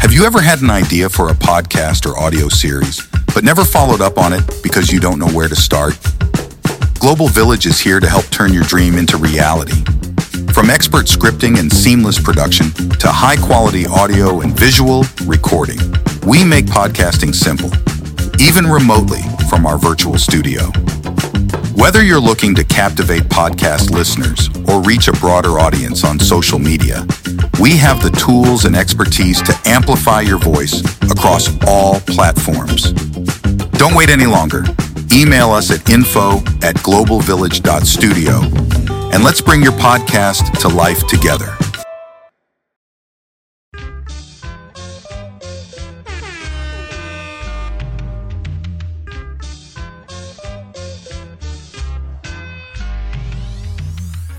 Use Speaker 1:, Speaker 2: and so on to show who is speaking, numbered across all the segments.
Speaker 1: Have you ever had an idea for a podcast or audio series, but never followed up on it because you don't know where to start? Global Village is here to help turn your dream into reality. From expert scripting and seamless production to high quality audio and visual recording, we make podcasting simple, even remotely from our virtual studio. Whether you're looking to captivate podcast listeners or reach a broader audience on social media, we have the tools and expertise to amplify your voice across all platforms. Don't wait any longer. Email us at info at globalvillage.studio and let's bring your podcast to life together.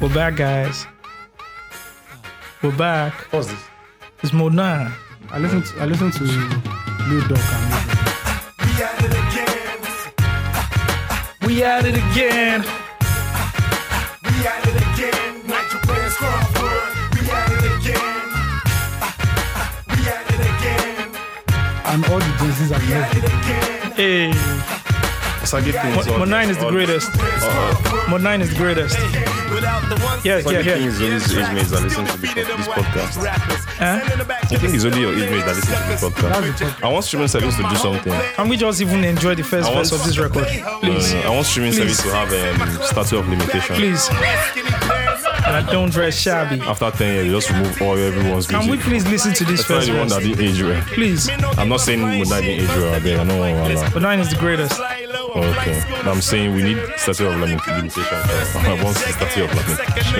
Speaker 2: We're back, guys. We're back.
Speaker 3: What was this?
Speaker 2: It's mode nine.
Speaker 4: I listen to I listen to Lil Durk and
Speaker 2: We at it again.
Speaker 4: and all the Gen Z's I love.
Speaker 2: Hey,
Speaker 3: Sagi
Speaker 2: Mo-
Speaker 3: Things.
Speaker 2: mode nine is the greatest. Mode nine is the greatest. Yeah, yeah,
Speaker 3: Sagi
Speaker 2: yeah.
Speaker 3: Things is only his mates that listen to this, pod- this podcast. I think it's only your emails that listen to this podcast. I want streaming service to do something. No,
Speaker 2: Can we just even enjoy the first
Speaker 3: I
Speaker 2: verse
Speaker 3: want-
Speaker 2: of this record? Please,
Speaker 3: no, no, Uh, I want streaming service to have um, statute of limitation.
Speaker 2: please. And I don't dress shabby.
Speaker 3: After 10 years, you just remove all everyone's
Speaker 2: Can we
Speaker 3: music.
Speaker 2: please listen to this first
Speaker 3: Especially the one that
Speaker 2: verse?
Speaker 3: didn't age well.
Speaker 2: Please.
Speaker 3: I'm not saying Mudai didn't age well. I beg, I know what I'm like.
Speaker 2: Mode nine is the greatest.
Speaker 3: Oh, Okay. I'm saying we need statute of limit- limitation. first. I want statute of limitation.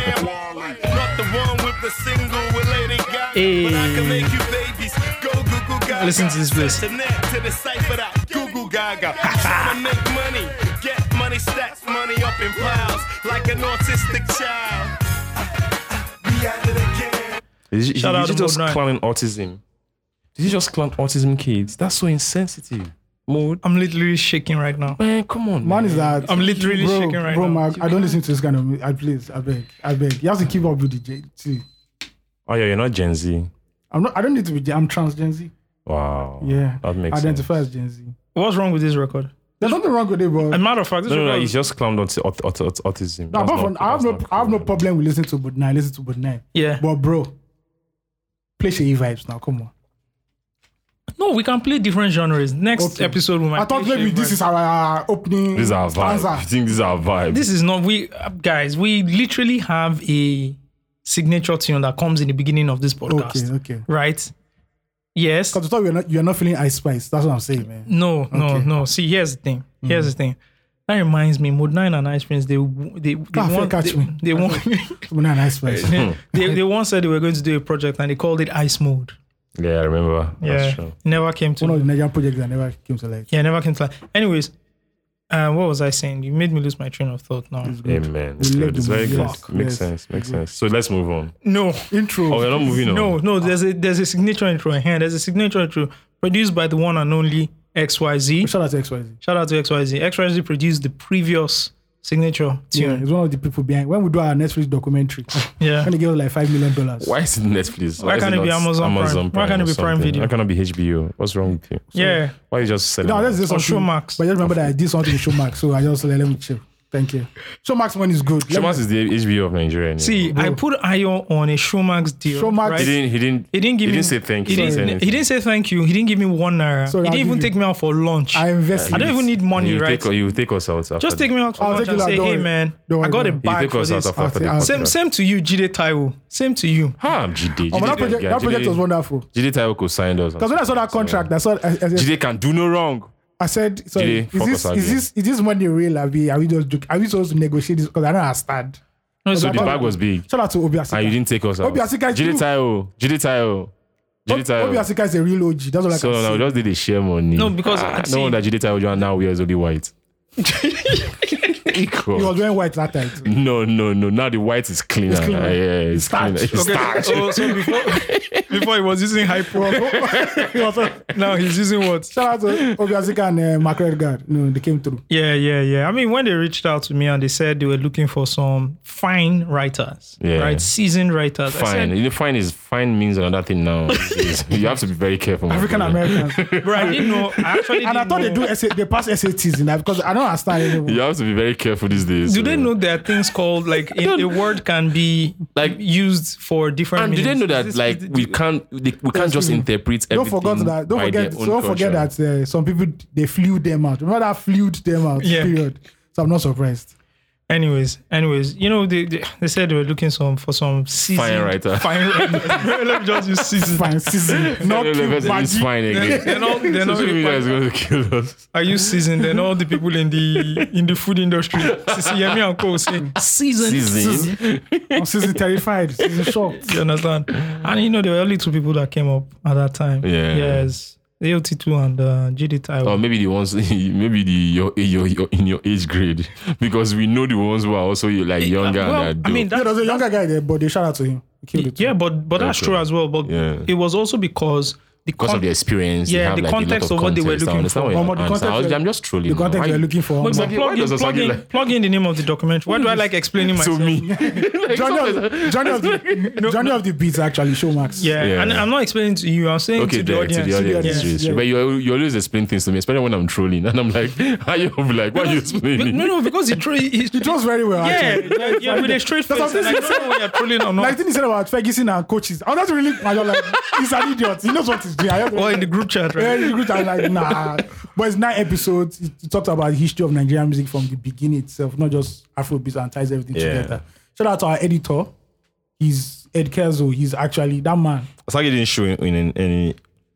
Speaker 2: Hey,
Speaker 5: Listen
Speaker 2: listen to this place.
Speaker 5: to the cipher that Google Gaga. Tryna make money, get money, stacks money up in piles like an autistic child. We at it again.
Speaker 3: Is he,
Speaker 2: Shout
Speaker 3: is
Speaker 2: out
Speaker 3: he
Speaker 2: to
Speaker 3: just
Speaker 2: Mode Nine.
Speaker 3: clowning autism? Did he just clown autism kids? That's so insensitive. Mode.
Speaker 2: I'm literally shaking right now.
Speaker 3: Man, come on.
Speaker 4: Man is that
Speaker 2: I'm literally
Speaker 4: bro,
Speaker 2: shaking right
Speaker 4: bro,
Speaker 2: now.
Speaker 4: Mark, I don't listen to this kind of music. I please, I beg, I beg. You have to keep up with the Gen Z.
Speaker 3: Oh, yeah, you're not Gen Z.
Speaker 4: I'm not. I don't need to be. Gen- I'm trans Gen Z.
Speaker 3: Wow.
Speaker 4: Yeah,
Speaker 3: That makes
Speaker 4: identify
Speaker 3: sense.
Speaker 4: as Gen Z.
Speaker 2: What's wrong with this record?
Speaker 4: There's nothing wrong with it, bro.
Speaker 2: As a matter of fact, this
Speaker 3: No, no, no.
Speaker 2: record
Speaker 3: He's just clowned aut- aut- aut- aut- autism.
Speaker 4: No,
Speaker 3: That's
Speaker 4: apart
Speaker 3: not-
Speaker 4: from, I have
Speaker 3: that's
Speaker 4: no,
Speaker 3: not
Speaker 4: I have no
Speaker 3: cool.
Speaker 4: problem with listening to Bud Nine. Listen to Bud Nine.
Speaker 2: Yeah.
Speaker 4: But bro, play Shady vibes now. Come on.
Speaker 2: No, we can play different genres. Next
Speaker 4: Okay.
Speaker 2: episode, we might.
Speaker 4: I thought
Speaker 2: play
Speaker 4: maybe
Speaker 2: Shape
Speaker 4: this
Speaker 2: Vibe.
Speaker 4: is our, our opening.
Speaker 3: These are vibes. You
Speaker 4: stanza.
Speaker 3: think these are vibes?
Speaker 2: This is not we uh, guys. We literally have a signature tune that comes in the beginning of this podcast.
Speaker 4: Okay, okay.
Speaker 2: Right? Yes.
Speaker 4: Because I thought you're not you're not feeling ice spice. That's what I'm saying, man.
Speaker 2: No. No.
Speaker 4: Okay. Mm-hmm.
Speaker 2: No. See, here's the thing. Here's the thing. That reminds me, Mode Nine and Ice Prince. They they they
Speaker 4: Ah,
Speaker 2: want-
Speaker 4: catch
Speaker 2: they,
Speaker 4: me.
Speaker 2: they want-
Speaker 4: Bud Nine ice spice.
Speaker 2: they, they once said they were going to do a project and they called it Ice Mode.
Speaker 3: yeah, I remember.
Speaker 2: Yeah.
Speaker 3: That's true.
Speaker 2: Never came to
Speaker 4: One of the Nigerian projects that never came to light.
Speaker 2: Yeah, never came to life. Anyways, uh, what was I saying? You made me lose my train of thought now.
Speaker 3: Amen. It's
Speaker 4: We love
Speaker 3: good. It's
Speaker 4: the
Speaker 3: very good.
Speaker 4: music.
Speaker 3: Makes
Speaker 4: Yes.
Speaker 3: sense. Makes sense. So let's move on.
Speaker 2: No,
Speaker 4: Intro.
Speaker 3: Oh, we're not moving on.
Speaker 2: no, no. There's a there's a signature intro in here. There's a signature intro produced by the one and only XYZ.
Speaker 4: Shout out to XYZ.
Speaker 2: Shout out to XYZ. XYZ produced the previous signature
Speaker 4: Yeah,
Speaker 2: tune.
Speaker 4: it's one of the people behind. When we do our Netflix documentary,
Speaker 2: Yeah.
Speaker 4: when they give us like five million dollars,
Speaker 3: Why is it Netflix?
Speaker 2: Why
Speaker 3: is
Speaker 2: can't it
Speaker 3: not
Speaker 2: be Amazon Prime? Why can't it
Speaker 3: or
Speaker 2: be Prime
Speaker 3: something?
Speaker 2: Video?
Speaker 3: Why can't it be HBO? What's wrong with you?
Speaker 2: Yeah.
Speaker 3: Why you just selling?
Speaker 4: No, that's just
Speaker 2: On
Speaker 4: something.
Speaker 2: Showmax.
Speaker 4: But I just remember that I did something with Showmax, so I just let, let me chill. Thank you. Showmax one is good. Let
Speaker 3: Showmax
Speaker 4: me-
Speaker 3: is the HBO of Nigeria. anyway.
Speaker 2: See, I put Ayo on a Showmax deal.
Speaker 4: Showmax-
Speaker 2: right?
Speaker 3: he didn't. He didn't.
Speaker 2: He didn't give
Speaker 3: He
Speaker 2: me.
Speaker 3: didn't say thank
Speaker 2: he
Speaker 3: you.
Speaker 2: Didn't,
Speaker 3: anything.
Speaker 2: he didn't say thank you. He didn't give me one naira.
Speaker 4: Sorry,
Speaker 2: he
Speaker 4: I'll
Speaker 2: didn't even
Speaker 4: give you-
Speaker 2: take me out for lunch.
Speaker 4: I invest.
Speaker 2: I don't even need money,
Speaker 3: He will
Speaker 2: right?
Speaker 3: Take, he will take us out. After
Speaker 2: Just take me out for
Speaker 4: I'll
Speaker 2: lunch
Speaker 4: take
Speaker 2: and
Speaker 4: you out,
Speaker 2: say,
Speaker 4: don't
Speaker 2: hey
Speaker 4: worry.
Speaker 2: man,
Speaker 4: Don't
Speaker 2: I
Speaker 4: worry,
Speaker 2: got a
Speaker 3: He
Speaker 4: don't
Speaker 3: will
Speaker 2: bag
Speaker 3: take
Speaker 2: for
Speaker 3: us
Speaker 2: this.
Speaker 3: out after, after the
Speaker 4: I'll-
Speaker 3: podcast.
Speaker 2: Same, same to you, Jide Taiwo. Same to you.
Speaker 3: Ah, GD.
Speaker 4: Oh, but that project, that project was wonderful.
Speaker 3: GD Taiko signed us.
Speaker 4: Because when I saw that contract, I saw. I, I, said-
Speaker 3: GD can do no wrong.
Speaker 4: I said, sorry,
Speaker 3: Jide,
Speaker 4: is
Speaker 3: fuck us
Speaker 4: this is
Speaker 3: again.
Speaker 4: this is this money real? Are we are we just joking? Are we supposed to negotiate this? Because I don't understand.
Speaker 2: No, it's
Speaker 3: So
Speaker 2: okay.
Speaker 3: the bag was big,
Speaker 4: Shout out to Obi Asika.
Speaker 3: and Ah, you didn't take us out.
Speaker 4: Obi Asika is
Speaker 3: GD
Speaker 4: true.
Speaker 3: Taiko. GD Taiko. GD
Speaker 4: Obi
Speaker 3: Taiko.
Speaker 4: Asika is a real OG. That's all I
Speaker 3: uh, So
Speaker 4: can
Speaker 3: now we
Speaker 4: say.
Speaker 3: just did a share money.
Speaker 2: No, because-
Speaker 3: Ah,
Speaker 2: see-
Speaker 3: no wonder GD Taiko now wears only white.
Speaker 4: He was
Speaker 3: God.
Speaker 4: wearing white that time.
Speaker 3: No, no, no. Now the white is cleaner.
Speaker 4: It's cleaner.
Speaker 3: Ah, yeah, it's
Speaker 4: starch.
Speaker 3: cleaner. It's starch.
Speaker 2: Oh, so before before he was using hypo,
Speaker 4: He was wearing-
Speaker 2: now he's using what?
Speaker 4: Shout out to Obiazika and uh, Mark Redguard. No, they came through.
Speaker 2: Yeah, yeah, yeah. I mean, when they reached out to me and they said they were looking for some fine writers,
Speaker 3: Yeah.
Speaker 2: right, seasoned writers. I
Speaker 3: Fine.
Speaker 2: said,
Speaker 3: You know, fine is fine means another thing now. It's- you have to be very careful. my
Speaker 4: African
Speaker 3: brother.
Speaker 4: Americans.
Speaker 2: bro, I didn't know. I actually
Speaker 4: and I
Speaker 2: didn't
Speaker 4: thought they
Speaker 2: know.
Speaker 4: do SA, they pass SATs in that because I don't understand anymore.
Speaker 3: You have to be very careful these days.
Speaker 2: Do they
Speaker 3: so-
Speaker 2: know there are things called like a, a word can be
Speaker 3: Like-
Speaker 2: like used for different?
Speaker 3: And do they
Speaker 2: meanings?
Speaker 3: know
Speaker 2: Is
Speaker 3: that
Speaker 2: this-
Speaker 3: like
Speaker 2: is it-
Speaker 3: we can't we can't just interpret
Speaker 4: Don't
Speaker 3: everything?
Speaker 4: forget that. Don't
Speaker 3: by
Speaker 4: forget.
Speaker 3: their own
Speaker 4: Don't forget
Speaker 3: culture.
Speaker 4: that uh, some people they flew them out. Remember that flew them out.
Speaker 2: Yeah.
Speaker 4: Period. So I'm not surprised.
Speaker 2: Anyways, anyways, you know they, they, they said they were looking some for some seasoned
Speaker 3: Fine writer.
Speaker 2: Fine writer. Let me just use seasoned.
Speaker 4: Fine season.
Speaker 3: No, no,
Speaker 4: Not
Speaker 3: no,
Speaker 4: cute,
Speaker 3: it's- it's
Speaker 4: Maggi.
Speaker 3: fine again.
Speaker 2: They're not. They're not
Speaker 3: Social media is
Speaker 2: required.
Speaker 3: going to kill us.
Speaker 2: Are you seasoned? Then all the people in the in the food industry, Sisi Yemi and Co, say seasoned.
Speaker 3: Season.
Speaker 4: I'm season terrified. Season shocked.
Speaker 2: You understand? And you know there were only two people that came up at that time.
Speaker 3: Yeah. Oh,
Speaker 2: Yes, AOT2 and uh, GD Taiwo.
Speaker 3: Or maybe the ones, maybe the your, eh, your, your in your age grade, because we know the ones who are also like younger
Speaker 2: Eh, well,
Speaker 3: and
Speaker 2: I
Speaker 3: are
Speaker 2: mean
Speaker 3: dope.
Speaker 4: There was a younger guy there, but they shout out to him. He killed it.
Speaker 2: Yeah, but but that's
Speaker 3: Okay.
Speaker 2: true as well. But
Speaker 3: Yeah.
Speaker 2: it was also because the
Speaker 3: because of
Speaker 2: con-
Speaker 3: the experience,
Speaker 2: yeah,
Speaker 3: they have
Speaker 2: the
Speaker 3: like
Speaker 2: context
Speaker 3: a lot
Speaker 2: of what they were
Speaker 3: context. I
Speaker 2: looking
Speaker 3: understand
Speaker 2: for.
Speaker 3: what you're
Speaker 4: Oh, but the
Speaker 3: answering. I
Speaker 4: context
Speaker 3: was-
Speaker 4: you're-
Speaker 3: I'm just trolling.
Speaker 4: The context
Speaker 3: Why-
Speaker 4: you're looking for.
Speaker 2: Wait,
Speaker 4: um,
Speaker 2: but
Speaker 3: Exactly. Why
Speaker 2: plug, in,
Speaker 3: does
Speaker 2: plug,
Speaker 3: Osagi
Speaker 2: in,
Speaker 3: like-
Speaker 2: plug in the name of the document. Why do I like explaining
Speaker 3: to
Speaker 2: myself?
Speaker 3: me. Like,
Speaker 4: Johnny,
Speaker 3: sometimes-
Speaker 4: of, Johnny, of the, Johnny of the beats actually. Show Max.
Speaker 2: Yeah,
Speaker 3: Yeah.
Speaker 2: and I'm not explaining to you. I'm saying
Speaker 3: Okay,
Speaker 2: to the
Speaker 3: there,
Speaker 2: audience.
Speaker 3: to the audience.
Speaker 4: audience,
Speaker 3: yes,
Speaker 4: yeah.
Speaker 3: But you, you always explain things to me, especially when I'm trolling. And I'm like, how you be like, why are you
Speaker 2: Be-
Speaker 3: explaining?
Speaker 2: No, no, because it, tra- it,
Speaker 4: It was very well.
Speaker 2: yeah,
Speaker 4: Actually.
Speaker 2: yeah, yeah, with a straight face.
Speaker 4: That's
Speaker 2: And I
Speaker 4: what
Speaker 2: don't know when you're trolling or
Speaker 4: Like
Speaker 2: not.
Speaker 4: the thing he said about Ferguson and coaches. I'm not really. I'm just like, he's an idiot. He knows what he's doing. I just-
Speaker 2: Or in the group chat,
Speaker 4: Yeah,
Speaker 2: right?
Speaker 4: it's good. I'm like, nah. But it's nine episodes. It it talks about the history of Nigerian music from the beginning itself, not just Afrobeats and ties everything
Speaker 3: Yeah.
Speaker 4: together. Shout out to our editor. He's Ed Kelso. He's actually that man.
Speaker 3: Asagi didn't show in, in any.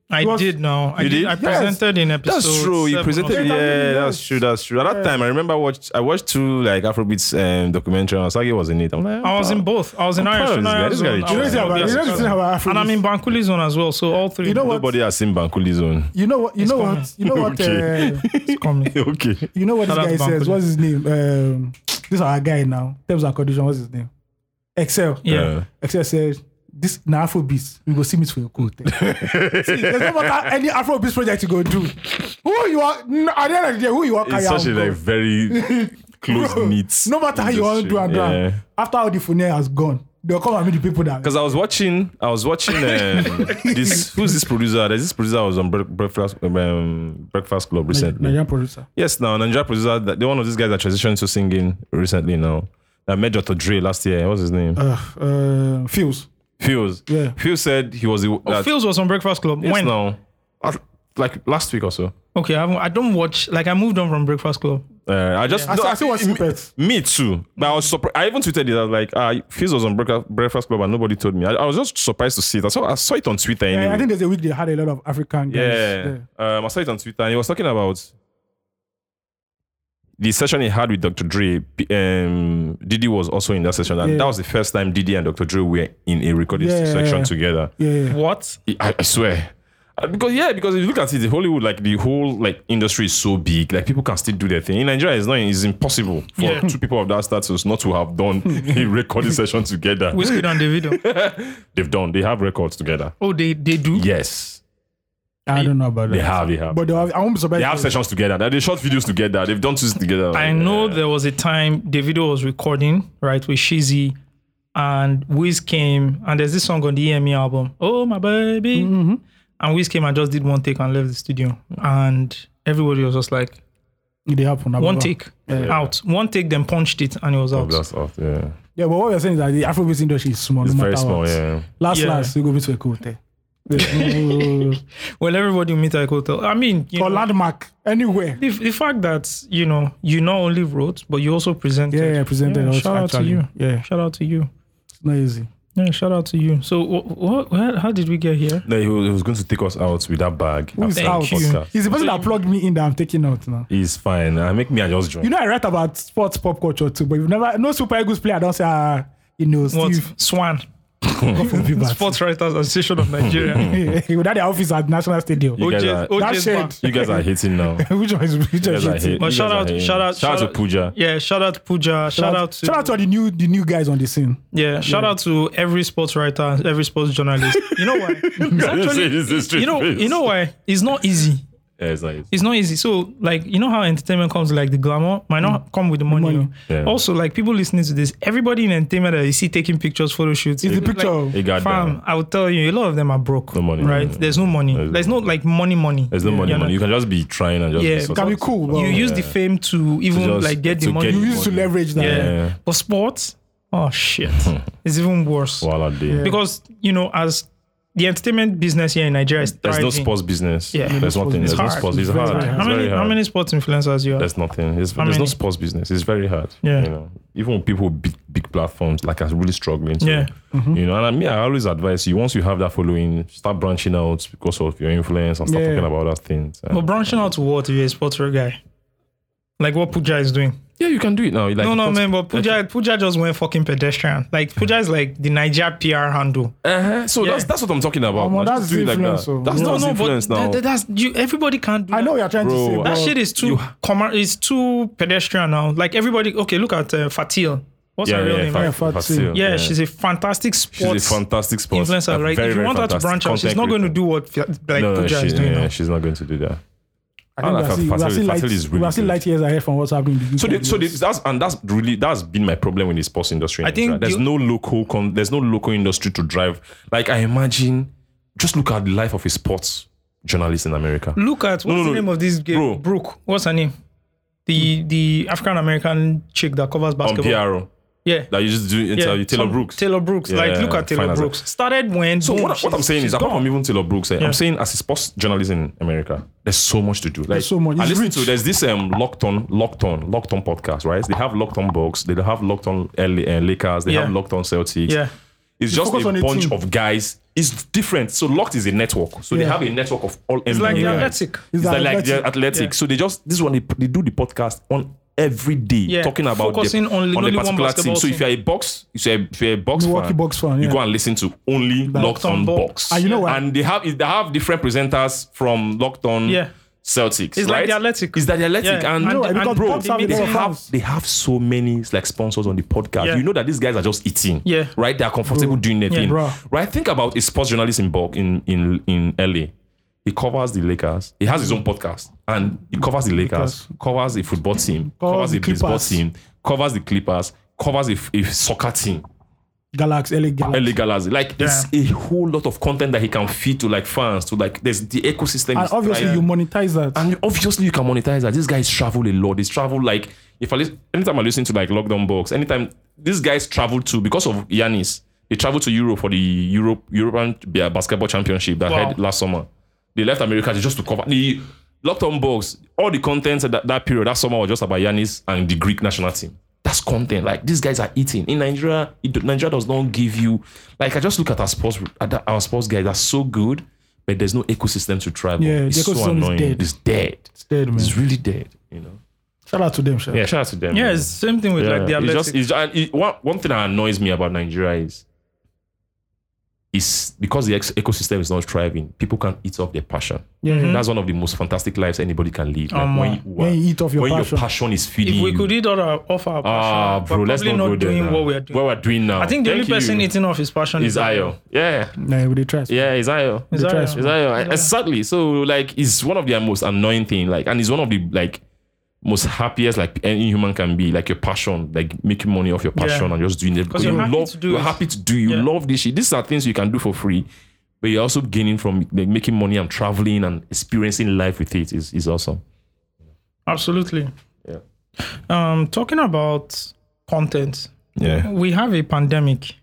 Speaker 2: I
Speaker 4: was-
Speaker 2: did now. I
Speaker 3: You
Speaker 2: did.
Speaker 3: did?
Speaker 2: I
Speaker 3: Yes.
Speaker 2: presented in episode.
Speaker 3: That's true. You
Speaker 2: seven or
Speaker 3: presented,
Speaker 2: something.
Speaker 3: yeah,
Speaker 4: Yes.
Speaker 3: that's true. That's true. At that time, I remember watched. I watched two like Afrobeats um, documentary. and Asagi was in it. I'm like,
Speaker 2: I was in both. I was in
Speaker 3: I'm
Speaker 2: Irish.
Speaker 3: proud of this guy.
Speaker 2: Irish
Speaker 3: This guy
Speaker 2: zone,
Speaker 3: Oh,
Speaker 2: I was
Speaker 3: is
Speaker 4: You know
Speaker 2: in
Speaker 4: what
Speaker 3: Yes,
Speaker 4: you know the
Speaker 2: Irish
Speaker 4: thing
Speaker 2: zone.
Speaker 4: about Afrobeats.
Speaker 2: And I'm in Bankuli zone as well. So all three.
Speaker 4: You know what?
Speaker 3: Nobody has seen Bankuli Zone.
Speaker 4: You know what? You know
Speaker 2: coming.
Speaker 4: what? You know what?
Speaker 3: Okay.
Speaker 4: Uh,
Speaker 2: It's coming.
Speaker 3: okay.
Speaker 4: you know what this
Speaker 2: Shout out
Speaker 4: guy
Speaker 2: to Bankole.
Speaker 4: says? What's his name? Um, this is our guy now. Terms and condition. What's his name? Excel.
Speaker 2: Yeah.
Speaker 3: Uh,
Speaker 4: Except said, this na Afrobeats, we go see me for your quote. See, there's no matter any Afrobeats project you go do. Who you are, no, at the end of the day, who you are,
Speaker 3: it's
Speaker 4: carry
Speaker 3: such a
Speaker 4: out, bro.
Speaker 3: like very close
Speaker 4: Bro,
Speaker 3: knit.
Speaker 4: No matter how you want to do and do,
Speaker 3: industry.
Speaker 4: and
Speaker 3: Yeah.
Speaker 4: after all the funeral has gone, they'll come and meet the people that.
Speaker 3: Because I was watching, I was watching um, this. Who's this producer? There's this producer I was on Bre- Breakfast um, Breakfast Club recently.
Speaker 4: Nigerian producer.
Speaker 3: Yes, now Nigeria producer, that- the one of these guys that transitioned to singing recently now. That met Dr. Dre last year. What's his name?
Speaker 4: Uh, uh, Fields.
Speaker 3: Fuse.
Speaker 4: yeah.
Speaker 3: Fuse said he was the.
Speaker 2: Oh,
Speaker 3: that-
Speaker 2: Phil's was on Breakfast Club.
Speaker 3: yes,
Speaker 2: when?
Speaker 3: now. Uh, Like last week or so.
Speaker 2: Okay, I, haven't, I don't watch. Like I moved on from Breakfast Club.
Speaker 3: Uh, I just.
Speaker 4: I still- I still watch
Speaker 3: me,
Speaker 4: snippets.
Speaker 3: me too. But I was surprised. I even tweeted it. I was like, ah, Fuse was on Breakfast- Breakfast Club and nobody told me. I, I was just surprised to see it. I saw, I saw it on Twitter
Speaker 4: Yeah,
Speaker 3: anyway.
Speaker 4: I think there's a week they had a lot of African guys.
Speaker 3: Yeah.
Speaker 4: there.
Speaker 3: Um, I saw it on Twitter and he was talking about the session he had with Dr. Dre. P- Um, Diddy was also in that session. And
Speaker 4: Yeah.
Speaker 3: that was the first time Diddy and Dr. Dre were in a recording
Speaker 4: Yeah.
Speaker 3: section together.
Speaker 4: Yeah, yeah.
Speaker 2: What?
Speaker 3: I, I swear. Uh, Because yeah, because if you look at it, the Hollywood, like the whole like industry is so big, like people can still do their thing. In Nigeria, it's not it's impossible for
Speaker 2: Yeah.
Speaker 3: two people of that status not to have done a recording session together.
Speaker 2: Whiskey and the video.
Speaker 3: They've done, they have records together.
Speaker 2: Oh, they they do.
Speaker 3: Yes,
Speaker 4: I don't know about that.
Speaker 3: they have, they have.
Speaker 4: But they have, I won't be surprised.
Speaker 3: They have sessions together. They shot videos together. They've done things together.
Speaker 2: I know there was a time the video was recording right with Shizzy, and Wiz came and there's this song on the EME album. Oh my baby,
Speaker 3: Mm-hmm.
Speaker 2: and Wiz came and just did one take and left the studio, and everybody was just like
Speaker 4: They happen.
Speaker 2: one take out, one take then punched it and it was out.
Speaker 3: That's off. Yeah,
Speaker 4: Yeah, but what we're saying is that the Afrobeats industry is small.
Speaker 3: it's
Speaker 4: no
Speaker 3: very
Speaker 4: matter
Speaker 3: small.
Speaker 4: what.
Speaker 3: Yeah,
Speaker 4: Last,
Speaker 2: Yeah.
Speaker 4: last, you go meet for a quote. There's no-
Speaker 2: Well, everybody will meet at a hotel. I mean, you
Speaker 4: or
Speaker 2: know,
Speaker 4: landmark anywhere.
Speaker 2: the, the fact that you know you not only wrote but you also presented.
Speaker 4: Yeah, yeah, presented.
Speaker 2: Yeah,
Speaker 4: also,
Speaker 2: shout out to
Speaker 4: actually.
Speaker 2: you.
Speaker 4: Yeah,
Speaker 2: Shout out to you.
Speaker 4: it's not easy.
Speaker 2: Yeah, shout out to you. So, what? Wh- how did we get here?
Speaker 3: no, he was, he was going to take us out with that bag.
Speaker 4: Who is
Speaker 3: after the
Speaker 4: out?
Speaker 2: you.
Speaker 3: podcast.
Speaker 4: He's the person that plugged me in that I'm taking out now.
Speaker 3: He's fine. I make me and just join.
Speaker 4: You know, I write about sports pop culture too, but you've never no Super Eagles player. I don't say, ah, you know,
Speaker 2: What?
Speaker 4: Steve.
Speaker 2: Swan.
Speaker 4: God forbid that.
Speaker 2: Sports Writers Association of Nigeria.
Speaker 4: Without the office at National Stadium.
Speaker 3: You guys
Speaker 2: OJ's
Speaker 3: are-
Speaker 4: That
Speaker 2: OJ's
Speaker 4: shade.
Speaker 2: back.
Speaker 3: You guys are hating now. You
Speaker 4: which one is which one
Speaker 3: guys
Speaker 4: is
Speaker 3: are
Speaker 4: it?
Speaker 3: hating.
Speaker 2: But
Speaker 3: You
Speaker 2: shout
Speaker 3: guys are
Speaker 2: out-
Speaker 3: hating.
Speaker 2: shout out-
Speaker 3: shout out to
Speaker 2: shout out-
Speaker 3: Pooja.
Speaker 2: Yeah, shout out to Pooja. Shout out to
Speaker 4: shout out to all the new the new guys on the scene.
Speaker 2: yeah, shout out to every sports writer, every sports journalist. You know why? It's
Speaker 3: Say
Speaker 2: actually,
Speaker 3: this is straight
Speaker 2: you know,
Speaker 3: face.
Speaker 2: you know why? It's not easy.
Speaker 3: Yeah, it's like-
Speaker 2: It's not easy. So like, you know how entertainment comes with, like the glamour might not come with the money.
Speaker 4: Mm. money.
Speaker 3: Yeah.
Speaker 2: Also, like people listening to this, everybody in entertainment that you see taking pictures, photo shoots,
Speaker 4: It's the picture of
Speaker 3: It got
Speaker 2: Fam,
Speaker 3: down.
Speaker 2: I will tell you, a lot of them are broke.
Speaker 3: No money.
Speaker 2: Right?
Speaker 3: Yeah.
Speaker 2: There's no money.
Speaker 3: There's no
Speaker 2: There's no like money, money.
Speaker 3: There's no money,
Speaker 2: You know?
Speaker 3: money. You can just be trying and just
Speaker 2: Yeah,
Speaker 3: be
Speaker 2: it
Speaker 4: can be
Speaker 3: successful.
Speaker 4: cool. But
Speaker 2: You use the
Speaker 3: Yeah.
Speaker 2: fame to even
Speaker 3: To just-
Speaker 2: like get the
Speaker 3: to
Speaker 2: money.
Speaker 3: get-
Speaker 4: you used to leverage that.
Speaker 2: yeah.
Speaker 3: Yeah. Hmm.
Speaker 2: But sports, oh shit, it's even worse.
Speaker 3: Voila, there.
Speaker 2: Because you know, as the entertainment business here in Nigeria is
Speaker 3: There's
Speaker 2: thriving.
Speaker 3: no sports business.
Speaker 2: Yeah.
Speaker 3: There's nothing.
Speaker 2: It's
Speaker 3: There's no
Speaker 2: hard.
Speaker 3: sports. It's hard. It's
Speaker 2: How many
Speaker 3: very
Speaker 2: how
Speaker 3: hard.
Speaker 2: many sports influencers you have?
Speaker 3: There's nothing. There's, there's no
Speaker 2: many?
Speaker 3: sports business. It's very hard.
Speaker 2: Yeah.
Speaker 3: You know, even with people with big, big platforms, like I'm really struggling. To,
Speaker 2: Yeah. Mm-hmm.
Speaker 3: You know, and I mean, I always advise you once you have that following, start branching out because of your influence and start
Speaker 4: Yeah.
Speaker 3: talking about other things. Uh, And-
Speaker 2: But branching out to what if you're a sports guy? Like what Puja is doing.
Speaker 3: yeah, you can do it now. Like,
Speaker 2: No,
Speaker 3: you
Speaker 2: no,
Speaker 3: can't-
Speaker 2: man, but Puja, Puja just went fucking pedestrian. Like Puja is like the Niger PR handle.
Speaker 3: Uh-huh. So that's
Speaker 2: Yeah.
Speaker 3: that's what I'm talking about.
Speaker 4: Omo,
Speaker 3: man. Just
Speaker 4: that's
Speaker 3: do it like
Speaker 4: influence,
Speaker 3: that.
Speaker 4: oh.
Speaker 3: That's
Speaker 2: no, no,
Speaker 3: not
Speaker 2: but
Speaker 3: influence now.
Speaker 2: that, that- that's you. Everybody can't do
Speaker 4: I know what
Speaker 2: that.
Speaker 4: you're trying
Speaker 3: Bro,
Speaker 4: to say.
Speaker 3: that
Speaker 2: That
Speaker 4: but
Speaker 2: shit is too commer- It's too pedestrian now. Like everybody. Okay, look at uh, Fatil. What's
Speaker 3: yeah,
Speaker 2: her real
Speaker 3: yeah,
Speaker 2: name?
Speaker 3: Fat-
Speaker 4: Yeah, Fat
Speaker 3: Fat
Speaker 4: Seal.
Speaker 3: Seal.
Speaker 2: Yeah, she's a fantastic
Speaker 3: She's a
Speaker 2: sports
Speaker 3: fantastic sports
Speaker 2: influencer, right? if you want her to branch out, she's not going to do what like
Speaker 3: No, no,
Speaker 2: Pooja
Speaker 3: she,
Speaker 2: is doing
Speaker 3: yeah,
Speaker 2: now.
Speaker 3: she's not going to do that.
Speaker 4: I think
Speaker 3: I
Speaker 4: we are
Speaker 3: like
Speaker 4: still- we
Speaker 3: Fatil-
Speaker 4: are still
Speaker 3: Fatil is
Speaker 4: light-
Speaker 3: really
Speaker 4: we are still
Speaker 3: good.
Speaker 4: light years ahead from what's happening. in the
Speaker 3: So,
Speaker 4: UK.
Speaker 3: they, so they, that's and that's really that's been my problem with the sports industry. in
Speaker 2: I think
Speaker 3: Nigeria. there's
Speaker 2: the-
Speaker 3: no local con, there's no local industry to drive. Like I imagine, just look at the life of a sports journalist in America.
Speaker 2: Look at what's
Speaker 3: no,
Speaker 2: the
Speaker 3: no,
Speaker 2: name of this game?
Speaker 3: bro.
Speaker 2: Brooke. What's her name? The the African American chick that covers
Speaker 3: On
Speaker 2: basketball.
Speaker 3: PRO,
Speaker 2: yeah.
Speaker 3: that you just do interview Taylor
Speaker 2: some-
Speaker 3: Brooks.
Speaker 2: Taylor Brooks. like
Speaker 3: Yeah,
Speaker 2: look at
Speaker 3: fine
Speaker 2: Taylor
Speaker 3: as well.
Speaker 2: Brooks. Started when
Speaker 3: so
Speaker 2: boom,
Speaker 3: what, what I'm
Speaker 2: she's-
Speaker 3: saying
Speaker 2: she's
Speaker 3: is, apart
Speaker 2: gone.
Speaker 3: from even Taylor Brooks, eh,
Speaker 2: Yeah.
Speaker 3: I'm saying as a sports journalist in America, there's so much to do. Like,
Speaker 4: so much.
Speaker 3: I
Speaker 4: It's
Speaker 3: listen
Speaker 4: rich.
Speaker 3: to there's this um locked on, locked on, locked on podcast, right? They have locked on Bucks, they have locked on LA, uh, Lakers, they
Speaker 2: Yeah.
Speaker 3: have locked on Celtics.
Speaker 2: Yeah.
Speaker 3: It's just
Speaker 4: focus on
Speaker 3: a
Speaker 4: a
Speaker 3: bunch
Speaker 4: team.
Speaker 3: of guys. It's different. So locked is a network. So they
Speaker 4: Yeah.
Speaker 3: have a network of all
Speaker 2: It's
Speaker 3: NBA
Speaker 2: like the
Speaker 3: guys.
Speaker 2: athletic.
Speaker 3: It's like, like they're
Speaker 4: athletic.
Speaker 3: athletic. So they just this one they, they do the podcast on every day
Speaker 2: Yeah,
Speaker 3: talking about
Speaker 2: focusing
Speaker 3: the,
Speaker 2: on
Speaker 3: on
Speaker 2: only
Speaker 3: the
Speaker 2: one
Speaker 3: particular team.
Speaker 2: basketball
Speaker 3: So if
Speaker 2: team.
Speaker 3: you're a box, if you're a, if you're a box
Speaker 4: Milwaukee
Speaker 3: fan,
Speaker 4: Bucks fan,
Speaker 3: you
Speaker 4: yeah.
Speaker 3: go and listen to only locked on
Speaker 2: Bucks.
Speaker 3: box.
Speaker 4: And you know what?
Speaker 3: And they have they have different presenters from locked on.
Speaker 2: Yeah.
Speaker 3: Celtics.
Speaker 2: It's like
Speaker 3: right?
Speaker 2: the athletic.
Speaker 3: Is that the athletic?
Speaker 2: Yeah,
Speaker 3: And,
Speaker 2: you know
Speaker 3: and,
Speaker 2: what? Because
Speaker 3: bro,
Speaker 2: Bucks have a
Speaker 3: they
Speaker 2: lot of
Speaker 3: have
Speaker 4: fans.
Speaker 3: they have so many like sponsors on the podcast.
Speaker 2: Yeah.
Speaker 3: You know that these guys are just eating.
Speaker 2: Yeah.
Speaker 3: Right? They are comfortable doing their
Speaker 2: Yeah.
Speaker 3: thing.
Speaker 4: Mm. Bruh.
Speaker 3: Right? Think about a sports journalist in Bulk in, in in LA. He covers the Lakers. He has his own podcast. And he covers the Lakers, covers the football team, covers,
Speaker 4: Covers
Speaker 3: the,
Speaker 4: the
Speaker 3: baseball
Speaker 4: Clippers.
Speaker 3: team, covers the Clippers, covers a, f- a soccer team,
Speaker 4: Galaxy, LA Galaxy.
Speaker 3: LA Galaxy. Like there's a whole lot of content that he can feed to like fans, to like there's the ecosystem.
Speaker 4: And
Speaker 3: is
Speaker 4: obviously,
Speaker 3: thriving.
Speaker 4: you monetize that.
Speaker 3: And obviously, you can monetize that. These guys travel a lot. They travel like if I listen, anytime I listen to like Lockdown Box, anytime these guys travel to because of Yanis, they travel to Europe for the Europe European yeah, Basketball Championship that
Speaker 2: Wow.
Speaker 3: had last summer. They left America to- just to cover the Lockdown Box. All the contents at that, that period that summer was just about Yanis and the Greek national team. That's content. Like these guys are eating in Nigeria. It, Nigeria does not give you like I just look at our sports at that- our sports guys. That's so good. But there's no ecosystem to thrive on.
Speaker 4: Yeah, the
Speaker 3: it's so
Speaker 4: ecosystem is
Speaker 3: annoying.
Speaker 4: dead.
Speaker 3: It's dead. It's
Speaker 4: dead, man.
Speaker 3: It's really dead. You know.
Speaker 4: Shout out to them, Sha.
Speaker 3: Yeah, shout out to them.
Speaker 2: Yeah,
Speaker 3: man.
Speaker 2: it's same thing with
Speaker 3: Yeah,
Speaker 2: like the
Speaker 3: it's
Speaker 2: athletic.
Speaker 3: just, it's, and it, one, one thing that annoys me about Nigeria is, is because the ex- ecosystem is not thriving, people can eat up their passion. Yeah, that's
Speaker 2: Mm-hmm.
Speaker 3: one of the most fantastic lives anybody can live. Like when you,
Speaker 4: when you eat off your
Speaker 3: when
Speaker 4: passion.
Speaker 3: your passion is feeding
Speaker 2: if we
Speaker 3: you.
Speaker 2: could eat all our off our
Speaker 3: ah,
Speaker 2: passion,
Speaker 3: bro,
Speaker 2: we're
Speaker 3: let's
Speaker 2: probably
Speaker 3: not,
Speaker 2: not
Speaker 3: go there.
Speaker 2: doing
Speaker 3: now.
Speaker 2: what we are doing.
Speaker 3: What we're doing now.
Speaker 2: I think the
Speaker 3: Thank
Speaker 2: only person
Speaker 3: you.
Speaker 2: eating off his passion
Speaker 3: is Ayo. Yeah.
Speaker 4: Nah, with the trust.
Speaker 3: Yeah, it's Ayo.
Speaker 2: Is
Speaker 4: trash
Speaker 2: Ayo.
Speaker 3: It's like, exactly. So like, it's one of the most annoying thing. Like, and it's one of the like most happiest like any human can be. Like your passion, like making money off your passion
Speaker 2: Yeah.
Speaker 3: and just doing it because
Speaker 2: you're happy
Speaker 3: love.
Speaker 2: to do
Speaker 3: you're
Speaker 2: it.
Speaker 3: happy to do. You
Speaker 2: Yeah.
Speaker 3: love this shit. These are things you can do for free, but you're also gaining from like making money and traveling and experiencing life with it. Is is awesome.
Speaker 2: Absolutely.
Speaker 3: Yeah.
Speaker 2: Um, talking about content,
Speaker 3: Yeah.
Speaker 2: we have a pandemic.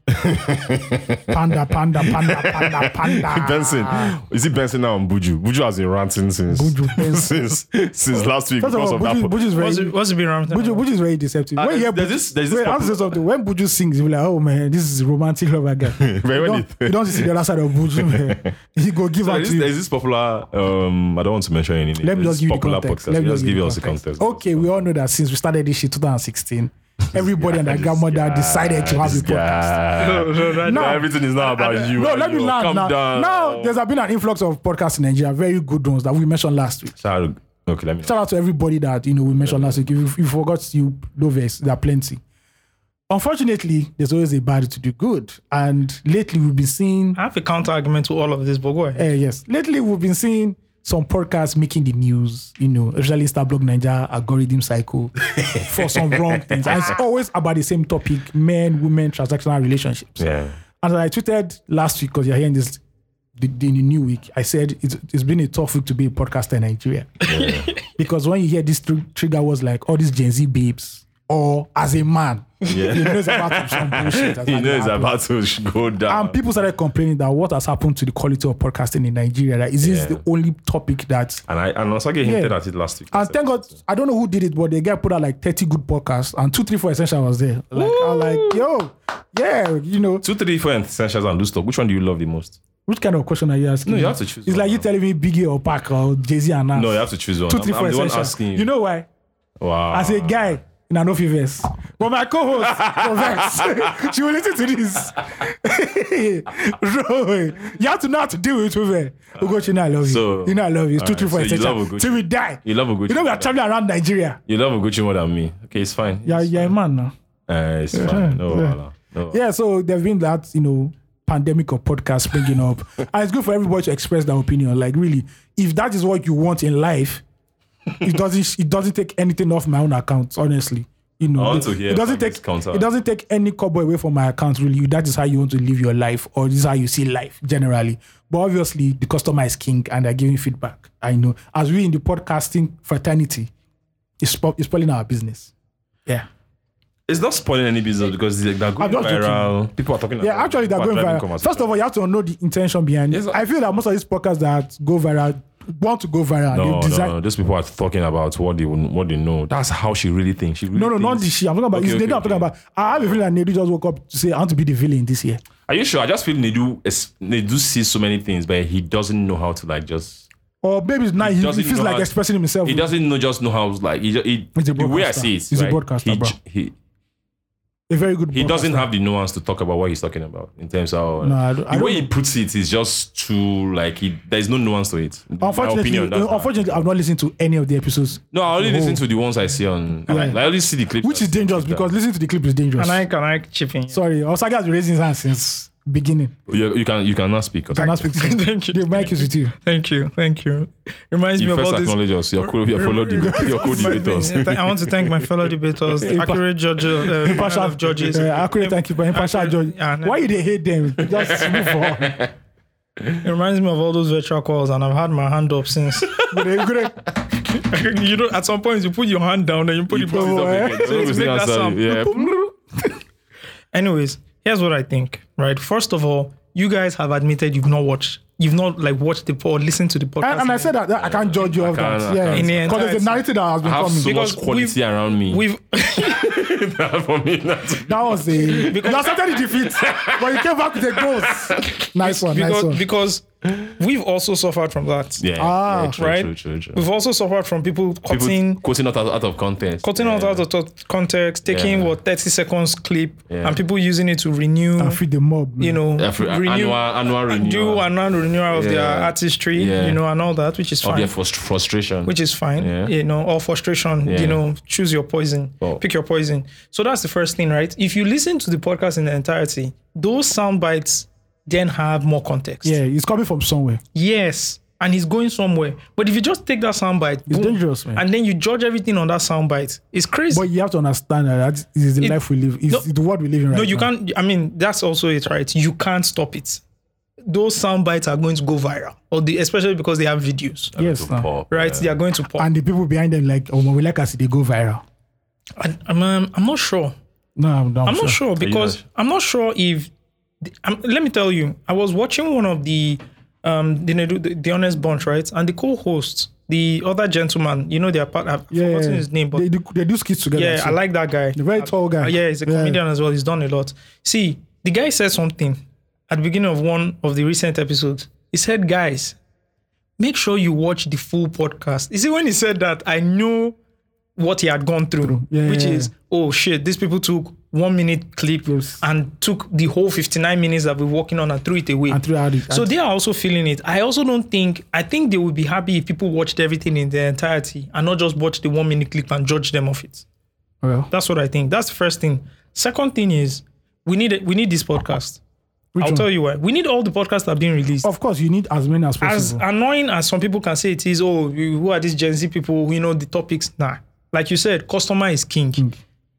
Speaker 4: Panda, panda, panda, panda, panda.
Speaker 3: is it Benson now on Buju? Buju has been ranting since
Speaker 4: Buju.
Speaker 3: since since last week
Speaker 4: First of all, Buju, Buju is
Speaker 2: What's
Speaker 4: very,
Speaker 2: it, what's it been around?
Speaker 4: Buju, Buju is very deceptive.
Speaker 3: Uh,
Speaker 4: when you hear
Speaker 3: there's
Speaker 4: Buju,
Speaker 3: this- there's this
Speaker 4: wait, I'll
Speaker 3: popular-
Speaker 4: say something. When Buju sings, you'll be like, oh man, this is romantic love again. you,
Speaker 3: when
Speaker 4: don't,
Speaker 3: it-
Speaker 4: you don't see the other side of Buju, man. He go give
Speaker 3: So
Speaker 4: out
Speaker 3: there's,
Speaker 4: to you.
Speaker 3: there's this popular. Um, I don't want to mention any name.
Speaker 4: Let me
Speaker 3: There's
Speaker 4: just give you the
Speaker 3: popular
Speaker 4: context.
Speaker 3: podcast.
Speaker 4: Let me
Speaker 3: just give
Speaker 4: you
Speaker 3: us
Speaker 4: the
Speaker 3: the context.
Speaker 4: Okay, we all know that since we started this shit 2016, everybody and their grandmother decided to have a podcast.
Speaker 3: podcast.
Speaker 4: No.
Speaker 3: Everything is now about you.
Speaker 4: uh, No, let me
Speaker 3: You
Speaker 4: land
Speaker 3: Calm
Speaker 4: now.
Speaker 3: down.
Speaker 4: Now there's been an influx of podcasts in Nigeria, very good ones that we mentioned last week.
Speaker 3: Sorry. Okay, let me.
Speaker 4: Shout out to everybody that you know we mentioned last week. If you, if you forgot, you Doves, there are plenty. Unfortunately, there's always a bad to do good, and lately we've been seeing.
Speaker 2: I have a counter argument to all of this, but go ahead.
Speaker 4: Eh, yes. Lately, we've been seeing some podcasts making the news, you know, especially Starblog Nigeria algorithm cycle for some wrong things. And it's always about the same topic men, women, transactional relationships.
Speaker 3: Yeah.
Speaker 4: And I tweeted last week, because you're hearing this the, the, in the new week, I said it's, it's been a tough week to be a podcaster in Nigeria. because when you hear this tr- trigger was like all these Gen Z babes, or as a man,
Speaker 3: Yeah.
Speaker 4: he knows about some bullshit. that's
Speaker 3: He
Speaker 4: gonna
Speaker 3: knows
Speaker 4: happen.
Speaker 3: about to go down.
Speaker 4: And people started complaining that what has happened to the quality of podcasting in Nigeria? That is this
Speaker 3: Yeah.
Speaker 4: the only topic that?
Speaker 3: and I and Osage hinted
Speaker 4: Yeah.
Speaker 3: at it last week.
Speaker 4: And thank God, I don't know who did it, but the guy put out like thirty good podcasts, and two, three, four essential was there. Like I'm like, yo, yeah, you know,
Speaker 3: Two, three, four essentials and do stuff. Which one do you love the most?
Speaker 4: which kind of question are you asking?
Speaker 3: No, you have to choose one
Speaker 4: It's like you
Speaker 3: now.
Speaker 4: telling me Biggie or Pac or Jay Z and Nas.
Speaker 3: No, you have to choose one.
Speaker 4: two,
Speaker 3: I'm-
Speaker 4: three,
Speaker 3: I'm
Speaker 4: four
Speaker 3: the one
Speaker 4: essential.
Speaker 3: asking you.
Speaker 4: You know why?
Speaker 3: Wow.
Speaker 4: As a guy in an office verse. But my co-host, Rovex, she will listen to this. Roy, you have to know how to deal with Uve. Ugochi, I love you.
Speaker 3: So-
Speaker 4: you know I love you. It's two,
Speaker 3: Alright,
Speaker 4: three, four,
Speaker 3: so you
Speaker 4: etc.
Speaker 3: love Ugochi.
Speaker 4: Till we die.
Speaker 3: You love Ugochi.
Speaker 4: You know we are traveling around Nigeria.
Speaker 3: You love Gucci more than me. Okay, it's fine.
Speaker 4: Yeah, you're a man now.
Speaker 3: Uh, it's fine. No, wahala. no.
Speaker 4: Yeah, so there've been that, you know, pandemic of podcasts springing up. And it's good for everybody to express their opinion. Like really, if that is what you want in life, it doesn't it doesn't take anything off my own account, honestly. You know,
Speaker 3: I want
Speaker 4: it,
Speaker 3: to hear
Speaker 4: it doesn't
Speaker 3: from
Speaker 4: take
Speaker 3: this counter.
Speaker 4: it doesn't take any cowboy away from my account, really. That is how you want to live your life, or this is how you see life generally. But obviously, the customer is king and they're giving feedback. I know. As we in the podcasting fraternity, it's, spo- it's spoiling our business. Yeah.
Speaker 3: It's not spoiling any business because they're they're going
Speaker 4: I'm not joking.
Speaker 3: viral. People are talking. about
Speaker 4: Yeah,
Speaker 3: it.
Speaker 4: actually, they're
Speaker 3: People are
Speaker 4: going
Speaker 3: driving
Speaker 4: viral.
Speaker 3: commerce.
Speaker 4: First of all, you have to know the intention behind
Speaker 3: Yes,
Speaker 4: it.
Speaker 3: sir.
Speaker 4: I feel that most of these podcasts that go viral want to go viral.
Speaker 3: no,
Speaker 4: they design.
Speaker 3: no,
Speaker 4: No,
Speaker 3: no, those people are talking about what they would- what they know. That's how she really thinks. She really
Speaker 4: no, not
Speaker 3: thinks-
Speaker 4: this year. I'm talking about.
Speaker 3: Okay,
Speaker 4: it's
Speaker 3: okay,
Speaker 4: Nedu I'm talking
Speaker 3: okay.
Speaker 4: about. I have a feeling that Nedu just woke up to say, "I want to be the villain this year."
Speaker 3: Are you sure? I just feel Nedu is- Nedu sees so many things, but he doesn't know how to like just.
Speaker 4: Or maybe it's not. He, he
Speaker 3: doesn't
Speaker 4: feels
Speaker 3: know
Speaker 4: like
Speaker 3: how-
Speaker 4: expressing himself.
Speaker 3: He doesn't know just know how like he, ju- he
Speaker 4: He's a
Speaker 3: the way I
Speaker 4: broadcaster.
Speaker 3: see it.
Speaker 4: He's a
Speaker 3: right,
Speaker 4: broadcaster,
Speaker 3: he,
Speaker 4: bro.
Speaker 3: ju- he
Speaker 4: a very good.
Speaker 3: he
Speaker 4: podcaster.
Speaker 3: doesn't have the nuance to talk about what he's talking about in terms of
Speaker 4: No, I don't- I
Speaker 3: the way
Speaker 4: don't-
Speaker 3: he puts it is just too like he, there's no nuance to it. My
Speaker 4: Unfortunately, uh,
Speaker 3: opinion, that's-
Speaker 4: unfortunately, I've not listened to any of the episodes,
Speaker 3: no, I only
Speaker 4: Oh.
Speaker 3: listen to the ones I see on. Like, I only see the clips,
Speaker 4: which is
Speaker 3: that's-
Speaker 4: dangerous because listening to the clip is dangerous.
Speaker 2: Can I can I chip in?
Speaker 4: Sorry, Osaka has been raising his hand since beginning.
Speaker 3: Oh, you, you can you cannot speak.
Speaker 4: Can I speak to you?
Speaker 2: Thank you.
Speaker 4: The mic is with you.
Speaker 2: Thank you, thank you. Reminds me
Speaker 3: You first
Speaker 2: about this.
Speaker 3: acknowledge us. You're cool. You're followed. You're cool debaters.
Speaker 2: I want to thank my fellow debaters, accurate judges, uh, panel of judges.
Speaker 4: Uh, accurate thank you, but impartial judge.
Speaker 2: Yeah, no.
Speaker 4: Why you they hate them? Just move on.
Speaker 2: It reminds me of all those virtual calls, and I've had my hand up since.
Speaker 4: Gure, gure.
Speaker 2: you know, at some point you put your hand down and you put
Speaker 3: You
Speaker 2: it
Speaker 3: put it
Speaker 2: back.
Speaker 3: up
Speaker 4: eh?
Speaker 3: again. Don't
Speaker 2: Let's
Speaker 3: listen
Speaker 2: make that
Speaker 3: outside.
Speaker 2: sound.
Speaker 3: Yeah.
Speaker 2: Anyways, here's what I think. Right, first of all, you guys have admitted you've not watched, you've not like watched the pod, listened to the podcast.
Speaker 4: And, and I said that, that I can't judge you of
Speaker 3: can't-
Speaker 4: that.
Speaker 3: I
Speaker 4: Yeah,
Speaker 3: can't. In
Speaker 2: the
Speaker 4: because there's a narrative that has been
Speaker 3: I have
Speaker 4: coming.
Speaker 3: so
Speaker 2: Because
Speaker 3: much quality
Speaker 2: we've-
Speaker 3: around me.
Speaker 2: We've
Speaker 3: for me, that's
Speaker 4: that was the you accepted the defeat, but you came back with a ghost. Nice one, nice
Speaker 2: because,
Speaker 4: one.
Speaker 2: because we've also suffered from that.
Speaker 3: yeah.
Speaker 4: Ah.
Speaker 3: yeah, true,
Speaker 2: Right?
Speaker 3: True, true, true.
Speaker 2: We've also suffered from people
Speaker 3: People
Speaker 2: cutting
Speaker 3: quoting out, out of context.
Speaker 2: cutting
Speaker 3: yeah.
Speaker 2: out out of tot- context, taking
Speaker 3: Yeah.
Speaker 2: what 30 seconds clip
Speaker 3: Yeah.
Speaker 2: and people using it to renew,
Speaker 4: and feed the mob. man.
Speaker 2: you know,
Speaker 3: Every-
Speaker 2: renew,
Speaker 3: annual uh, annual renewal.
Speaker 2: do annual renewal of their
Speaker 3: Yeah.
Speaker 2: artistry,
Speaker 3: Yeah.
Speaker 2: you know, and all that, which is
Speaker 3: of
Speaker 2: fine.
Speaker 3: their frust- frustration.
Speaker 2: which is fine,
Speaker 3: Yeah.
Speaker 2: you know, or frustration,
Speaker 3: Yeah.
Speaker 2: you know, choose your poison,
Speaker 3: Oh.
Speaker 2: pick your poison. So that's the first thing, right? If you listen to the podcast in the entirety, those sound bites then have more context.
Speaker 4: Yeah, it's coming from somewhere.
Speaker 2: Yes. And it's going somewhere. But if you just take that soundbite, it's
Speaker 4: dangerous, man.
Speaker 2: And then you judge everything on that soundbite, it's crazy.
Speaker 4: But you have to understand that that is the
Speaker 2: It-
Speaker 4: life we live. It's
Speaker 2: No.
Speaker 4: the world we live in right
Speaker 2: No, you
Speaker 4: now.
Speaker 2: can't. I mean, that's also it, right? You can't stop it. Those sound bites are going to go viral, or the, especially because they have videos,
Speaker 4: Yes,
Speaker 3: To
Speaker 4: now.
Speaker 3: pop,
Speaker 2: right?
Speaker 3: yeah.
Speaker 2: They are going to pop.
Speaker 4: and the people behind them like, oh, we like us, they go viral.
Speaker 2: I, am um, I'm not sure.
Speaker 4: No, I'm,
Speaker 2: I'm not sure because
Speaker 3: not-
Speaker 2: I'm not sure if. Um, let me tell you, I was watching one of the, um, the Nedu- the, the Honest Bunch, right? And the co-host, the other gentleman, you know, they are part. I've
Speaker 4: Yeah,
Speaker 2: forgotten his name, but
Speaker 4: they do, they do skits together.
Speaker 2: yeah,
Speaker 4: so.
Speaker 2: I like that guy.
Speaker 4: The very tall guy.
Speaker 2: Uh, yeah, he's a
Speaker 4: Yeah.
Speaker 2: comedian as well. He's done a lot. See, the guy said something at the beginning of one of the recent episodes. He said, "Guys, make sure you watch the full podcast." You see, when he said that, I knew what he had gone through,
Speaker 4: Yeah,
Speaker 2: which
Speaker 4: yeah,
Speaker 2: is oh shit, these people took one minute clip
Speaker 4: Yes.
Speaker 2: and took the whole 59 minutes that we're working on and threw it away.
Speaker 4: And threw out it-
Speaker 2: so
Speaker 4: and-
Speaker 2: they are also feeling it. I also don't think I think they would be happy if people watched everything in their entirety and not just watch the one minute clip and judge them of it.
Speaker 4: Well,
Speaker 2: That's what I think. That's the first thing. Second thing is we need we need this podcast.
Speaker 4: which
Speaker 2: I'll
Speaker 4: one?
Speaker 2: tell you why. We need all the podcasts that are being released.
Speaker 4: Of course, you need as many
Speaker 2: as
Speaker 4: as possible.
Speaker 2: annoying as some people can say it is, oh, we- who are these Gen Z people? You know the topics. Nah, like you said, customer is king.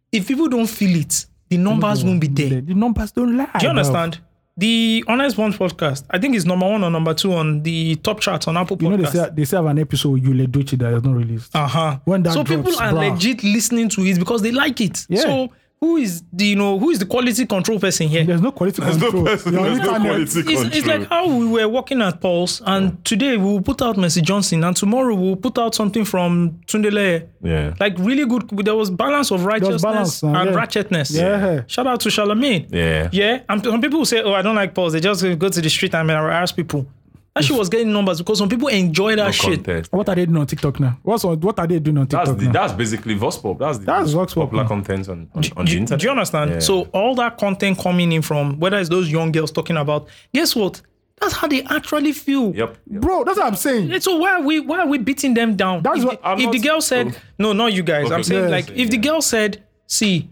Speaker 2: If people don't feel it, the numbers won't be there.
Speaker 4: the, the numbers don't lie.
Speaker 2: Do you understand? The Honest Bonds podcast, I think it's number one or number two on the top charts on Apple
Speaker 4: You know they
Speaker 2: Podcasts.
Speaker 4: say, they say have an episode with Yule Dochi that is not released.
Speaker 2: uh huh.
Speaker 4: when that
Speaker 2: so people
Speaker 4: drops,
Speaker 2: are
Speaker 4: bruh.
Speaker 2: legit listening to it because they like it.
Speaker 4: Yeah.
Speaker 2: So who is the you know who is the quality control person here?
Speaker 4: There's no quality
Speaker 5: There's no
Speaker 4: control.
Speaker 5: person.
Speaker 4: You're on
Speaker 5: There's no
Speaker 4: internet.
Speaker 5: quality
Speaker 2: It's,
Speaker 5: control.
Speaker 2: it's like how we were working at Pulse, and today we'll put out Messi Johnson, and tomorrow we'll put out something from Tundele.
Speaker 5: Yeah.
Speaker 2: Like really good. There was balance of righteousness
Speaker 4: balance, man,
Speaker 2: and
Speaker 4: yeah.
Speaker 2: ratchetness.
Speaker 4: Yeah.
Speaker 2: Shout out to Charlemagne.
Speaker 5: Yeah.
Speaker 2: Yeah. And some people will say, "Oh, I don't like Pulse." They just go to the street and harass people. That shit was getting numbers because some people enjoy that
Speaker 5: No
Speaker 2: shit.
Speaker 5: contest.
Speaker 4: What are they doing on TikTok now? What's on, what are they doing on TikTok
Speaker 5: That's the,
Speaker 4: now?
Speaker 5: that's basically Vospop. That's the
Speaker 4: That's
Speaker 5: most
Speaker 4: Vox Pop,
Speaker 5: popular
Speaker 4: man.
Speaker 5: content on, on, on the
Speaker 2: Do,
Speaker 5: internet.
Speaker 2: do you understand?
Speaker 5: Yeah.
Speaker 2: So all that content coming in from whether it's those young girls talking about, guess what? That's how they actually feel.
Speaker 5: Yep. yep.
Speaker 4: Bro, that's what I'm saying.
Speaker 2: Yeah, So why are we why are we beating them down?
Speaker 4: That's
Speaker 2: if
Speaker 4: what-
Speaker 2: the,
Speaker 5: I'm
Speaker 2: if
Speaker 5: not-
Speaker 2: the girl said
Speaker 5: Okay.
Speaker 2: no, not you guys. I'm
Speaker 5: Okay,
Speaker 2: saying
Speaker 5: yes.
Speaker 2: like if the girl said, see,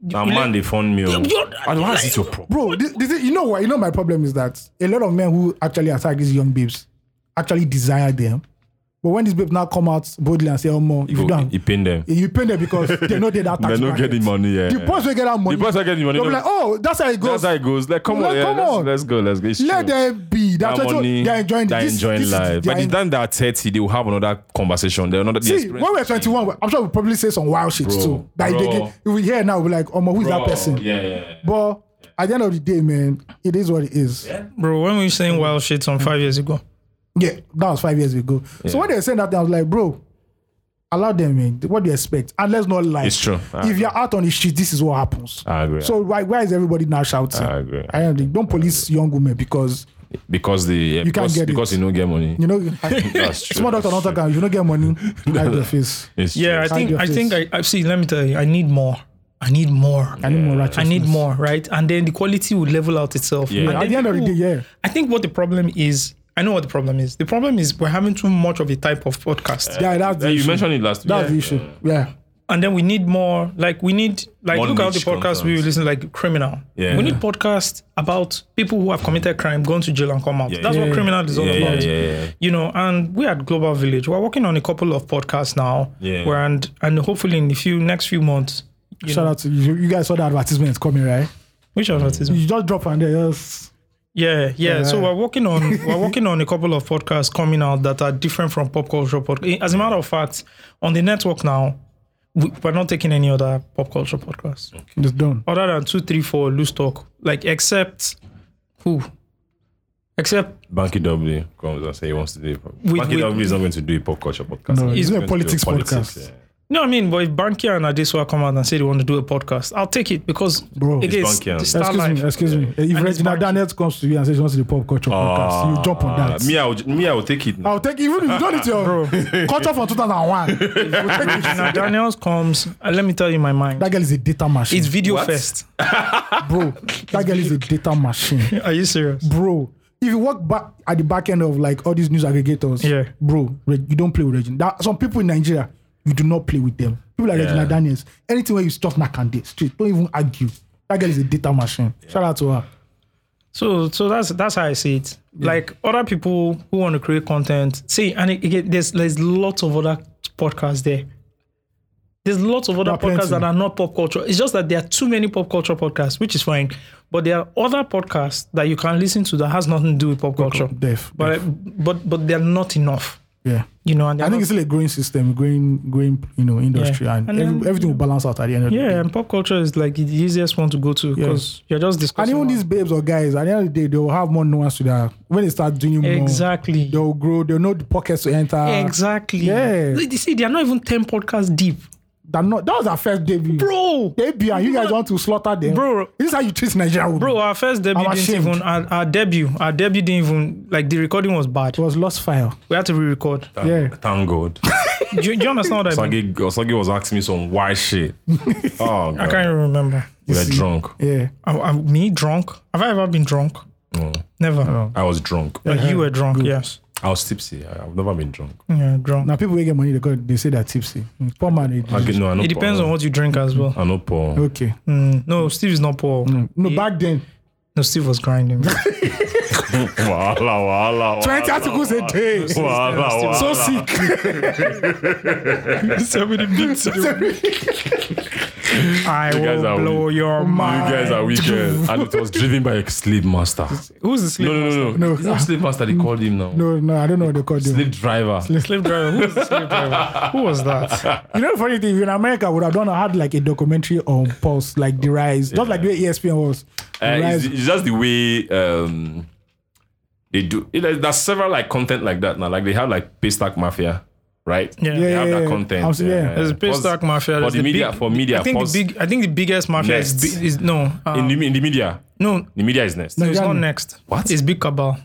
Speaker 5: Now, man, they phone me. oh.
Speaker 2: you're-
Speaker 5: And why is it your problem?
Speaker 4: Bro, this, this is, you know what? You know my problem is that a lot of men who actually attack these young babes actually desire them. But when these babes now come out boldly and say, oh, more, if you
Speaker 5: Bro,
Speaker 4: don't,
Speaker 5: He pinned them.
Speaker 4: you pay them because they know they're that tax
Speaker 5: They're not
Speaker 4: bracket.
Speaker 5: getting money. Yeah.
Speaker 4: The boys will get that money.
Speaker 5: boys will get the money,
Speaker 4: They'll be
Speaker 5: no.
Speaker 4: like, oh, that's how it goes.
Speaker 5: That's how it goes. Like, come
Speaker 4: Like,
Speaker 5: on, yeah,
Speaker 4: come
Speaker 5: let's,
Speaker 4: on.
Speaker 5: let's go, let's go. It's true.
Speaker 4: Let them be. That's
Speaker 5: that
Speaker 4: what
Speaker 5: money,
Speaker 4: they're enjoying.
Speaker 5: they're
Speaker 4: this,
Speaker 5: enjoying
Speaker 4: this is-
Speaker 5: life.
Speaker 4: they're
Speaker 5: By the
Speaker 4: en-
Speaker 5: time they're 30, they will have another conversation. They're not
Speaker 4: See, when we're 21, we're- I'm sure we'll probably say some wild shit
Speaker 5: Bro,
Speaker 4: too. That if, they
Speaker 5: bro.
Speaker 4: get, if we hear now, we're like, oh, who's that person?
Speaker 5: Yeah, yeah.
Speaker 4: But at the end of the day, man, it is what it is. Yeah,
Speaker 2: bro, when were you saying wild shit some five years ago?
Speaker 4: that was five years ago. So when they were saying that, thing, I was like, bro, allow them, man. What do you expect? And let's not lie.
Speaker 5: It's true. I
Speaker 4: If you're out on the street, this is what happens.
Speaker 5: I agree.
Speaker 4: So why, why is everybody now shouting?
Speaker 5: I agree.
Speaker 4: I don't think- don't police young women because
Speaker 5: Because the yeah,
Speaker 4: You can't
Speaker 5: because,
Speaker 4: get it.
Speaker 5: because you don't get money.
Speaker 4: you know
Speaker 5: That's true.
Speaker 4: small doctor
Speaker 5: That's
Speaker 4: not
Speaker 5: true.
Speaker 4: talking. You don't get money. Hide your face.
Speaker 5: It's
Speaker 2: Yeah, I
Speaker 5: true.
Speaker 2: think
Speaker 4: your
Speaker 2: I
Speaker 4: face.
Speaker 2: think I, I see. Let me tell you, I need more. I need more.
Speaker 4: I need more
Speaker 2: I
Speaker 4: righteousness.
Speaker 2: need more, right? And then the quality would level out itself.
Speaker 5: Yeah.
Speaker 2: And
Speaker 5: At
Speaker 4: At
Speaker 2: then
Speaker 4: the end of the day,
Speaker 2: people-
Speaker 4: yeah.
Speaker 2: I think what the problem is, I know what the problem is. The problem is we're having too much of a type of podcast.
Speaker 4: Yeah, that's
Speaker 5: Yeah,
Speaker 4: the
Speaker 5: you
Speaker 4: issue.
Speaker 5: mentioned it last week.
Speaker 4: that's the issue. Yeah.
Speaker 2: and then we need more like we need like
Speaker 5: More
Speaker 2: look at all the
Speaker 5: niche
Speaker 2: podcasts we
Speaker 5: content.
Speaker 2: listen like criminal
Speaker 5: Yeah.
Speaker 2: we need podcasts about people who have committed crime gone to jail and come out
Speaker 5: Yeah,
Speaker 2: that's
Speaker 5: yeah,
Speaker 2: what criminal is all
Speaker 5: Yeah, yeah,
Speaker 2: about
Speaker 5: yeah, yeah.
Speaker 2: you know and we at global village we're working on a couple of podcasts now
Speaker 5: Yeah.
Speaker 2: where and and hopefully in the few next few months you
Speaker 4: Shout
Speaker 2: know,
Speaker 4: out to you. You guys saw the advertisements coming, right?
Speaker 2: which advertisement
Speaker 4: You just drop and there. Just,
Speaker 2: yeah yeah so
Speaker 4: Mm. Yeah.
Speaker 2: we're working on we're working on a couple of podcasts coming out that are different from pop culture podcast as a matter of fact on the network now we, we're not taking any other pop culture podcasts
Speaker 4: just done.
Speaker 2: other than two, three, four loose talk. Like except who? Except
Speaker 5: Banky W comes and say he wants to do it.
Speaker 2: With-
Speaker 5: Banky
Speaker 2: with-
Speaker 5: W is not going to do a pop culture podcast.
Speaker 2: Oh,
Speaker 4: No,
Speaker 5: He's
Speaker 4: it's a
Speaker 5: going to do
Speaker 4: politics podcast.
Speaker 5: yeah.
Speaker 2: no, I mean, but if Bankia and Adesua come out and say they want to do a podcast, I'll take it because
Speaker 4: Bro.
Speaker 2: again,
Speaker 5: It's Bankia.
Speaker 2: the star
Speaker 4: Excuse
Speaker 2: life.
Speaker 4: me. Excuse me. If
Speaker 2: it's Ah,
Speaker 4: Regina
Speaker 2: market.
Speaker 4: Daniels comes to you and says she wants to the pop culture podcast, you jump on that.
Speaker 5: Uh, me, I would, me, I would take it. Now.
Speaker 4: I'll take even if you don't need to culture from 2001. we'll take
Speaker 2: Now
Speaker 4: it.
Speaker 2: Daniels comes. uh, let me tell you my mind.
Speaker 4: That girl is a data machine,
Speaker 2: it's video
Speaker 5: What?
Speaker 2: first.
Speaker 4: bro. That girl is a data machine,
Speaker 2: Are you serious?
Speaker 4: bro. If you work back at the back end of like all these news aggregators,
Speaker 2: Yeah.
Speaker 4: bro, Reg- you don't play with Regina. That, some people in Nigeria, you do not play with them. People like Regina Daniels, anything where you stuff knock and day straight, don't even argue. That girl is a data machine. Shout out to her.
Speaker 2: So, so that's that's how I see it. Like other people who want to create content, see, and it- again, there's there's lots of other podcasts there. There's lots of other
Speaker 4: There are plenty.
Speaker 2: podcasts that are not pop culture. It's just that there are too many pop culture podcasts, which is fine. But there are other podcasts that you can listen to that has nothing to do with pop culture.
Speaker 4: def,
Speaker 2: but but but they're not enough.
Speaker 4: Yeah.
Speaker 2: You know, and
Speaker 4: I think it's still a growing system, growing, growing, you know, industry,
Speaker 2: Yeah.
Speaker 4: and,
Speaker 2: And
Speaker 4: every-
Speaker 2: then-
Speaker 4: everything will balance out at the end of the day.
Speaker 2: yeah, and pop culture is like the easiest one to go to because you're just
Speaker 4: And
Speaker 2: discussing.
Speaker 4: even
Speaker 2: what-
Speaker 4: these babes or guys, at the end of the day, they will have more nuance to that. When they start doing more,
Speaker 2: exactly.
Speaker 4: they'll grow, they'll know the pockets to enter.
Speaker 2: Exactly.
Speaker 4: Yeah.
Speaker 2: You see, they are not even 10 podcasts deep.
Speaker 4: That, not, that was our first debut.
Speaker 2: Bro.
Speaker 4: Debut, and you guys want to slaughter them.
Speaker 2: Bro.
Speaker 4: This is how you treat Nigerian women.
Speaker 2: Bro, our first debut
Speaker 4: I'm
Speaker 2: didn't
Speaker 4: ashamed.
Speaker 2: even our, our debut. Our debut didn't even like the recording was bad.
Speaker 4: It was lost file.
Speaker 2: We had to re-record.
Speaker 5: Thank-
Speaker 4: Yeah.
Speaker 5: Thank God.
Speaker 2: do, you, do you understand what I mean?
Speaker 3: Osage, Osage was asking me some wild shit. Oh,
Speaker 2: I
Speaker 3: God.
Speaker 2: can't even remember.
Speaker 3: we were drunk.
Speaker 4: Yeah.
Speaker 2: I, I, me drunk? Have I ever been drunk? Never.
Speaker 3: I was drunk.
Speaker 2: But you were drunk, yes.
Speaker 3: I was tipsy. I, I've never been drunk.
Speaker 2: Yeah, drunk.
Speaker 4: Now people will get money. They go. They say they're tipsy. Mm, Poor man. they-
Speaker 3: I get, no, I know
Speaker 2: it depends
Speaker 3: Paul.
Speaker 2: on what you drink as well.
Speaker 3: I know Paul.
Speaker 4: Okay.
Speaker 2: Mm, no, Steve is not poor.
Speaker 4: No, back then,
Speaker 2: No, Steve was grinding.
Speaker 3: Wahala, wahala,
Speaker 4: twenty
Speaker 3: wahala,
Speaker 4: articles a day.
Speaker 3: Ah, wahala, wahala.
Speaker 4: So sick.
Speaker 2: so many beats. I
Speaker 3: You guys
Speaker 2: will
Speaker 3: are
Speaker 2: blow
Speaker 3: weak.
Speaker 2: your
Speaker 3: You
Speaker 2: mind.
Speaker 3: guys are wicked. and it was driven by a slave master.
Speaker 2: Who's the slave?
Speaker 3: No, no, no, no.
Speaker 4: No.
Speaker 3: It's not slave master, they called him now.
Speaker 4: No, no, I don't know what they call them.
Speaker 3: Slave driver.
Speaker 2: Slave driver. Who's the slave driver? Who was that?
Speaker 4: You know, the funny thing, if you're in America, I would have done, I had like a documentary on Pulse, like The Rise, just like the way E ESPN was. The
Speaker 3: Uh, it's,
Speaker 4: Rise.
Speaker 3: it's just the way um, they do. It, there's- there's several like content like that now. Like they have like Paystack Mafia, right?
Speaker 2: Yeah.
Speaker 3: They
Speaker 4: Yeah,
Speaker 3: have
Speaker 4: yeah,
Speaker 3: that
Speaker 4: yeah.
Speaker 3: content.
Speaker 4: I'm s- yeah.
Speaker 2: There's Paystack Mafia.
Speaker 3: For
Speaker 2: there's
Speaker 3: the media,
Speaker 2: big-
Speaker 3: for media,
Speaker 2: I think
Speaker 3: first-
Speaker 2: the big. I think the biggest mafia
Speaker 3: Next.
Speaker 2: is, bi- is no. Um,
Speaker 3: in, the, in the media,
Speaker 2: no,
Speaker 3: the media is next.
Speaker 2: no, it's
Speaker 4: Nigerian.
Speaker 2: not next.
Speaker 3: What?
Speaker 2: It's big cabal.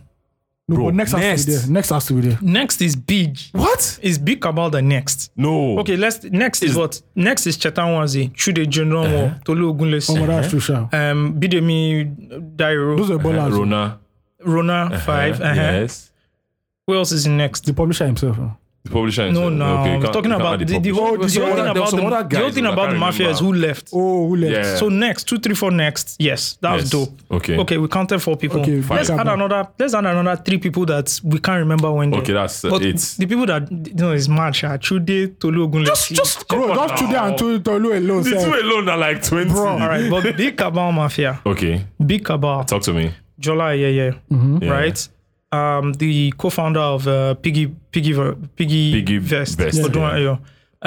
Speaker 4: No,
Speaker 3: Bro,
Speaker 4: but next, has to be
Speaker 3: next.
Speaker 4: there. Next has to be there.
Speaker 2: Next is big.
Speaker 3: What?
Speaker 2: Is big cabal the next?
Speaker 3: No.
Speaker 2: Okay, let's next is,
Speaker 3: Is- Uh-huh.
Speaker 2: what? Next is Chetanwazi, Chude Jonronwo, Tolu Ogunlesi,
Speaker 4: Oh, but that's true, sure.
Speaker 2: um, Bidemi
Speaker 4: Those
Speaker 2: Dairo,
Speaker 4: are ballers.
Speaker 3: Rona.
Speaker 2: Rona Five. Uh-huh.
Speaker 3: Yes.
Speaker 2: Who else is next?
Speaker 4: The publisher himself. huh?
Speaker 3: The publisher.
Speaker 2: No,
Speaker 3: himself.
Speaker 2: no.
Speaker 3: Okay, you
Speaker 2: We're
Speaker 3: can't-
Speaker 2: talking
Speaker 3: you can't
Speaker 2: about
Speaker 3: add
Speaker 2: the, the, whole,
Speaker 3: publisher.
Speaker 4: Oh,
Speaker 2: the
Speaker 4: there's
Speaker 2: whole thing
Speaker 4: some other-
Speaker 3: there's
Speaker 2: about the,
Speaker 3: some other
Speaker 2: the whole
Speaker 3: guys
Speaker 2: thing
Speaker 3: though, I
Speaker 2: about the
Speaker 3: can't
Speaker 2: mafia is who
Speaker 3: remember.
Speaker 2: left.
Speaker 4: Oh, who left?
Speaker 3: Yeah.
Speaker 2: So next, two, three, four, next. Yes, that was
Speaker 3: Yes.
Speaker 2: dope.
Speaker 3: Okay.
Speaker 2: Okay, we counted four people.
Speaker 4: Okay,
Speaker 2: let's
Speaker 4: five.
Speaker 2: add another. Let's add another three people that we can't remember when. they-
Speaker 3: Okay, that's, uh,
Speaker 2: but
Speaker 3: eight.
Speaker 2: The people that you know is March, Chude, Tolu Ogunlesi.
Speaker 3: Just, just come
Speaker 4: Bro,
Speaker 3: on
Speaker 4: just
Speaker 3: now.
Speaker 4: today and to Tolu alone.
Speaker 3: The
Speaker 4: sef.
Speaker 3: two alone are like twenty.
Speaker 2: All right, but big cabal mafia,
Speaker 3: Okay,
Speaker 2: big cabal.
Speaker 3: talk to me.
Speaker 2: Jola yeah, yeah,
Speaker 4: Mm-hmm.
Speaker 2: right? Um, the co-founder of uh, Piggy Piggy Ver- Piggy,
Speaker 3: Piggy
Speaker 2: Vest,
Speaker 3: Vest,
Speaker 2: Odun
Speaker 3: yeah.
Speaker 2: Ayo.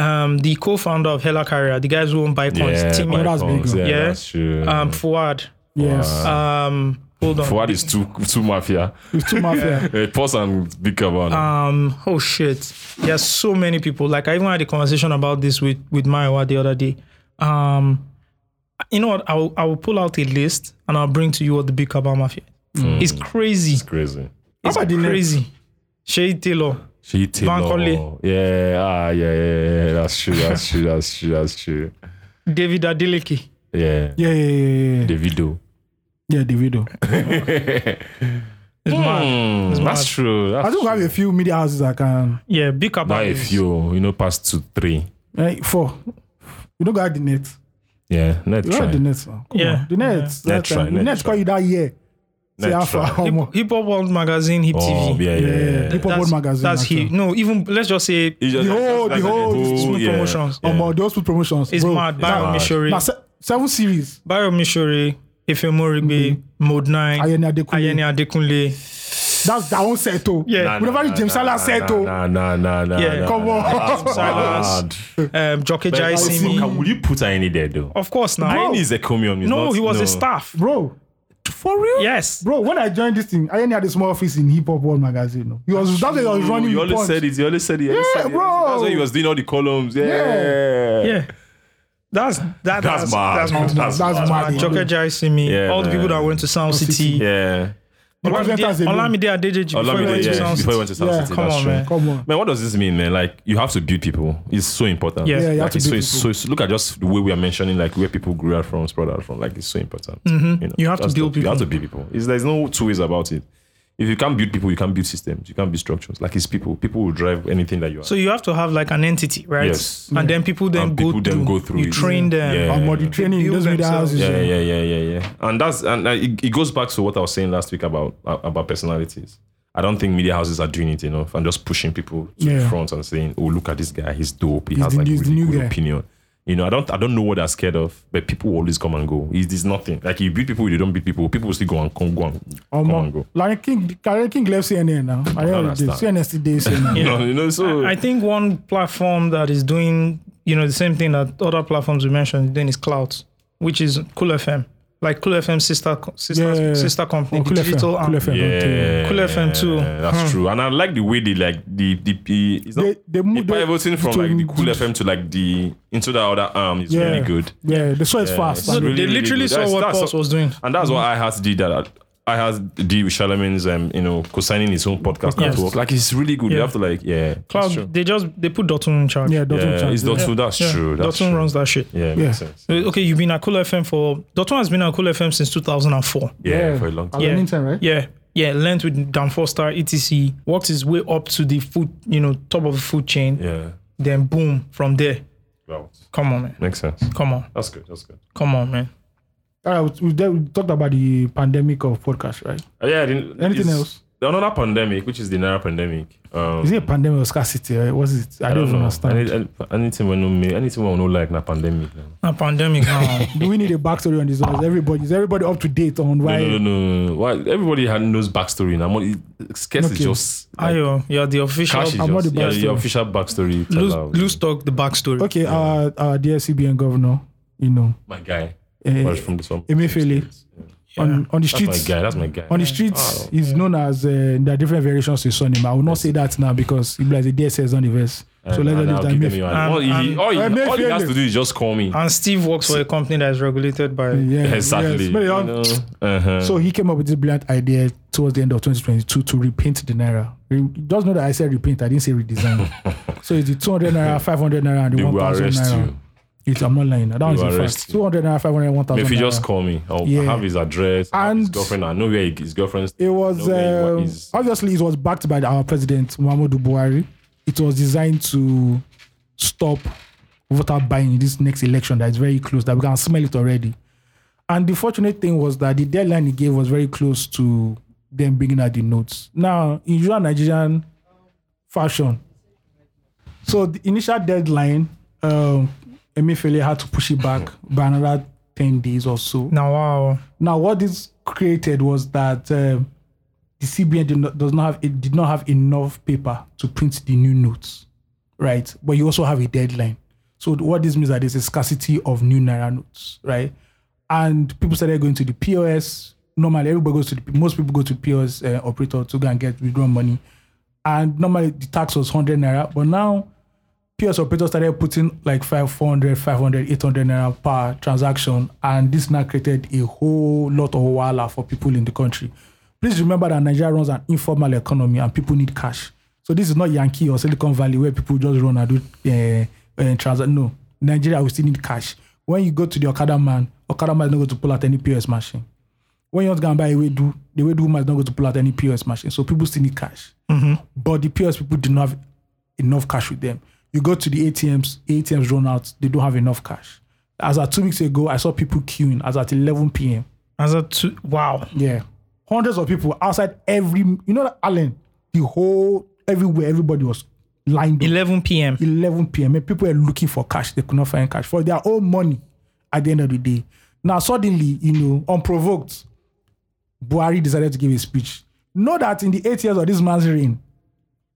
Speaker 2: um, the co-founder of Hella Carrier, the guys who own Bitcoins,
Speaker 3: Yeah,
Speaker 2: Oh, Timmy,
Speaker 3: my
Speaker 4: Oh, that's big
Speaker 3: cons,
Speaker 4: one.
Speaker 3: Yeah,
Speaker 2: Yeah.
Speaker 3: that's true.
Speaker 2: um, Fuad,
Speaker 4: Yes.
Speaker 2: um, hold on,
Speaker 3: Fuad is too too mafia.
Speaker 4: it's too mafia.
Speaker 3: Uh, Pause and big cabal.
Speaker 2: um, oh shit, there's so many people. Like I even had a conversation about this with with Maiwa the other day. Um, you know what? I'll I'll pull out a list and I'll bring to you what the big cabal mafia. is.
Speaker 3: Mm.
Speaker 2: It's crazy.
Speaker 3: Crazy.
Speaker 2: It's
Speaker 4: about the next?
Speaker 2: crazy. Shade Taylor.
Speaker 3: She take
Speaker 2: Van Colley.
Speaker 3: no. Yeah, ah, yeah, yeah, yeah. That's true. That's true. That's true. That's true.
Speaker 2: David Adeleke.
Speaker 3: Yeah.
Speaker 4: Yeah, yeah, yeah, yeah.
Speaker 3: The video.
Speaker 4: Yeah, the video.
Speaker 2: It's mad.
Speaker 3: Mm, that's
Speaker 2: mad.
Speaker 3: true. That's
Speaker 4: I think
Speaker 3: true.
Speaker 4: we have a few media houses that can.
Speaker 2: Yeah, big
Speaker 3: Not
Speaker 2: about
Speaker 3: a
Speaker 2: this.
Speaker 3: few. You know, past two, three.
Speaker 4: eh, four. You don't go out the net.
Speaker 3: Yeah. Let's
Speaker 4: You don't
Speaker 3: try.
Speaker 4: have the net. man. Come
Speaker 2: Yeah.
Speaker 4: on. The net.
Speaker 3: Yeah.
Speaker 4: that
Speaker 3: Net try,
Speaker 4: time. The
Speaker 3: net
Speaker 4: net
Speaker 3: try.
Speaker 4: call you that year. Say
Speaker 3: Net
Speaker 4: how
Speaker 3: try.
Speaker 4: far? How much?
Speaker 2: Hip Hop World Magazine, Hip
Speaker 3: Oh,
Speaker 2: TV.
Speaker 3: yeah, yeah, yeah. yeah.
Speaker 4: Hip Hop
Speaker 2: That's,
Speaker 4: World Magazine.
Speaker 2: That's
Speaker 4: actually.
Speaker 2: he. No, even let's just say
Speaker 3: It's just-
Speaker 4: The whole-
Speaker 3: that's
Speaker 4: the
Speaker 3: like
Speaker 4: whole
Speaker 2: food
Speaker 3: yeah,
Speaker 2: promotions.
Speaker 3: yeah.
Speaker 4: Oh my, those two promotions.
Speaker 2: it's
Speaker 4: bro.
Speaker 2: mad.
Speaker 4: Now-
Speaker 2: Bio
Speaker 3: mad.
Speaker 4: now,
Speaker 2: Mishori.
Speaker 4: se- seven series.
Speaker 2: Bio Mishori. Ife Morigbe. Mode 9.
Speaker 4: Mm-hmm. Ayeni Adekunle.
Speaker 2: Ayeni Adekunle.
Speaker 4: That's that one set. oh.
Speaker 2: Yeah.
Speaker 3: Nah,
Speaker 4: We never
Speaker 3: nah,
Speaker 4: reach James
Speaker 3: nah,
Speaker 4: Salah
Speaker 3: nah,
Speaker 4: set,
Speaker 3: nah,
Speaker 4: oh.
Speaker 3: Nah, nah, nah, nah.
Speaker 2: Yeah.
Speaker 3: nah,
Speaker 4: Come
Speaker 3: nah, nah,
Speaker 4: on.
Speaker 3: that's
Speaker 2: Silas.
Speaker 3: bad.
Speaker 2: Um, Jockey Jai Simi.
Speaker 3: Would you put Aini there though?
Speaker 4: Oh,
Speaker 2: Of course, now.
Speaker 3: Aini is a commune.
Speaker 2: no,
Speaker 3: not,
Speaker 2: he was
Speaker 3: no.
Speaker 2: a staff.
Speaker 4: Bro,
Speaker 3: For real?
Speaker 2: Yes.
Speaker 4: bro, when I joined this thing, I only had a small office in Hip Hop World magazine. No? He was, that's why he was running
Speaker 3: You
Speaker 4: the
Speaker 3: always
Speaker 4: punch.
Speaker 3: said it. You always said it. you always
Speaker 4: Yeah,
Speaker 3: said it, you always said it. That's
Speaker 4: bro.
Speaker 3: why he was doing all the columns. Yeah.
Speaker 4: Yeah.
Speaker 3: Yeah.
Speaker 2: Yeah. That's that,
Speaker 3: That's mad.
Speaker 2: That's
Speaker 4: That's,
Speaker 2: mad.
Speaker 4: that's,
Speaker 3: That's
Speaker 4: mad.
Speaker 2: And Joker Jai Simi,
Speaker 3: Yeah,
Speaker 2: all the people
Speaker 3: man.
Speaker 2: that went to Sound City.
Speaker 3: yeah.
Speaker 2: Olamide
Speaker 4: Representers alone.
Speaker 2: Olamide Adedeji before he went
Speaker 3: Olamide,
Speaker 2: to
Speaker 3: yeah,
Speaker 2: Sound
Speaker 3: before he
Speaker 2: City.
Speaker 3: went to South
Speaker 4: Yeah.
Speaker 3: City.
Speaker 2: Come
Speaker 3: that's
Speaker 2: on,
Speaker 3: true.
Speaker 2: man.
Speaker 4: Come on.
Speaker 3: Man, what does this mean, man? Like, you have to build people. It's so important.
Speaker 2: Yeah. Yeah,
Speaker 4: you have
Speaker 3: Like,
Speaker 4: to
Speaker 3: it's so,
Speaker 4: build
Speaker 3: it's so,
Speaker 4: people.
Speaker 3: it's- look at just the way we are mentioning, like, where people grew up from, spread out from. Like, it's so important. know,
Speaker 2: Mm-hmm. You have to
Speaker 3: that's
Speaker 2: build
Speaker 3: the- You have
Speaker 2: people.
Speaker 3: to build people. It's, there's no two ways about it. If you can't build people, you can't build systems. You can't build structures. Like, it's people. People will drive anything that you are.
Speaker 2: So you have to have like an entity, right?
Speaker 3: Yes.
Speaker 2: And then people then,
Speaker 3: And
Speaker 2: go,
Speaker 3: people
Speaker 2: through.
Speaker 3: then go through
Speaker 2: You
Speaker 3: it.
Speaker 2: train them.
Speaker 3: Yeah.
Speaker 4: Oh, but the training in
Speaker 2: Build
Speaker 4: those media
Speaker 2: themselves.
Speaker 4: houses.
Speaker 3: yeah,
Speaker 4: Yeah,
Speaker 3: yeah, yeah, yeah, yeah. And that's and uh, it, it goes back to what I was saying last week about uh, about personalities. I don't think media houses are doing it enough and just pushing people to the
Speaker 4: Yeah.
Speaker 3: front and saying, "Oh, look at this guy. He's dope. He has
Speaker 4: the-
Speaker 3: like
Speaker 4: he's the
Speaker 3: really
Speaker 4: new
Speaker 3: good
Speaker 4: guy."
Speaker 3: opinion." You know, I don't I don't know what they're scared of, but people will always come and go. It is nothing. Like you beat people, you don't beat people. People will still go and come, go and come and
Speaker 4: Um,
Speaker 3: go.
Speaker 4: Larry King, Larry King left CNN now. I heard it.
Speaker 3: understand.
Speaker 4: CNN still did CNN.
Speaker 3: You know, you know. So
Speaker 2: I think one platform that is doing, you know, the same thing that other platforms we mentioned then is Clout, which is Cool FM. Like Cool FM sister sister
Speaker 4: Yeah.
Speaker 2: sister company,
Speaker 4: Oh, Cool
Speaker 2: the
Speaker 4: FM.
Speaker 2: digital arm.
Speaker 4: Cool FM. okay.
Speaker 3: yeah,
Speaker 2: Cool FM too.
Speaker 3: That's true, and I like the way they like the the, the it's not
Speaker 4: Hmm. They- they moved
Speaker 3: it pivoting
Speaker 4: it
Speaker 3: from
Speaker 4: to-
Speaker 3: like the Cool FM to like the into the other arm is really good.
Speaker 4: Yeah, the show is fast.
Speaker 3: It's
Speaker 4: man.
Speaker 2: They
Speaker 3: really, really
Speaker 2: literally
Speaker 3: good.
Speaker 2: saw
Speaker 3: That's-
Speaker 2: what
Speaker 3: that's-
Speaker 2: Pulse was doing.
Speaker 3: And that's why I had to do that.
Speaker 5: I had D with Charlemagne's, um, you know, co-signing his own podcast
Speaker 2: Podcast.
Speaker 5: network. Like it's really good. You
Speaker 2: Yeah.
Speaker 5: have to like, yeah, that's true.
Speaker 2: Cloud, they just they put Dotun in charge.
Speaker 4: Yeah, Dotun
Speaker 5: yeah,
Speaker 4: Chan-
Speaker 5: it's Dotun. That's
Speaker 2: Yeah,
Speaker 5: true. That's
Speaker 2: Dotun
Speaker 5: true.
Speaker 2: runs that shit.
Speaker 5: Yeah,
Speaker 4: Yeah.
Speaker 5: makes sense.
Speaker 2: Uh, Okay, you've been at Cool FM for Dotun has been at Cool FM since 2004.
Speaker 5: Yeah, for a long time.
Speaker 4: At
Speaker 2: Yeah.
Speaker 4: Leamington, right?
Speaker 2: Yeah. Yeah, learned with Dan Foster, etc. Worked his way up to the food, you know, top of the food chain.
Speaker 5: Yeah,
Speaker 2: Then boom, from there.
Speaker 5: well,
Speaker 2: Come on, man.
Speaker 5: makes sense.
Speaker 2: Come on.
Speaker 5: That's good. That's good.
Speaker 2: Come on, man.
Speaker 4: All right, we, we, we talked about the pandemic of podcast, right?
Speaker 5: Uh, yeah, I didn't,
Speaker 4: Anything
Speaker 5: it's-
Speaker 4: else?
Speaker 5: Another pandemic, which is the Naira pandemic. Um,
Speaker 4: Is it a pandemic or scarcity? Right? What is it? I,
Speaker 5: I
Speaker 4: don't,
Speaker 5: don't
Speaker 4: even
Speaker 5: know.
Speaker 4: understand.
Speaker 5: Any- any- anything we no make, anything we no like na pandemic. No.
Speaker 2: A pandemic now.
Speaker 4: Do we need a backstory on this one? Is everybody is everybody up to date on why?
Speaker 5: No, no, no, no. Why everybody had knows backstory now? Money, scarce is
Speaker 4: Okay.
Speaker 5: just like,
Speaker 2: Ayo, you're the official.
Speaker 5: cash is
Speaker 4: I'm not
Speaker 5: just
Speaker 4: the
Speaker 5: yeah,
Speaker 4: backstory.
Speaker 5: your official backstory. tell
Speaker 2: Loose,
Speaker 5: out.
Speaker 2: loose talk, the backstory.
Speaker 4: Okay, uh, our our dear CBN governor, you know,
Speaker 5: my guy.
Speaker 4: eh,
Speaker 5: was from this one.
Speaker 4: Emefiele on on the
Speaker 5: That's my
Speaker 4: streets.
Speaker 5: guy. That's my guy.
Speaker 4: On the streets,
Speaker 5: Ah,
Speaker 4: he's known as uh, there are different variations to his surname. I will not say that now because he'll be like the DSS is on the verse. So
Speaker 5: Eh, And-
Speaker 4: let's
Speaker 5: and
Speaker 4: just
Speaker 5: I'll
Speaker 4: time.
Speaker 5: give them your
Speaker 4: Emefiele.
Speaker 5: hand. all, he,
Speaker 2: and-
Speaker 5: all, he, all he has
Speaker 4: Emefiele.
Speaker 5: to do is just call me.
Speaker 2: And Steve works for a company that is regulated by.
Speaker 4: Yeah,
Speaker 5: exactly.
Speaker 4: yes. But,
Speaker 5: You
Speaker 4: uh,
Speaker 5: know? uh-huh.
Speaker 4: So he came up with this brilliant idea towards the end of 2022 to repaint the naira. You Just know that I said repaint, I didn't say redesign. so it's the 200 naira, 500 naira, and
Speaker 5: they
Speaker 4: the
Speaker 5: will
Speaker 4: 1000
Speaker 5: arrest
Speaker 4: naira.
Speaker 5: you.
Speaker 4: It, I'm not lying. That was
Speaker 5: will
Speaker 4: a
Speaker 5: arrest
Speaker 4: fact.
Speaker 5: you.
Speaker 4: 200 naira, 500, 1000
Speaker 5: If you just
Speaker 4: naira.
Speaker 5: call me, I'll
Speaker 4: Yeah.
Speaker 5: have his address, I have his
Speaker 4: And-
Speaker 5: girlfriend. I know where he- his girlfriend's.
Speaker 4: It was
Speaker 5: know where he wa-
Speaker 4: um,
Speaker 5: is.
Speaker 4: obviously it was backed by our president Muhammadu Buhari. It was designed to stop voter buying in this next election that is very close. That we can smell it already. And the fortunate thing was that the deadline he gave was very close to them bringing out the notes. Now in usual Nigerian fashion, so the initial deadline, um, Emefiele had to push it back by another ten days or so.
Speaker 2: Now, wow.
Speaker 4: Now, what this created was that um the CBN did not, does not have it did not have enough paper to print the new notes, right? But you also have a deadline. So what this means is that there's a scarcity of new naira notes, right? And people started going to the POS. Normally, everybody goes to the most people go to POS uh, operator to go and get withdraw money. And normally the tax was hundred naira, but now POS operators started putting like 500, 500, 800 naira per transaction, and this now created a whole lot of wala for people in the country. Please remember that Nigeria runs an informal economy and people need cash. So this is not Yankee or Silicon Valley where people just run and do uh, uh, transact. No, Nigeria will still need cash. When you go to the Okada man, Okada man is not going to pull out any POS machine when you want to go and buy a Wedu, the Wedu man is not going to pull out any POS machine. So people still need cash. But the POS people do not have enough cash with them. You go to the ATMs, ATMs run out, they don't have enough cash. As at two weeks ago, I saw people queuing as at 11 p.m.
Speaker 2: As a two, wow.
Speaker 4: Yeah. Hundreds of people outside every, you know, that Allen, the whole, everywhere, everybody was lined up.
Speaker 2: 11 p.m.
Speaker 4: 11 p.m. and people were looking for cash. They could not find cash for their own money at the end of the day. Now, suddenly, you know, unprovoked, Buhari decided to give a speech. Know that in the eight years of this man's reign,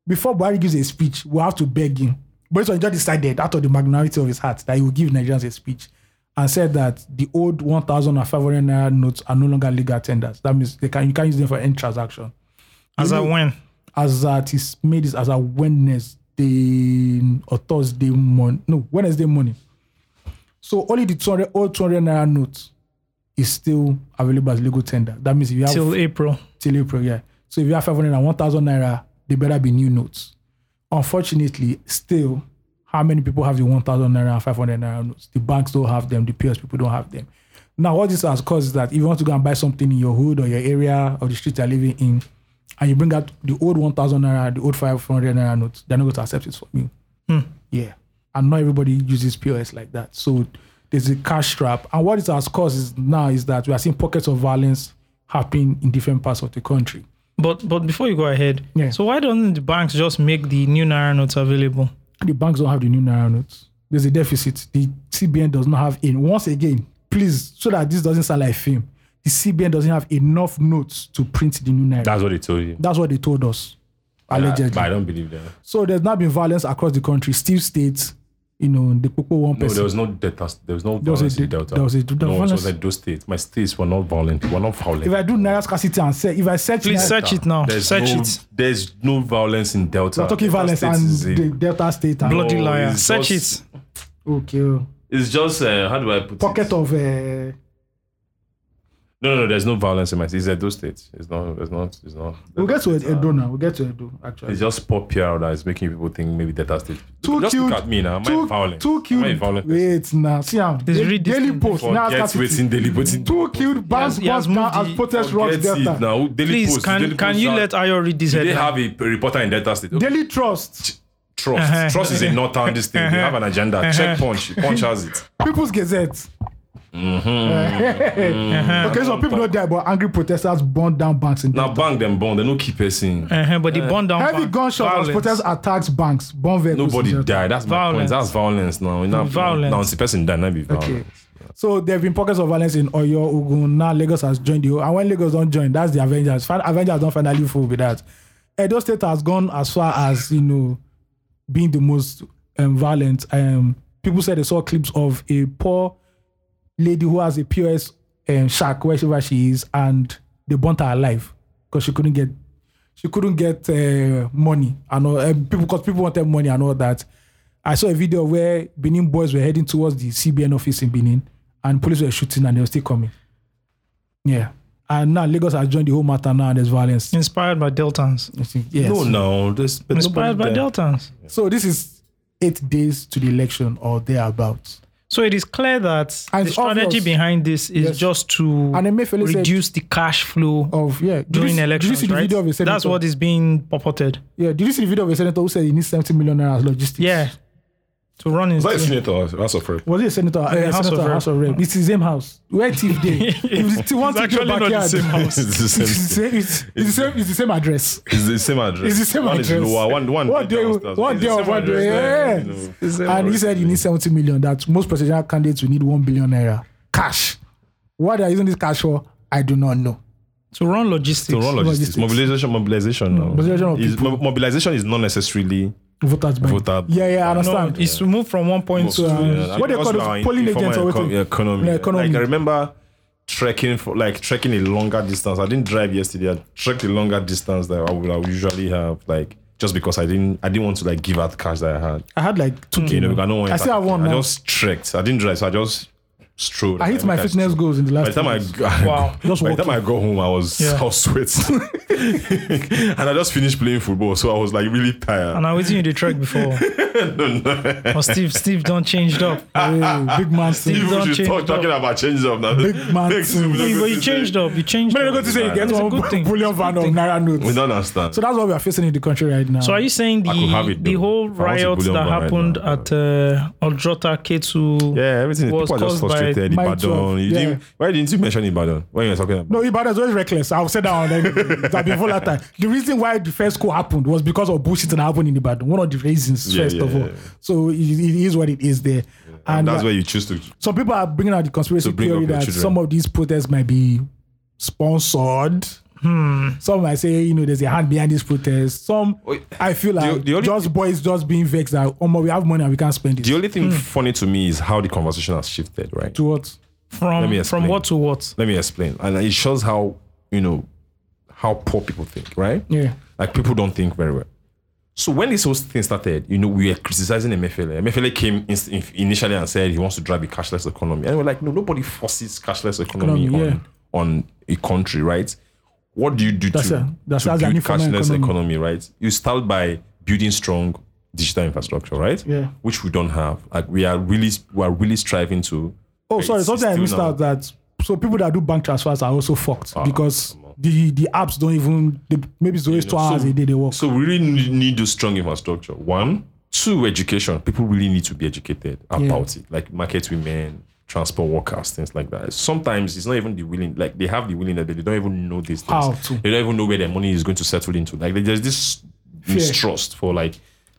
Speaker 4: before Buhari gives a speech, we have to beg him. But he just decided out of the magnanimity of his heart that he will give Nigerians a speech and said that the old 1,500 naira notes are no longer legal tenders. That means they can you can't use them for any transaction
Speaker 2: As a when?
Speaker 4: as at is made this as a Wednesday or Thursday morning. No, Wednesday morning. So only the 200 old 200 naira note is still available as legal tender. That means if you have
Speaker 2: Till April.
Speaker 4: till April, yeah. So if you have 500 and 1,000 naira, they better be new notes. Unfortunately, still, how many people have the 1,000 naira and 500 naira notes? The banks don't have them. The peers people don't have them. Now, what this has caused is that if you want to go and buy something in your hood or your area or the street you're living in, and you bring out the old 1,000 naira, the old 500 naira notes, they're not going to accept it from you. Yeah. And not everybody uses POS like that. So there's a cash trap. And what it has caused is now is that we are seeing pockets of violence happening in different parts of the country.
Speaker 2: But but before you go ahead,
Speaker 4: Yeah.
Speaker 2: so why don't the banks just make the new naira notes available?
Speaker 4: The banks don't have the new naira notes. There's a deficit. The CBN does not have in. Once again, please, so that this doesn't sound like fame, the CBN doesn't have enough notes to print the new naira.
Speaker 5: That's what they told you.
Speaker 4: That's what they told us, allegedly.
Speaker 5: But I don't believe that.
Speaker 4: so there's not been violence across the country. Still, states, you know, the people one
Speaker 5: No, there
Speaker 4: person.
Speaker 5: was no delta. There was no
Speaker 4: was a
Speaker 5: violence in
Speaker 4: de-
Speaker 5: delta.
Speaker 4: there was a- there
Speaker 5: no,
Speaker 4: was
Speaker 5: it
Speaker 4: violence.
Speaker 5: was like those states. My states were not violent. Were not violent.
Speaker 4: if I do naira scarcity and say, if I search,
Speaker 2: Please
Speaker 4: Naira-
Speaker 2: search it now.
Speaker 5: There's
Speaker 2: search
Speaker 5: no,
Speaker 2: it.
Speaker 5: There's no violence in delta.
Speaker 4: We're talking
Speaker 5: Delta
Speaker 4: violence
Speaker 5: State
Speaker 4: and
Speaker 5: is a-
Speaker 4: the Delta State. And
Speaker 2: Bloody
Speaker 5: No,
Speaker 2: liar.
Speaker 5: it's
Speaker 2: Search
Speaker 5: just-
Speaker 2: it.
Speaker 4: Okay. oh.
Speaker 5: It's just uh, how do I put
Speaker 4: eh, Pocket
Speaker 5: it?
Speaker 4: of uh,
Speaker 3: No, no, no, there's no violence in my It's Edo State. It's not, it's not, it's not.
Speaker 4: We'll get to Edo now. We'll get to Edo, actually.
Speaker 3: It's just pop PR that is making people think maybe Delta State.
Speaker 4: Too
Speaker 3: just
Speaker 4: cute.
Speaker 3: look at me now. Am I
Speaker 4: too,
Speaker 3: violent?
Speaker 4: too
Speaker 3: Am I a
Speaker 4: cute.
Speaker 3: violent?
Speaker 4: Wait, now. See, I'm
Speaker 2: There's really
Speaker 4: daily
Speaker 2: distinct
Speaker 4: post. Now
Speaker 3: Forget
Speaker 4: start with
Speaker 3: waiting,
Speaker 4: it.
Speaker 3: daily waiting.
Speaker 4: Too cute. Bounce,
Speaker 2: He has
Speaker 4: bounce down
Speaker 2: moved
Speaker 4: as
Speaker 2: the-
Speaker 4: protest rocks
Speaker 3: Forget it
Speaker 4: Delta.
Speaker 3: now. Daily
Speaker 2: Please,
Speaker 3: Post,
Speaker 2: can
Speaker 3: Daily
Speaker 2: can
Speaker 3: Post
Speaker 2: you
Speaker 3: now-
Speaker 2: let Ayo read this
Speaker 3: Do they
Speaker 2: headline?
Speaker 3: have a reporter in Delta State? Okay.
Speaker 4: Daily trust.
Speaker 3: Trust.
Speaker 2: Uh-huh.
Speaker 3: Trust is a northern this thing. They
Speaker 4: Uh-huh.
Speaker 3: have an agenda. Check Punch. Punch has it.
Speaker 4: People's Gazette. okay, so people don't die, but angry protesters burned down banks in
Speaker 3: Mm-hmm. Now bang them bond. They no keep person.
Speaker 2: Uh-huh, but the burn down
Speaker 4: Heavy
Speaker 2: part-
Speaker 4: gunshot as
Speaker 2: violence.
Speaker 4: protesters attacked banks, burned vehicles. in
Speaker 3: Nobody
Speaker 4: Delta.
Speaker 3: died. That's my point.
Speaker 2: Violence.
Speaker 3: That's violence now. Now,
Speaker 2: Violence.
Speaker 3: now it's the person died. Now be
Speaker 4: Okay.
Speaker 3: violent.
Speaker 4: So there have been pockets of violence in Oyo, Ogun. Now Lagos has joined you. And when Lagos don't join, that's the Avengers. Fin- Avengers don't finally fool with that. Edo State has gone as far as, you know, being the most um, violent. Um, people said they saw clips of a poor lady who has a POS um, shack wherever she is, and they burnt her alive because she couldn't get she couldn't get uh, money and all, um, people because people wanted money and all that. I saw a video where Benin boys were heading towards the CBN office in Benin, and police were shooting, and they were still coming. Yeah, and now Lagos has joined the whole matter now, and there's violence.
Speaker 2: Inspired by Deltans.
Speaker 4: Yes.
Speaker 3: No, no. This but
Speaker 2: Inspired by
Speaker 3: nobody died.
Speaker 2: Deltans.
Speaker 4: So this is eight days to the election or thereabouts.
Speaker 2: So it is clear that
Speaker 4: And
Speaker 2: the
Speaker 4: it's obvious.
Speaker 2: strategy behind this is
Speaker 4: Yes.
Speaker 2: just to
Speaker 4: And Emefiele said-
Speaker 2: reduce the cash flow
Speaker 4: Of yeah, Did you
Speaker 2: during
Speaker 4: see-
Speaker 2: elections.
Speaker 4: Did you see the
Speaker 2: right?
Speaker 4: video of a senator?
Speaker 2: That's what is being purported.
Speaker 4: Yeah, did you see the video of a senator who said he needs 70 million naira as logistics?
Speaker 2: Yeah. To run in.
Speaker 3: Is that a senator? That's a friend.
Speaker 4: Was it a senator? Uh,
Speaker 2: House
Speaker 4: senator
Speaker 2: of Rep.
Speaker 4: House of Rep. It's the same house. Where Thief Day? If it's one
Speaker 2: It's
Speaker 4: Thief Day
Speaker 2: actually not the
Speaker 4: backyard.
Speaker 2: same house.
Speaker 3: It's the same
Speaker 4: It's the same, it's, it's the same, it's the same address.
Speaker 3: It's the same address.
Speaker 4: It's the same
Speaker 3: one
Speaker 4: address.
Speaker 3: Is lower. One, one,
Speaker 4: One day,
Speaker 3: downstairs.
Speaker 4: one
Speaker 3: It's the
Speaker 4: day
Speaker 3: same
Speaker 4: of one
Speaker 3: address
Speaker 4: day.
Speaker 3: there, you know.
Speaker 4: Yes.
Speaker 3: It's the same
Speaker 4: And he
Speaker 3: address.
Speaker 4: said you need 70 million, that most presidential candidates will need 1 billion naira cash. What they are using this cash for, I do not know.
Speaker 2: To run logistics.
Speaker 3: to run logistics.
Speaker 4: Logistics.
Speaker 3: Mobilization, mobilization. Now.
Speaker 4: Mobilization of
Speaker 3: is,
Speaker 4: people.
Speaker 3: mo- mobilization is not necessarily
Speaker 4: Voters bank.
Speaker 3: Voter-
Speaker 4: Yeah, yeah, I
Speaker 2: No,
Speaker 4: understand.
Speaker 2: it's to move from one point to.
Speaker 4: uh, what they
Speaker 3: because
Speaker 4: call
Speaker 3: now
Speaker 4: those
Speaker 3: in
Speaker 4: polling
Speaker 3: informal
Speaker 4: agents or
Speaker 3: eco-
Speaker 4: what?
Speaker 3: economy.
Speaker 4: Yeah, economy.
Speaker 3: Like I remember trekking for like trekking a longer distance. I didn't drive yesterday. I trekked a longer distance that I would, I would usually have like just because I didn't I didn't want to like give out cash that I had.
Speaker 4: I had like 2K.
Speaker 3: You know, because I don't want.
Speaker 4: Mm. I still have one
Speaker 3: I
Speaker 4: now.
Speaker 3: just trekked. I didn't drive, so I just strolled.
Speaker 4: I hit my
Speaker 3: think
Speaker 4: fitness goals in the
Speaker 3: By
Speaker 4: last
Speaker 3: the time
Speaker 4: two
Speaker 3: I,
Speaker 4: days.
Speaker 3: I
Speaker 2: Wow.
Speaker 4: Just
Speaker 3: by the
Speaker 4: walking.
Speaker 3: time I got home, I was
Speaker 2: Yeah.
Speaker 3: I was sweating, and I just finished playing football, so I was like really tired.
Speaker 2: And I was in the track before. But Steve, Steve done changed up.
Speaker 3: Ah,
Speaker 4: Hey, big man.
Speaker 2: Steve
Speaker 3: People
Speaker 2: don't
Speaker 3: should
Speaker 2: change
Speaker 3: stop
Speaker 2: up.
Speaker 3: talking about changes up now.
Speaker 4: Big man
Speaker 3: Make Steve
Speaker 4: too.
Speaker 3: look
Speaker 2: Hey, but
Speaker 3: good
Speaker 2: you
Speaker 3: today.
Speaker 2: changed up. You changed up.
Speaker 4: to say you get
Speaker 2: It's a
Speaker 4: one
Speaker 2: good thing.
Speaker 4: billion van of naira notes.
Speaker 3: We don't understand.
Speaker 4: So that's what we are facing in the country right now.
Speaker 2: So are you saying
Speaker 3: I could have
Speaker 2: the
Speaker 3: it,
Speaker 2: the
Speaker 3: though.
Speaker 2: whole
Speaker 3: If I want a
Speaker 2: riots
Speaker 3: bullion
Speaker 2: that
Speaker 3: bar right
Speaker 2: happened
Speaker 3: now.
Speaker 2: at uh, Odrota K2?
Speaker 3: yeah, everything.
Speaker 2: was
Speaker 3: People are just
Speaker 2: caused by
Speaker 3: frustrated.
Speaker 4: my job,
Speaker 3: Ibadan. You
Speaker 4: yeah.
Speaker 3: didn't, why didn't you mention Ibadan when you were talking about?
Speaker 4: no, Ibadan is always reckless. I've said that on anyway. It's been volatile. The reason why the first coup happened was because of bullshit that happened in Ibadan. One of the reasons,
Speaker 3: Yeah,
Speaker 4: first
Speaker 3: yeah,
Speaker 4: of all.
Speaker 3: yeah.
Speaker 4: So it, it is what it is there.
Speaker 3: and
Speaker 4: and
Speaker 3: that's
Speaker 4: uh,
Speaker 3: where you choose to.
Speaker 4: some people are bringing out the conspiracy
Speaker 3: To bring
Speaker 4: theory
Speaker 3: up your
Speaker 4: that
Speaker 3: children.
Speaker 4: some of these protests might be sponsored.
Speaker 2: Hmm.
Speaker 4: Some might say, you know, there's a hand behind this protest. Some,
Speaker 3: Wait,
Speaker 4: I feel like
Speaker 3: the only-
Speaker 4: just boys just being vexed that, oh, we have money and we can't spend it.
Speaker 3: The only thing funny to me is how the conversation has shifted, right?
Speaker 4: to what?
Speaker 3: Let me
Speaker 2: From
Speaker 3: explain.
Speaker 2: from what to what?
Speaker 3: Let me explain. And it shows how, you know, how poor people think, right?
Speaker 4: Yeah.
Speaker 3: Like people don't think very well. So when this whole thing started, you know, we were criticizing MFLA. MFLA came in, in- initially and said he wants to drive a cashless economy. And we're like, no, nobody forces cashless economy,
Speaker 4: Economy, yeah.
Speaker 3: on, on a country, right? What do you do
Speaker 4: That's
Speaker 3: to,
Speaker 4: a- that's-
Speaker 3: to
Speaker 4: that's an
Speaker 3: build
Speaker 4: informal
Speaker 3: cashless
Speaker 4: economy.
Speaker 3: economy. right? You start by building strong digital infrastructure, right?
Speaker 4: Yeah.
Speaker 3: Which we don't have. Like we are really we are really striving to
Speaker 4: Oh,
Speaker 3: It's-
Speaker 4: sorry,
Speaker 3: it's
Speaker 4: something I
Speaker 3: still
Speaker 4: missed
Speaker 3: now-
Speaker 4: out that so people that do bank transfers are also fucked
Speaker 3: Ah,
Speaker 4: because the the apps don't even they, maybe it's always two hours a day they work.
Speaker 3: So we really need need those strong infrastructure. One, two, education. People really need to be educated about it, like market women, transport workers, things like that. Sometimes it's not even the willing, like they have the willingness, but they don't even know these things.
Speaker 4: How to.
Speaker 3: They don't even know where their money is going to settle into. Like there's this mistrust for like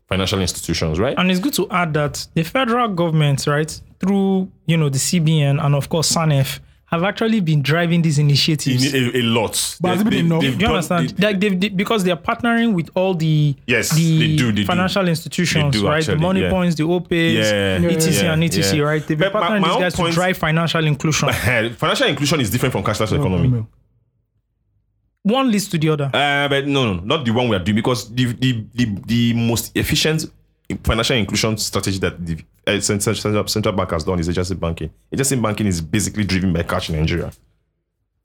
Speaker 3: financial institutions, right?
Speaker 2: And it's good to add that the federal government, right, through you know the CBN and of course SANEF, have actually been driving these initiatives.
Speaker 3: In a, a lot.
Speaker 4: But has it been enough?
Speaker 3: they've
Speaker 2: Do you
Speaker 3: done-
Speaker 2: understand?
Speaker 3: they-
Speaker 2: like they've, they, because they are partnering with all the
Speaker 3: Yes,
Speaker 2: the
Speaker 3: they do, they do.
Speaker 2: financial institutions,
Speaker 3: They do,
Speaker 2: right?
Speaker 3: actually,
Speaker 2: the money
Speaker 3: yeah.
Speaker 2: points, the OPEX,
Speaker 3: Yeah,
Speaker 2: etc,
Speaker 3: yeah,
Speaker 2: and etc,
Speaker 3: yeah.
Speaker 2: right? They've been
Speaker 3: But my-
Speaker 2: partnering
Speaker 3: my
Speaker 2: these
Speaker 3: own
Speaker 2: guys
Speaker 3: point-
Speaker 2: to drive financial inclusion.
Speaker 3: financial inclusion is different from
Speaker 4: Oh,
Speaker 3: cashless economy.
Speaker 2: One leads to the other.
Speaker 3: Uh, but no, no, not the one we are doing because the the the, the most efficient financial inclusion strategy that the uh, central, central, central bank has done is agency banking. Agency banking is basically driven by cash in Nigeria.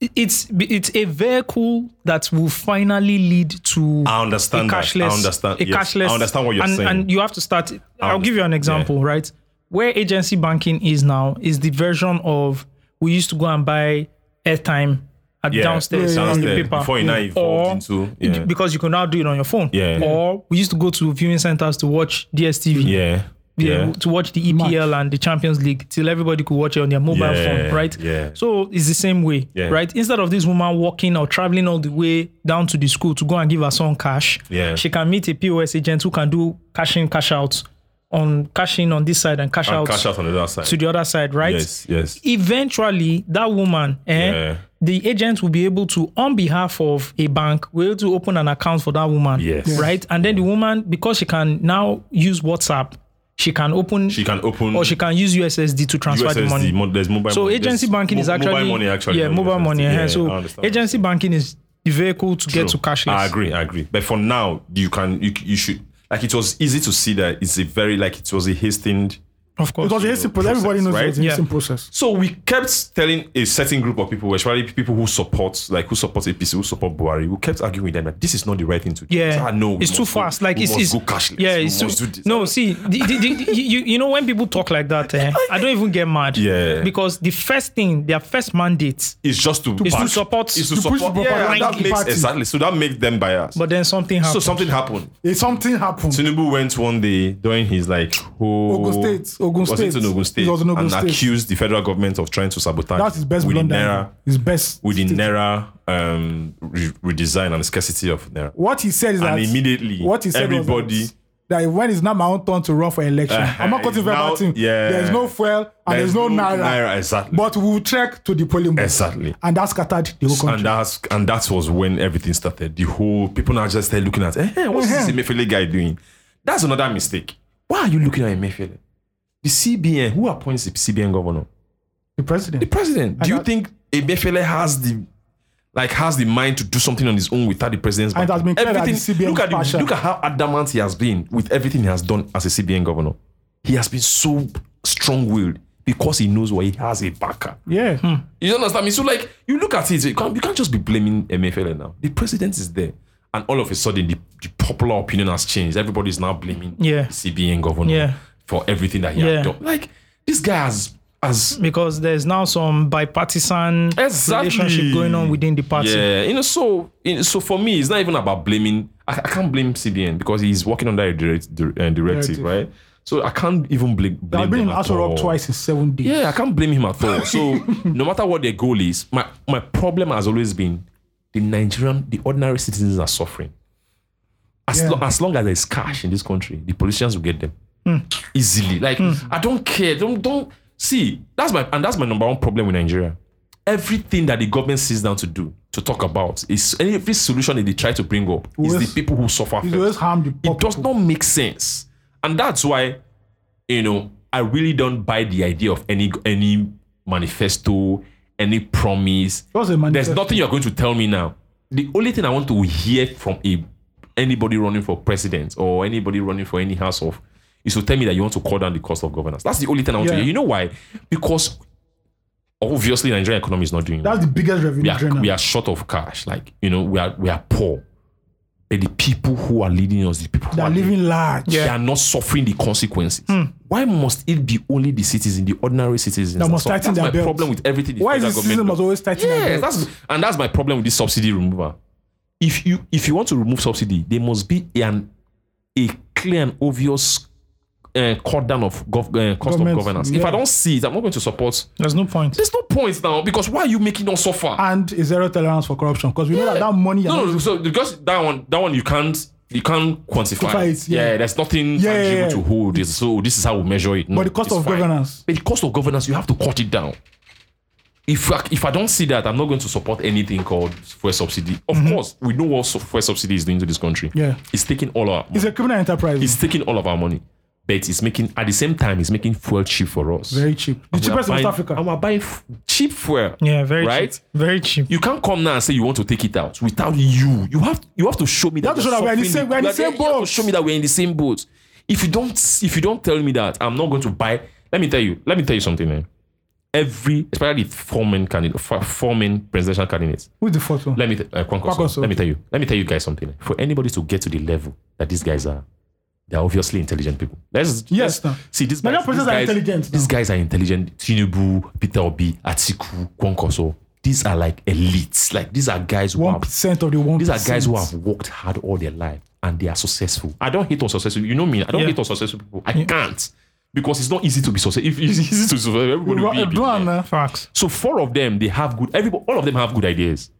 Speaker 2: it's it's a vehicle that will finally lead to
Speaker 3: I understand
Speaker 2: a
Speaker 3: that. I
Speaker 2: cashless
Speaker 3: understand.
Speaker 2: a
Speaker 3: Yes.
Speaker 2: cashless
Speaker 3: I understand what you're
Speaker 2: and,
Speaker 3: saying.
Speaker 2: and you have to start I'll give you an example right where agency banking is now is the version of we used to go and buy airtime at
Speaker 3: Yeah,
Speaker 2: downstairs,
Speaker 3: yeah,
Speaker 2: on the
Speaker 3: downstairs,
Speaker 2: paper
Speaker 3: before it now evolved
Speaker 2: Or-
Speaker 3: into- yeah.
Speaker 2: because you can now do it on your phone
Speaker 3: Yeah.
Speaker 2: or we used to go to viewing centers to watch DSTV
Speaker 3: Yeah.
Speaker 2: yeah.
Speaker 3: Yeah.
Speaker 2: to watch the EPL and the Champions League till everybody could watch it on their mobile
Speaker 3: Yeah,
Speaker 2: phone, right?
Speaker 3: yeah.
Speaker 2: So it's the same way,
Speaker 3: Yeah.
Speaker 2: right? Instead of this woman walking or traveling all the way down to the school to go and give her son cash,
Speaker 3: Yeah.
Speaker 2: she can meet a POS agent who can do cash in, cash out on cash in on this side and cash, out,
Speaker 3: And cash out on the other side.
Speaker 2: to the other side, right?
Speaker 3: Yes, yes.
Speaker 2: Eventually, that woman, eh,
Speaker 3: Yeah.
Speaker 2: the agent will be able to, on behalf of a bank, will able to open an account for that woman,
Speaker 3: Yes. Yes.
Speaker 2: right? And then the woman, because she can now use WhatsApp, she can open
Speaker 3: She can open
Speaker 2: or Oh, she can use USSD to transfer the money.
Speaker 3: mo- there's mobile
Speaker 2: so
Speaker 3: money.
Speaker 2: agency
Speaker 3: There's
Speaker 2: banking
Speaker 3: mo-
Speaker 2: is actually,
Speaker 3: mobile money actually.
Speaker 2: yeah,
Speaker 3: not
Speaker 2: mobile
Speaker 3: USSD.
Speaker 2: money.
Speaker 3: Yeah,
Speaker 2: Yeah,
Speaker 3: I
Speaker 2: so
Speaker 3: understand.
Speaker 2: agency banking is the vehicle to get to
Speaker 3: True.
Speaker 2: cashless.
Speaker 3: I agree, I agree. But for now, you can you, you should like it was easy to see that it's a very like it was a hastened
Speaker 2: Of course,
Speaker 4: It was a hasty process. Everybody knows it was a
Speaker 2: right?
Speaker 4: hasty
Speaker 2: Yeah.
Speaker 4: process.
Speaker 3: So we kept telling a certain group of people, especially people who support, like who support APC, who support Buhari, we kept arguing with them that this is not the right thing to do.
Speaker 2: yeah,
Speaker 3: Ah, no, we
Speaker 2: it's too
Speaker 3: must go-
Speaker 2: fast. Like
Speaker 3: we
Speaker 2: it's,
Speaker 3: must
Speaker 2: it's
Speaker 3: go cashless.
Speaker 2: Yeah,
Speaker 3: We
Speaker 2: it's too.
Speaker 3: must do this.
Speaker 2: No, see, the, the, the, the- you you know when people talk like that, eh, I don't even get mad.
Speaker 3: Yeah.
Speaker 2: because the first thing, their first mandate,
Speaker 3: it's just to,
Speaker 2: It's to
Speaker 3: back-
Speaker 2: support-
Speaker 3: It's to,
Speaker 4: to push
Speaker 3: support.
Speaker 4: the
Speaker 3: yeah,
Speaker 4: propaganda
Speaker 3: that
Speaker 4: of the
Speaker 3: makes
Speaker 4: party.
Speaker 3: exactly. So that makes them biased.
Speaker 2: but then something
Speaker 3: so
Speaker 2: happens.
Speaker 3: something happened.
Speaker 4: Eh, Something happened.
Speaker 3: Tinubu went one day during his like oh,
Speaker 4: Ogun State, Ogun
Speaker 3: was it
Speaker 4: State.
Speaker 3: in Ogun State,
Speaker 4: It was in Ogun
Speaker 3: and
Speaker 4: State.
Speaker 3: accused the federal government of trying to sabotage.
Speaker 4: That's his best
Speaker 3: with the
Speaker 4: blunder.
Speaker 3: naira,
Speaker 4: His best.
Speaker 3: with the
Speaker 4: state-
Speaker 3: naira um, re- redesign and scarcity of naira.
Speaker 4: What he said is
Speaker 3: And
Speaker 4: that
Speaker 3: immediately,
Speaker 4: what he said was
Speaker 3: everybody-
Speaker 4: that, that when it's not my own turn to run for election,
Speaker 3: Uh-huh,
Speaker 4: I'm not cutting for
Speaker 3: now-
Speaker 4: everything.
Speaker 3: yeah.
Speaker 4: There's no fuel and there's, no, naira.
Speaker 3: exactly.
Speaker 4: But we will trek to the polling booth.
Speaker 3: Exactly.
Speaker 4: And that scattered the whole country.
Speaker 3: and that's and that was when everything started. The whole people now just started looking at, eh, eh, what's
Speaker 4: Uh-huh.
Speaker 3: this Emefiele guy doing? That's another mistake. Why are you looking at Emefiele? The CBN, who appoints the CBN governor?
Speaker 4: the president.
Speaker 3: The president. Do you
Speaker 4: that-
Speaker 3: think Emefiele has the like has the mind to do something on his own without the president's
Speaker 4: And it has
Speaker 3: backing?
Speaker 4: been clear that the CBN
Speaker 3: look at
Speaker 4: is partial.
Speaker 3: look at how adamant he has been with everything he has done as a CBN governor. He has been so strong-willed because he knows why he has a backer.
Speaker 4: yeah.
Speaker 3: You don't understand me? So like you look at it, you can't you can't just be blaming MFL now. The president is there. And all of a sudden the, the popular opinion has changed. Everybody's now blaming
Speaker 2: Yeah.
Speaker 3: the CBN governor
Speaker 2: Yeah.
Speaker 3: for everything that he
Speaker 2: Yeah.
Speaker 3: had done. Like this guy has has
Speaker 2: because there's now some bipartisan
Speaker 3: Exactly.
Speaker 2: relationship going on within the party.
Speaker 3: Yeah, you know, so you know, so for me, it's not even about blaming. I, I can't blame CBN because he's working under a direct, dir- uh, directive,
Speaker 4: Directive.
Speaker 3: right? So I can't even blame. blame
Speaker 4: I've been in
Speaker 3: them at
Speaker 4: Aso
Speaker 3: all.
Speaker 4: Rock twice in seven days.
Speaker 3: Yeah, I can't blame him at all. So no matter what their goal is, my, my problem has always been the Nigerian, the ordinary citizens are suffering. As,
Speaker 4: Yeah.
Speaker 3: lo- as long as there's cash in this country, the politicians will get them
Speaker 4: Hmm.
Speaker 3: easily. Like I don't care. Don't don't see. That's my and that's my number one problem with Nigeria. Everything that the government sits down to do to talk about is every solution that they try to bring up is
Speaker 4: Always-
Speaker 3: the people who suffer
Speaker 4: It
Speaker 3: first
Speaker 4: always harmed the poor
Speaker 3: it does
Speaker 4: people.
Speaker 3: not make sense and that's why you know i really don't buy the idea of any any manifesto any promise
Speaker 4: was a
Speaker 3: there's
Speaker 4: manifesto.
Speaker 3: nothing you're going to tell me now the only thing i want to hear from a anybody running for president or anybody running for any house of is to tell me that you want to cut down the cost of governance that's the only thing i want to
Speaker 4: Yeah.
Speaker 3: hear you know why because obviously the nigerian economy is not doing well
Speaker 4: That's the biggest revenue
Speaker 3: we are,
Speaker 4: drainer.
Speaker 3: we are short of cash. Like you know, we are we are poor. But the people who are leading us, the people who
Speaker 4: They're
Speaker 3: are
Speaker 4: living Hmm. large.
Speaker 3: they are not suffering the consequences. Why must it be only the citizens, the ordinary citizens?
Speaker 4: That must
Speaker 3: suffer?
Speaker 4: tighten
Speaker 3: that's
Speaker 4: their
Speaker 3: my
Speaker 4: belts.
Speaker 3: problem with everything. The
Speaker 4: Why is
Speaker 3: federal
Speaker 4: the system
Speaker 3: government
Speaker 4: was always tight?
Speaker 3: Yes, that's and that's my problem with this subsidy remover. If you if you want to remove subsidy, there must be an a clear and obvious uh, cut down of gov- uh, cost
Speaker 4: Government,
Speaker 3: of governance. If
Speaker 4: yeah.
Speaker 3: I don't see it, I'm not going to support.
Speaker 2: There's no point.
Speaker 3: There's no point now because why are you making us suffer?
Speaker 4: and a zero tolerance for corruption because we know that that money.
Speaker 3: No, no, so because that one, that one you can't, you can't quantify.
Speaker 4: Quantify it,
Speaker 3: it.
Speaker 4: yeah.
Speaker 3: Yeah. there's nothing
Speaker 4: Yeah, yeah,
Speaker 3: tangible
Speaker 4: yeah.
Speaker 3: to hold. It's- so this is how we measure it. No,
Speaker 4: But the cost
Speaker 3: it's
Speaker 4: of
Speaker 3: fine.
Speaker 4: governance.
Speaker 3: But the cost of governance, you have to cut it down. If I, if I don't see that, I'm not going to support anything called fuel subsidy. Of course, we know what su- fuel subsidy is doing to this country.
Speaker 4: Mm-hmm. Yeah.
Speaker 3: it's taking all our.
Speaker 4: It's
Speaker 3: Money.
Speaker 4: a criminal enterprise.
Speaker 3: It's taking all of our money, but it's making at the same time it's making fuel cheap for us.
Speaker 4: very cheap. The
Speaker 3: We are
Speaker 4: cheapest in
Speaker 3: buying-
Speaker 4: West Africa.
Speaker 3: And we're buying f- cheap fuel.
Speaker 2: Yeah, very
Speaker 3: right.
Speaker 2: cheap. Very cheap.
Speaker 3: You can't come now and say you want to take it out without you. You have you have to show me that,
Speaker 4: have to show that we're in the same- we're in the
Speaker 3: suffering.
Speaker 4: same
Speaker 3: You have to
Speaker 4: boat.
Speaker 3: show me that we're in the same boat. If you don't if you don't tell me that, I'm not going to buy. Let me tell you. Let me tell you something, man. every, especially the foreman candidate, fo- foreman presidential candidates.
Speaker 4: Who's the fourth one?
Speaker 3: Let me, th- uh, Kwan Koso,
Speaker 4: Koso.
Speaker 3: let me tell you, let me tell you guys something. For anybody to get to the level that these guys are, they're obviously intelligent people. Let's
Speaker 4: Yes,
Speaker 3: let's-
Speaker 4: no.
Speaker 3: see these
Speaker 4: Nigerian
Speaker 3: guys. These
Speaker 4: presidents are
Speaker 3: guys,
Speaker 4: intelligent
Speaker 3: these
Speaker 4: now.
Speaker 3: guys are intelligent. Tinubu, Peter Obi, Atiku, Kwankoso. These are like elites. Like these are guys who
Speaker 4: One
Speaker 3: have
Speaker 4: percent of the one.
Speaker 3: these are guys who have worked hard all their life and they are successful. I don't hate on successful. You know me. I don't
Speaker 2: Yeah.
Speaker 3: hate on successful people. I can't because it's not easy to be successful. If it's easy to be successful, everybody will be a billionaire.
Speaker 2: Facts.
Speaker 3: So four of them, they have good. Everybody, all of them have good ideas.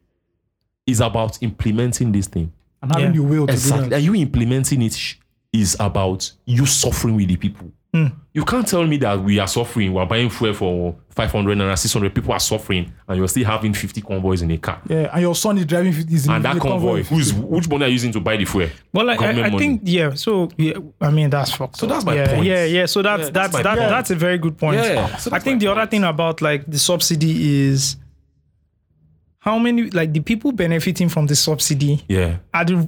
Speaker 3: It's about implementing this thing.
Speaker 4: and having
Speaker 2: Yeah.
Speaker 4: the will to do
Speaker 3: Exactly.
Speaker 4: that.
Speaker 3: Are you implementing it? sh- Is about you suffering with the people.
Speaker 2: Hmm.
Speaker 3: You can't tell me that we are suffering. We're buying fuel for 500 naira, 600. People are suffering, and you're still having 50 convoys in a car.
Speaker 4: Yeah, and your son is driving fif- is in
Speaker 3: And that
Speaker 4: the
Speaker 3: convoy,
Speaker 4: convoy.
Speaker 3: who's which money are you using to buy the fuel?
Speaker 2: But like I,
Speaker 3: Government
Speaker 2: I
Speaker 3: money.
Speaker 2: think yeah. So yeah, I mean that's fucked. So
Speaker 3: that's my
Speaker 2: yeah,
Speaker 3: point.
Speaker 2: Yeah, yeah. So that's
Speaker 3: Yeah, that's
Speaker 2: that's
Speaker 3: my
Speaker 2: that,
Speaker 3: point.
Speaker 2: that's a very good point.
Speaker 3: Yeah, so
Speaker 2: I
Speaker 3: that's
Speaker 2: think
Speaker 3: my
Speaker 2: the other
Speaker 3: point.
Speaker 2: thing about like the subsidy is how many like the people benefiting from the subsidy
Speaker 3: Yeah.
Speaker 2: are the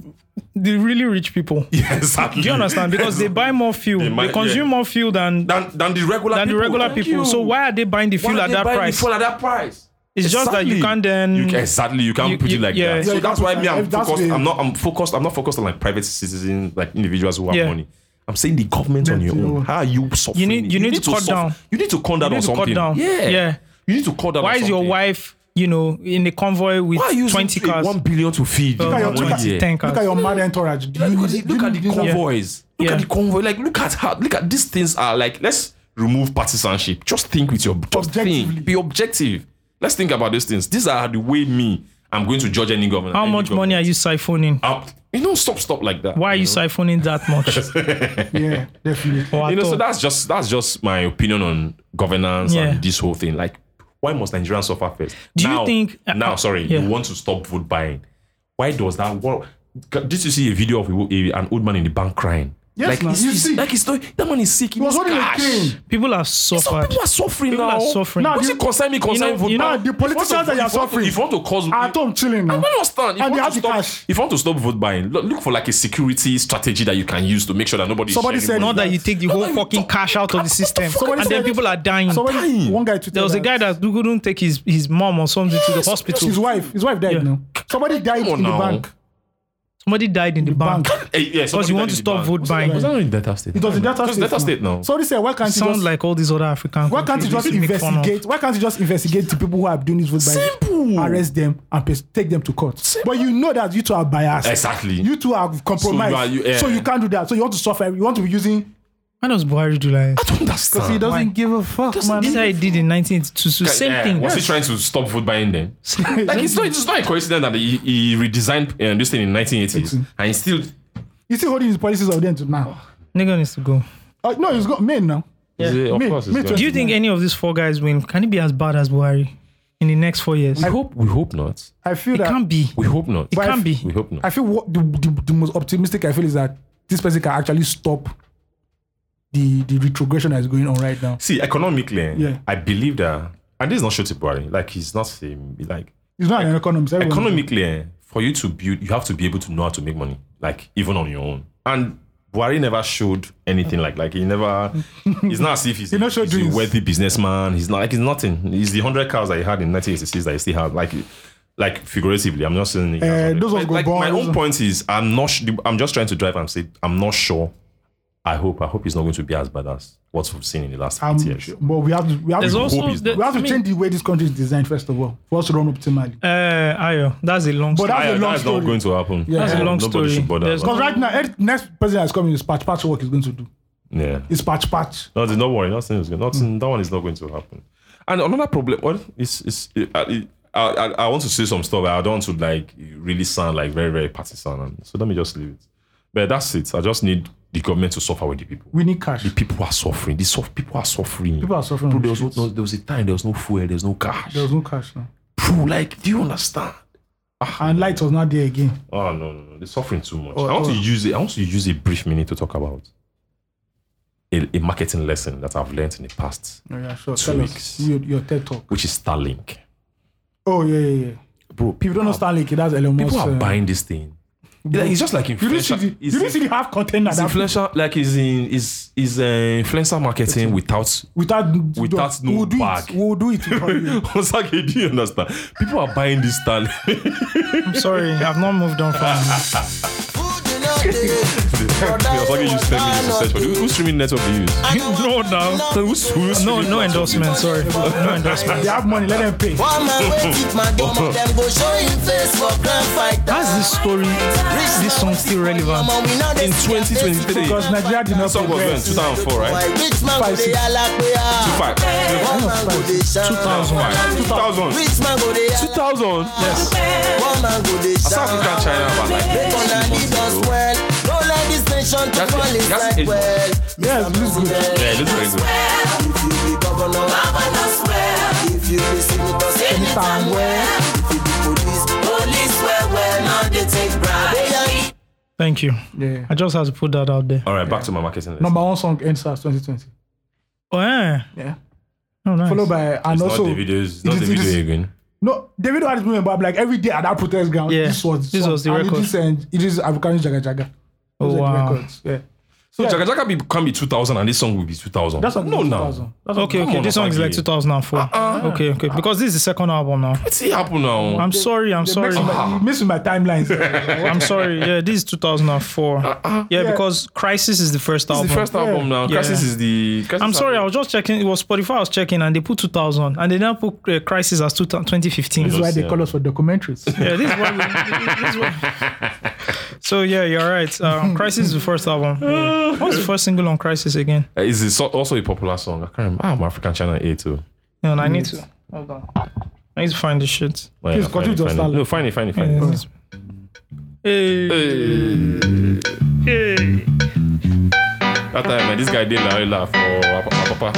Speaker 2: the really rich people.
Speaker 3: Yeah, exactly.
Speaker 2: Do you understand? Because they buy more fuel, they,
Speaker 3: might- yeah.
Speaker 2: consume more fuel than than,
Speaker 3: than, than the regular
Speaker 2: the
Speaker 3: people.
Speaker 2: regular
Speaker 3: Thank
Speaker 2: people.
Speaker 3: you.
Speaker 2: So why are they buying the
Speaker 3: Why
Speaker 2: fuel
Speaker 3: are
Speaker 2: at
Speaker 3: they
Speaker 2: that
Speaker 3: buying the
Speaker 2: price?
Speaker 3: fuel at that price?
Speaker 2: It's just that you can't then-
Speaker 3: You can- exactly you can't
Speaker 2: You-
Speaker 3: put
Speaker 2: you-
Speaker 3: it like
Speaker 2: yeah.
Speaker 3: that.
Speaker 2: Yeah,
Speaker 3: So
Speaker 4: you
Speaker 3: that's
Speaker 4: can't
Speaker 3: why
Speaker 4: put
Speaker 3: me
Speaker 4: it
Speaker 3: I'm
Speaker 4: like- that's
Speaker 3: focused.
Speaker 4: the-
Speaker 3: I'm not I'm focused. I'm not focused on like private citizens, like individuals who have
Speaker 2: Yeah.
Speaker 3: money. I'm saying the government on
Speaker 4: That's
Speaker 3: your
Speaker 4: the
Speaker 3: own.
Speaker 4: one.
Speaker 3: How are you suffering?
Speaker 2: need- you need to cut
Speaker 3: suffer-
Speaker 2: down.
Speaker 3: You need to cut down
Speaker 2: You
Speaker 3: on
Speaker 2: need to cut
Speaker 3: something.
Speaker 2: down.
Speaker 3: Yeah.
Speaker 2: Yeah.
Speaker 3: You need to cut down.
Speaker 2: Why
Speaker 3: on
Speaker 2: is your
Speaker 3: something.
Speaker 2: wife, you know, in a convoy with
Speaker 3: Why are you using
Speaker 2: 20 cars?
Speaker 3: one billion to feed?
Speaker 2: Oh,
Speaker 4: at your-
Speaker 3: one
Speaker 4: look at-
Speaker 3: year?
Speaker 2: 10 cars?
Speaker 4: Look at your mad entourage. Do
Speaker 3: Like,
Speaker 4: you
Speaker 3: look,
Speaker 4: need-
Speaker 3: at the- look
Speaker 4: do
Speaker 3: at
Speaker 4: you
Speaker 3: the
Speaker 4: need that?
Speaker 3: convoys. Look at
Speaker 2: Yeah.
Speaker 3: the convoy. Like, look at how. Look at these things are like. Let's remove partisanship. Just think with your. Just
Speaker 4: Objectively.
Speaker 3: think. Be objective. Let's think about these things. These are the way me. I'm going to judge any government.
Speaker 2: How much money are you siphoning?
Speaker 3: you know, stop, stop like that.
Speaker 2: Why are you
Speaker 3: you
Speaker 2: siphoning that much?
Speaker 4: Yeah, definitely.
Speaker 2: Or
Speaker 3: know?
Speaker 2: at
Speaker 3: You know, so
Speaker 2: all?
Speaker 3: that's just that's just my opinion on governance
Speaker 2: Yeah.
Speaker 3: and this whole thing. Like, why must Nigerians suffer first?
Speaker 2: Do you
Speaker 3: now,
Speaker 2: think- uh,
Speaker 3: now? Sorry,
Speaker 2: Yeah.
Speaker 3: you want to stop vote buying? Why does that? What? Did you see a video of a, a- an old man in the bank crying?
Speaker 4: Yes,
Speaker 3: like,
Speaker 4: man,
Speaker 3: he's-
Speaker 4: you
Speaker 3: he's-
Speaker 4: see.
Speaker 3: like he's not, that man is sick. He
Speaker 4: He was
Speaker 3: needs
Speaker 4: holding a
Speaker 3: cash.
Speaker 4: cane.
Speaker 2: People have
Speaker 3: Some
Speaker 2: suffered.
Speaker 3: people are suffering
Speaker 2: People
Speaker 3: now.
Speaker 2: are suffering. Now,
Speaker 3: Does
Speaker 4: the-
Speaker 3: it concern me? Concern
Speaker 2: you know-
Speaker 3: vote
Speaker 2: you know, the
Speaker 3: buying? If you want
Speaker 4: politicians
Speaker 3: to-
Speaker 4: that you are
Speaker 3: if you want to-
Speaker 4: suffering
Speaker 3: If you want to cause,
Speaker 4: At home chilling
Speaker 3: I
Speaker 4: now.
Speaker 3: don't understand. If you
Speaker 4: And they
Speaker 3: want
Speaker 4: have
Speaker 3: to
Speaker 4: the
Speaker 3: stop,
Speaker 4: cash.
Speaker 3: if you want to stop vote buying, look, look for like a security strategy that you can use to make sure that nobody. is
Speaker 4: Somebody
Speaker 3: sharing
Speaker 4: said-
Speaker 3: money.
Speaker 2: Not that you take the whole
Speaker 3: that you
Speaker 2: fucking
Speaker 3: talk-
Speaker 2: cash out of the system,
Speaker 4: Somebody
Speaker 2: and then
Speaker 4: said-
Speaker 2: people are dying.
Speaker 4: Somebody,
Speaker 3: Dying.
Speaker 4: one guy tweeted
Speaker 2: There was a guy that couldn't take his, his mom or something to the hospital.
Speaker 4: his wife, his wife died
Speaker 2: Yeah.
Speaker 4: now. Somebody died
Speaker 3: on
Speaker 4: in the
Speaker 3: now.
Speaker 4: bank.
Speaker 2: Somebody died in the bank.
Speaker 4: bank.
Speaker 3: Eh, yeah,
Speaker 2: Because
Speaker 3: somebody
Speaker 2: you
Speaker 3: died
Speaker 2: want
Speaker 3: in
Speaker 2: to
Speaker 3: the
Speaker 2: stop
Speaker 3: bank.
Speaker 2: vote buying.
Speaker 3: Was that not in Delta State?
Speaker 4: It was in Delta
Speaker 3: Because
Speaker 4: State.
Speaker 3: Delta State now.
Speaker 4: Somebody said, why can't you
Speaker 2: Sound
Speaker 4: just
Speaker 2: like all these other African
Speaker 4: why can't you just
Speaker 2: countries make fun of.
Speaker 4: investigate? Why can't you just investigate the people who are doing this vote
Speaker 3: Simple.
Speaker 4: buying? Arrest them and pers- take them to court. But you know that you two are biased.
Speaker 3: Exactly.
Speaker 4: You two are compromised.
Speaker 3: are-
Speaker 4: So you,
Speaker 3: you- yeah.
Speaker 4: can't do that. So you want to suffer. You want to be using.
Speaker 2: Why does Buhari do like
Speaker 3: I don't understand.
Speaker 4: He doesn't
Speaker 2: Why?
Speaker 4: give a fuck, man.
Speaker 2: This is how he did in 1982. So same
Speaker 3: Eh,
Speaker 2: thing.
Speaker 3: Was he trying to stop vote buying then? like it's not, it's not a coincidence that he, he redesigned uh, this thing in 1980s and he still
Speaker 4: He's still holding his policies of them to now.
Speaker 2: Nigga needs to go.
Speaker 4: Uh, no, he's got men now.
Speaker 3: Is it- of
Speaker 4: Me-
Speaker 3: course. it's
Speaker 4: me
Speaker 3: not.
Speaker 4: too.
Speaker 2: Do you think any of these four guys win? Can it be as bad as Buhari in the next four years?
Speaker 3: we hope we hope not.
Speaker 4: I feel
Speaker 2: It
Speaker 4: that.
Speaker 2: can't be.
Speaker 3: We hope not.
Speaker 2: It can't
Speaker 3: We
Speaker 2: be.
Speaker 3: hope not.
Speaker 4: I feel what the, the, the most optimistic I feel is that this person can actually stop the the retrogression that is going on right now.
Speaker 3: See, economically, eh,
Speaker 4: Yeah.
Speaker 3: I believe that, and this is not sure to Buhari. Like he's not um, like
Speaker 4: It's not an economist. everyone-
Speaker 3: economically eh, for you to build, you have to be able to know how to make money, like even on your own. And Buhari never showed anything like like he never. It's not as if he's,
Speaker 4: He not showed
Speaker 3: he's a
Speaker 4: dreams.
Speaker 3: wealthy businessman. He's not like he's nothing. He's the hundred cars that he had in 1986 that he still had. Like like figuratively, I'm not saying. he has
Speaker 4: Eh,
Speaker 3: 100.
Speaker 4: those ones
Speaker 3: Like-
Speaker 4: go
Speaker 3: like, my
Speaker 4: burn, those
Speaker 3: own point is, I'm not. Sh- I'm just trying to drive and say I'm not sure. I hope. I hope it's not going to be as bad as what we've seen in the last
Speaker 4: Um,
Speaker 3: eight years.
Speaker 4: but we have to, we have
Speaker 2: There's
Speaker 4: to,
Speaker 2: also
Speaker 3: is not.
Speaker 2: the,
Speaker 4: we have to
Speaker 2: I mean,
Speaker 4: change the way this country is designed first of all for us to run optimally.
Speaker 2: Uh, Ayo, that's a long
Speaker 4: But
Speaker 2: story.
Speaker 4: that's a
Speaker 3: Aye,
Speaker 4: long
Speaker 3: that's
Speaker 4: story.
Speaker 3: not going to happen.
Speaker 4: Yeah. That's a
Speaker 2: long
Speaker 3: Nobody
Speaker 2: story.
Speaker 3: should bother
Speaker 2: There's
Speaker 3: about
Speaker 4: Because right now, every next president that's coming is patch patch work is going to do.
Speaker 3: it. yeah.
Speaker 4: It's patch patch.
Speaker 3: No, don't worry. Nothing is going. Nothing.
Speaker 4: Hmm.
Speaker 3: That one is not going to happen. And another problem. What is is I, I, I I want to say some stuff. but I don't want to like really sound like very very partisan. And so let me just leave it. But that's it. I just need the government to suffer with the people.
Speaker 4: We need cash.
Speaker 3: The people are suffering. The soft people are suffering.
Speaker 4: People are suffering
Speaker 3: Bro,
Speaker 4: with
Speaker 3: there was no,
Speaker 4: shit.
Speaker 3: no- there was a time there was no fuel. There was no cash.
Speaker 4: There's no cash now,
Speaker 3: Bro, like, do you understand?
Speaker 4: and light was not there again.
Speaker 3: Oh no, no, no. They're suffering too much.
Speaker 4: Oh,
Speaker 3: I want
Speaker 4: oh.
Speaker 3: to use it. I want to use a brief minute to talk about a, a marketing lesson that I've learned in the past,
Speaker 4: Oh, yeah, sure.
Speaker 3: Two
Speaker 4: Tell us
Speaker 3: weeks.
Speaker 4: your, your TED talk.
Speaker 3: which is Starlink.
Speaker 4: Oh yeah, yeah, yeah.
Speaker 3: Bro,
Speaker 4: People don't know Stanley. That's Elon Musk.
Speaker 3: People are
Speaker 4: uh,
Speaker 3: buying this thing. Yeah, he's just like
Speaker 4: You didn't see
Speaker 3: influential.
Speaker 4: the,
Speaker 3: he's-
Speaker 4: you didn't see the half container
Speaker 3: he's
Speaker 4: that
Speaker 3: influential, like he's in is is uh, influencer marketing without.
Speaker 4: without
Speaker 3: Without no
Speaker 4: we'll do
Speaker 3: bag.
Speaker 4: It. We'll do it. for you.
Speaker 3: Osage, do you understand? People are buying this stand.
Speaker 2: I'm sorry, I've not moved on from
Speaker 3: Osage, you should send me this research. But who- who's streaming network do you use?
Speaker 2: No, no.
Speaker 3: So who's, who's
Speaker 2: No, no
Speaker 3: streaming platform do you
Speaker 2: endorsement, sorry. No endorsement.
Speaker 4: they have money. Let them pay.
Speaker 6: One man wey keep my dome, and them go show him face for grand fight.
Speaker 2: How's this story, this song still relevant?
Speaker 6: Omo, we no dey
Speaker 3: In
Speaker 6: see their face
Speaker 3: 2023.
Speaker 4: Because Nigeria did not
Speaker 3: Song was when?
Speaker 4: progress.
Speaker 3: 2004,
Speaker 6: Why
Speaker 3: right?
Speaker 6: rich man go
Speaker 4: Five,
Speaker 6: dey
Speaker 4: six.
Speaker 6: yalla pe ah?
Speaker 3: Five.
Speaker 6: One man go dey shout.
Speaker 2: 2000.
Speaker 3: 2000.
Speaker 6: Rich man go dey yalla.
Speaker 3: 2000.
Speaker 6: One man go dey
Speaker 3: South
Speaker 6: shout.
Speaker 3: Africa, China, but like.
Speaker 6: Make una lead us well. Don't let this nation to
Speaker 3: That's-
Speaker 6: fall
Speaker 3: that's
Speaker 6: inside
Speaker 3: it.
Speaker 6: well.
Speaker 4: Yes, this is good.
Speaker 3: Yeah, it looks very good.
Speaker 6: If you be governor, if you be senator,
Speaker 4: Anytime where
Speaker 6: if you be police, police well well, now they take bribe. They are
Speaker 2: Thank you.
Speaker 4: Yeah.
Speaker 2: I just had to put that out there.
Speaker 3: All right, back to my marketing list.
Speaker 4: number one song ends as 2020.
Speaker 2: Oh, eh.
Speaker 4: Yeah.
Speaker 2: Oh, nice.
Speaker 4: Followed by and
Speaker 3: it's
Speaker 4: also
Speaker 3: not the videos. It's not
Speaker 4: it
Speaker 3: the
Speaker 4: is- it is-
Speaker 3: video again.
Speaker 4: No, David had this moment, but like every day at that protest ground,
Speaker 2: Yeah,
Speaker 4: this was
Speaker 2: this
Speaker 4: song.
Speaker 2: was the
Speaker 4: and
Speaker 2: record.
Speaker 4: It is, and it is African Jaga Jaga.
Speaker 2: Oh,
Speaker 4: Those are the
Speaker 2: wow.
Speaker 4: records, Yeah.
Speaker 3: So
Speaker 4: Yeah.
Speaker 3: Jaga Jaga be, can be 2000 and this song will be 2000.
Speaker 4: That's
Speaker 3: no, now.
Speaker 2: Okay,
Speaker 3: Come
Speaker 2: okay.
Speaker 3: on,
Speaker 2: This song is like
Speaker 3: Osage.
Speaker 2: 2004. okay, okay. Because this is the second album now.
Speaker 3: What's it happen now?
Speaker 2: I'm sorry. I'm sorry.
Speaker 4: You mess with my timelines. yeah.
Speaker 2: I'm sorry. Yeah, this is 2004. Uh-uh. yeah,
Speaker 4: Yeah.
Speaker 2: because Crisis is the first
Speaker 3: It's
Speaker 2: album.
Speaker 3: the first album now. Crisis is the. Crisis
Speaker 2: I'm sorry. I
Speaker 3: album.
Speaker 2: was just checking. It was Spotify. I was checking, and they put 2000, and they now put uh, Crisis as 2000 2015.
Speaker 4: That's why they
Speaker 3: Yeah.
Speaker 4: call us for documentaries.
Speaker 2: Yeah, this is what. We, this is what- so yeah, you're right. Um, Crisis is the first album. What was the first single on Crisis again?
Speaker 3: Uh, It's a so- also a popular song. I can't remember. I'm African Channel A too.
Speaker 2: No, I need to. Hold on. I need to find this shit.
Speaker 3: Well,
Speaker 4: Please
Speaker 3: yeah, find
Speaker 4: continue
Speaker 3: it,
Speaker 4: to
Speaker 3: find it.
Speaker 4: start.
Speaker 3: No, find it, find it, find it.
Speaker 2: Hey. Hey.
Speaker 3: That time, man, this guy did Larilla for uh, Papa.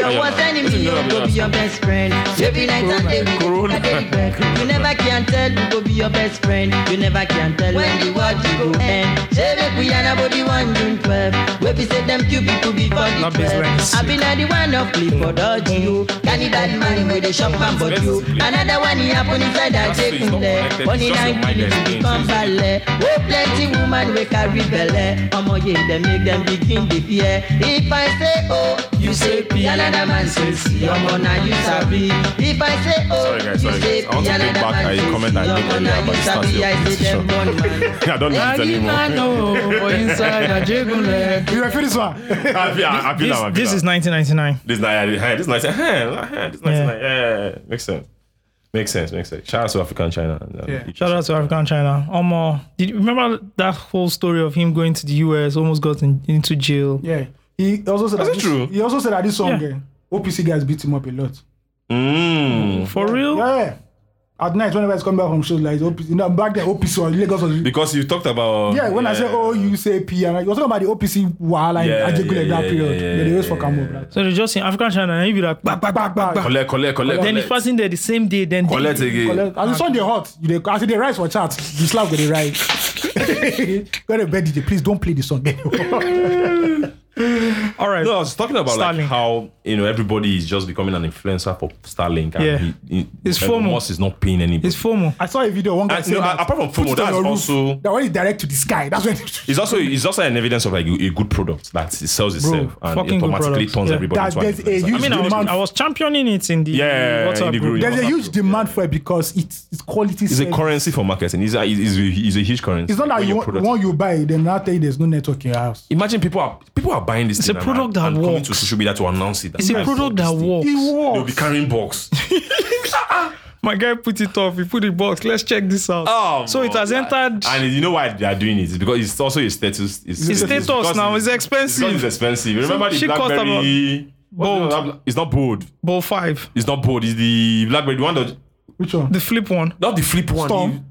Speaker 7: Your worst enemy, you go be your best friend. Every night and day, you
Speaker 3: Corona.
Speaker 7: never regret. You never can tell who go be your best friend. You never can tell when the world will go end. Say make we and body one June 12. We be say them cupid could be for the
Speaker 2: That baseline is
Speaker 7: 12. I be not the one of play for dodgy you. Can it that man with the shop and but you? Another one he happen inside that
Speaker 3: That's
Speaker 7: take him there.
Speaker 3: connected.
Speaker 7: One
Speaker 3: It's
Speaker 7: in
Speaker 3: just your
Speaker 7: nine
Speaker 3: mind
Speaker 7: killing
Speaker 3: that is
Speaker 7: to become
Speaker 3: being
Speaker 7: ballet. Oh plenty woman we carry belle. Omo ye them make them begin the fear. If I say oh, you say P. Another man says see. Omo na you sabi. If I say oh,
Speaker 3: Sorry, guys,
Speaker 7: you
Speaker 3: sorry,
Speaker 7: say
Speaker 3: guys. I want to take
Speaker 7: P. Another
Speaker 3: back
Speaker 7: man
Speaker 3: a
Speaker 7: says
Speaker 3: comment I
Speaker 7: see.
Speaker 3: made
Speaker 7: Omo
Speaker 3: earlier
Speaker 7: na
Speaker 3: about
Speaker 7: you
Speaker 3: the start
Speaker 7: sabi.
Speaker 3: of
Speaker 7: I
Speaker 3: the
Speaker 7: say them
Speaker 3: competition.
Speaker 7: one man.
Speaker 3: I don't need it anymore.
Speaker 4: you refer this one.
Speaker 3: I feel, I feel
Speaker 2: This,
Speaker 3: that, I feel
Speaker 2: this
Speaker 3: that.
Speaker 2: is 1999.
Speaker 3: This night, hey, this night, hey, this night, yeah. yeah, makes sense, makes sense, makes sense. Shout out to African China.
Speaker 4: Yeah.
Speaker 2: Shout out to African China. Omo, did you remember that whole story of him going to the US, almost got in, into jail?
Speaker 4: Yeah. He also said
Speaker 3: Is
Speaker 4: that
Speaker 3: it
Speaker 4: this,
Speaker 3: true?
Speaker 4: He also said that this song,
Speaker 2: Yeah.
Speaker 4: eh, OPC guys beat him up a lot.
Speaker 3: Mm.
Speaker 2: For real?
Speaker 4: Yeah. At night, whenever he's coming back from shows, like OPC, you know, back then OPC was Lagos was.
Speaker 3: Because you talked about
Speaker 4: Yeah, when I say oh, you say P, and I was talking about the OPC while like,
Speaker 3: Yeah,
Speaker 4: yeah, Ajegule
Speaker 3: yeah,
Speaker 4: that
Speaker 3: yeah,
Speaker 4: period.
Speaker 3: yeah,
Speaker 4: Yeah, they always
Speaker 3: yeah,
Speaker 4: fuck him
Speaker 3: yeah,
Speaker 4: up.
Speaker 3: yeah.
Speaker 4: Like,
Speaker 2: So they just in African China and you be like, back, back, back, back, back.
Speaker 3: collect, collect, collect,
Speaker 2: Then he's
Speaker 3: collect.
Speaker 2: passing there the same day, then
Speaker 3: collect again.
Speaker 4: Collect- As the sun they hot, you they, as they rise for chat, the slap go they rise. go to bed, DJ. Please don't play the song anymore.
Speaker 2: All right.
Speaker 3: No, I was talking about
Speaker 2: Starlink.
Speaker 3: like how you know everybody is just becoming an influencer for Starlink. And
Speaker 2: Yeah.
Speaker 3: he, he,
Speaker 2: It's
Speaker 3: Elon
Speaker 2: FOMO.
Speaker 3: Musk is not paying anybody.
Speaker 2: It's FOMO.
Speaker 4: I saw a video. One guy
Speaker 3: And,
Speaker 4: said
Speaker 3: Uh, no,
Speaker 4: that,
Speaker 3: apart from FOMO,
Speaker 4: put it
Speaker 3: that's
Speaker 4: on your
Speaker 3: also-
Speaker 4: that when it's direct to the sky. That's when
Speaker 3: It's also it's also an evidence of like a, a good product that it sells itself and
Speaker 2: fucking
Speaker 3: it
Speaker 2: good
Speaker 3: automatically
Speaker 2: product.
Speaker 3: turns
Speaker 2: Yeah.
Speaker 3: everybody
Speaker 4: That
Speaker 3: into an
Speaker 4: there's a
Speaker 3: influencer.
Speaker 4: huge
Speaker 2: I mean, I was,
Speaker 4: demand.
Speaker 2: I was championing it in the
Speaker 3: Yeah,
Speaker 2: WhatsApp
Speaker 3: in the
Speaker 2: group.
Speaker 3: group.
Speaker 4: there's a
Speaker 3: WhatsApp
Speaker 4: huge
Speaker 3: group,
Speaker 4: demand for it because it's it's quality.
Speaker 3: it's a currency for marketing. It's a, it's, a, it's a huge currency.
Speaker 4: It's not that
Speaker 3: When
Speaker 4: you
Speaker 3: your
Speaker 4: want,
Speaker 3: product-
Speaker 4: one you buy, then now tell you there's no network in your house.
Speaker 3: Imagine people are people are buying this.
Speaker 2: It's a
Speaker 3: thing
Speaker 2: product
Speaker 3: and,
Speaker 2: that
Speaker 3: and coming to
Speaker 2: works.
Speaker 3: social media to announce it.
Speaker 2: It's a product that works.
Speaker 4: It
Speaker 3: You'll be
Speaker 4: works.
Speaker 3: carrying box.
Speaker 2: My guy put it off. He put the box. Let's check this out.
Speaker 3: Oh,
Speaker 2: so it
Speaker 3: my
Speaker 2: has
Speaker 3: God.
Speaker 2: entered.
Speaker 3: And you know why they are doing it? It's because it's also a status. It's,
Speaker 2: It's status
Speaker 3: because
Speaker 2: now. It's
Speaker 3: because It's
Speaker 2: expensive.
Speaker 3: expensive. Remember
Speaker 2: she
Speaker 3: the
Speaker 2: cost
Speaker 3: BlackBerry?
Speaker 2: Bold.
Speaker 3: What's the- It's not bold.
Speaker 2: Ball five.
Speaker 3: It's not bold. It's the BlackBerry the one that
Speaker 4: Which one?
Speaker 2: The flip one.
Speaker 3: not the flip one.
Speaker 4: Storm.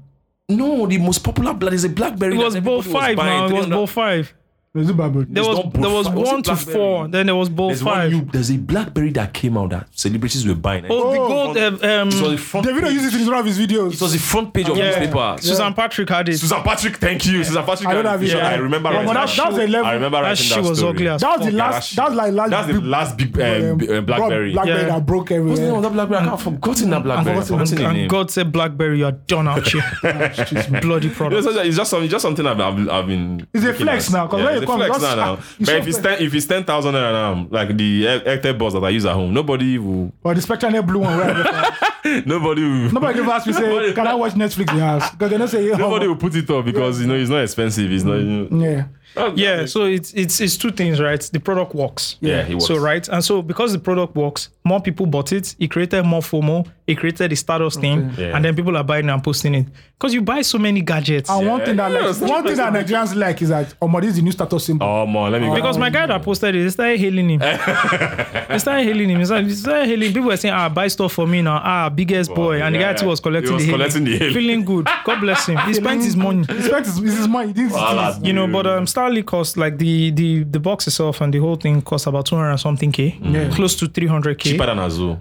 Speaker 3: The- no, the most popular black is a BlackBerry.
Speaker 2: It was ball five. Now it was ball five.
Speaker 4: Was it Barbara?
Speaker 2: There was
Speaker 3: not
Speaker 2: there was
Speaker 3: Blackberry.
Speaker 2: one to
Speaker 3: Was it
Speaker 2: four.
Speaker 3: Blackberry?
Speaker 2: Then there was bowl
Speaker 3: There's one
Speaker 2: five.
Speaker 3: new. There's a BlackBerry that came out that celebrities were buying. eh?
Speaker 2: oh, the gold. Uh, um,
Speaker 3: it was the front.
Speaker 4: Davido
Speaker 3: page.
Speaker 4: used it in one of his videos.
Speaker 3: It was um, the front page of
Speaker 2: Yeah.
Speaker 3: newspaper.
Speaker 2: Susan Patrick had it.
Speaker 3: Susan Patrick, thank you. Susan Patrick.
Speaker 4: I don't have it.
Speaker 3: Yeah, I remember.
Speaker 4: Yeah,
Speaker 3: writing
Speaker 4: but that- that was a level-
Speaker 3: I remember
Speaker 2: that
Speaker 3: writing
Speaker 2: shit
Speaker 3: that
Speaker 2: was
Speaker 3: story.
Speaker 2: ugly as
Speaker 4: that was the
Speaker 3: Yeah,
Speaker 4: last.
Speaker 3: shit.
Speaker 4: That was like last.
Speaker 3: That's the
Speaker 4: big-
Speaker 3: last big um,
Speaker 4: um,
Speaker 3: b- uh, BlackBerry.
Speaker 4: Blackberry
Speaker 2: Yeah.
Speaker 4: that broke
Speaker 3: What's the name of
Speaker 4: everywhere.
Speaker 3: that BlackBerry? I've forgotten that BlackBerry. I've forgotten the name.
Speaker 2: and God said, Blackberry, you're done out here. Bloody
Speaker 3: It's
Speaker 2: product.
Speaker 3: just, it's just something. Just something I've, I've, I've been.
Speaker 4: It's a
Speaker 3: looking
Speaker 4: flex
Speaker 3: at.
Speaker 4: now, 'cause
Speaker 3: Yeah,
Speaker 4: when
Speaker 3: it's
Speaker 4: you
Speaker 3: a
Speaker 4: come,
Speaker 3: flex
Speaker 4: just-
Speaker 3: now. now.
Speaker 4: ah, it's
Speaker 3: But if
Speaker 4: so
Speaker 3: it's
Speaker 4: flex.
Speaker 3: ten, if it's ten thousand naira now, like the Airtel boss that I use at home, nobody will.
Speaker 4: Or the Spectrum Air blue one. Right?
Speaker 3: Nobody will.
Speaker 4: Nobody give us. We say,
Speaker 3: Nobody-
Speaker 4: can I watch Netflix in your house? Because they don't say. oh,
Speaker 3: Nobody will put it up because you know it's not expensive. It's not. You know,
Speaker 4: Yeah.
Speaker 3: That's-
Speaker 2: Yeah, so it's it's it's two things, right? The product works.
Speaker 3: Yeah, he was.
Speaker 2: So right, and so because the product works, more people bought it. It created more FOMO. It created the Stardust thing,
Speaker 3: Yeah.
Speaker 2: and then people are buying and posting it because you buy so many gadgets.
Speaker 4: And one thing that
Speaker 3: Yeah,
Speaker 4: like,
Speaker 3: it's not
Speaker 4: one thing that Nigerians like is that Omo, this is the new status symbol.
Speaker 3: Oh man, let me.
Speaker 2: Because my guy that posted it, they started hailing him. they started hailing him. They started they started hailing. People were saying, ah, buy stuff for me now. Ah, biggest boy. And the
Speaker 3: yeah,
Speaker 2: guy too was
Speaker 3: yeah.
Speaker 2: collecting,
Speaker 3: He was
Speaker 2: the,
Speaker 3: collecting the hailing.
Speaker 2: Feeling good. God bless him. He spent his money.
Speaker 4: He spent his, his money. He didn't
Speaker 3: Wallace.
Speaker 2: You know, but um, Starly cost like the the the box itself and the whole thing cost about two hundred and something k, close to three hundred k.
Speaker 3: cheaper than Azul.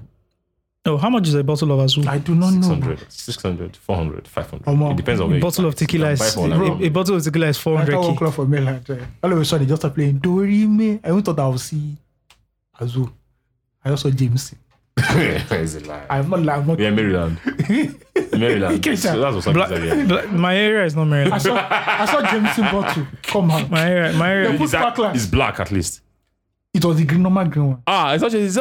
Speaker 2: Oh, how much is a bottle of Azul?
Speaker 4: I do not know.
Speaker 3: 600, 600, 400, 500.
Speaker 4: Omo.
Speaker 3: It depends on
Speaker 2: A
Speaker 3: where you
Speaker 2: bottle
Speaker 3: buy.
Speaker 2: of tequila
Speaker 3: You
Speaker 2: is
Speaker 3: can buy for like
Speaker 2: a, a bottle of tequila is four
Speaker 4: I
Speaker 2: hundred
Speaker 4: thought one
Speaker 2: k.
Speaker 4: club for me like that. All of a sudden, they just start playing Dorime. I even thought I would see Azul. I also James.
Speaker 3: It's a lie.
Speaker 4: I'm not like I'm not.
Speaker 3: Yeah, Maryland. Maryland.
Speaker 4: Ikeja.
Speaker 3: So that's what's up. Yeah.
Speaker 2: My area is not
Speaker 4: I
Speaker 2: Maryland.
Speaker 4: saw I saw James bottle come out.
Speaker 2: My area, my area.
Speaker 4: put
Speaker 3: It's, that-
Speaker 4: sparkler.
Speaker 3: it's black at least.
Speaker 4: It was the green normal green one.
Speaker 3: Ah, it's actually. It's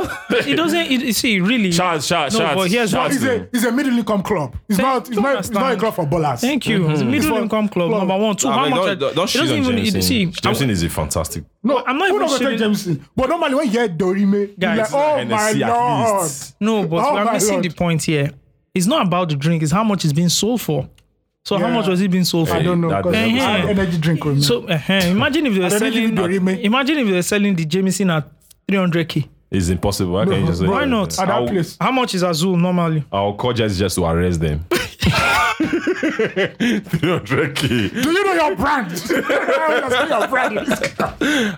Speaker 2: It doesn't. It, you see, really.
Speaker 3: Shout, shout,
Speaker 2: No,
Speaker 3: shout.
Speaker 2: but here's
Speaker 3: shout
Speaker 2: what-
Speaker 4: It's
Speaker 3: to-
Speaker 4: a it's a middle income club. It's
Speaker 2: Thank-
Speaker 4: not it's
Speaker 2: don't
Speaker 4: not it's not a
Speaker 2: understand.
Speaker 4: club for ballers.
Speaker 2: Thank you. It's
Speaker 3: Mm-hmm.
Speaker 2: middle income club
Speaker 4: Club.
Speaker 2: number one. Two.
Speaker 3: I
Speaker 2: How
Speaker 3: mean,
Speaker 2: much?
Speaker 3: don't- don't- don't
Speaker 2: it
Speaker 3: shit
Speaker 2: doesn't
Speaker 3: on
Speaker 2: even.
Speaker 3: Jameson.
Speaker 2: It, see,
Speaker 3: Jameson is a fantastic.
Speaker 4: No,
Speaker 2: I'm not
Speaker 4: who
Speaker 2: even
Speaker 4: not gonna
Speaker 2: shitting-
Speaker 4: take Jameson. But normally when you hear Dorime,
Speaker 2: Guys,
Speaker 4: you're like,
Speaker 2: it's
Speaker 4: oh my
Speaker 3: Hennessy at
Speaker 4: lord.
Speaker 3: least.
Speaker 2: No, but
Speaker 4: Oh
Speaker 2: we're
Speaker 4: my
Speaker 2: missing
Speaker 4: Lord.
Speaker 2: the point here. It's not about the drink, it's how much it's being sold for. So how
Speaker 4: Yeah.
Speaker 2: much was it being sold for?
Speaker 4: I don't know.
Speaker 3: That
Speaker 4: Because
Speaker 3: doesn't
Speaker 4: I
Speaker 2: sound-
Speaker 4: energy drink with me.
Speaker 2: So uh imagine if they were
Speaker 4: don't think
Speaker 2: selling
Speaker 4: you do, Remy.
Speaker 2: imagine if they were selling the Jameson at 300k.
Speaker 3: It's impossible. Why can't you just say-
Speaker 2: Why not?
Speaker 4: at that
Speaker 3: I'll-
Speaker 4: place.
Speaker 2: How much is Azul normally?
Speaker 3: Our call just just to arrest them. 300k.
Speaker 4: Do you know your brand? I understand your brand.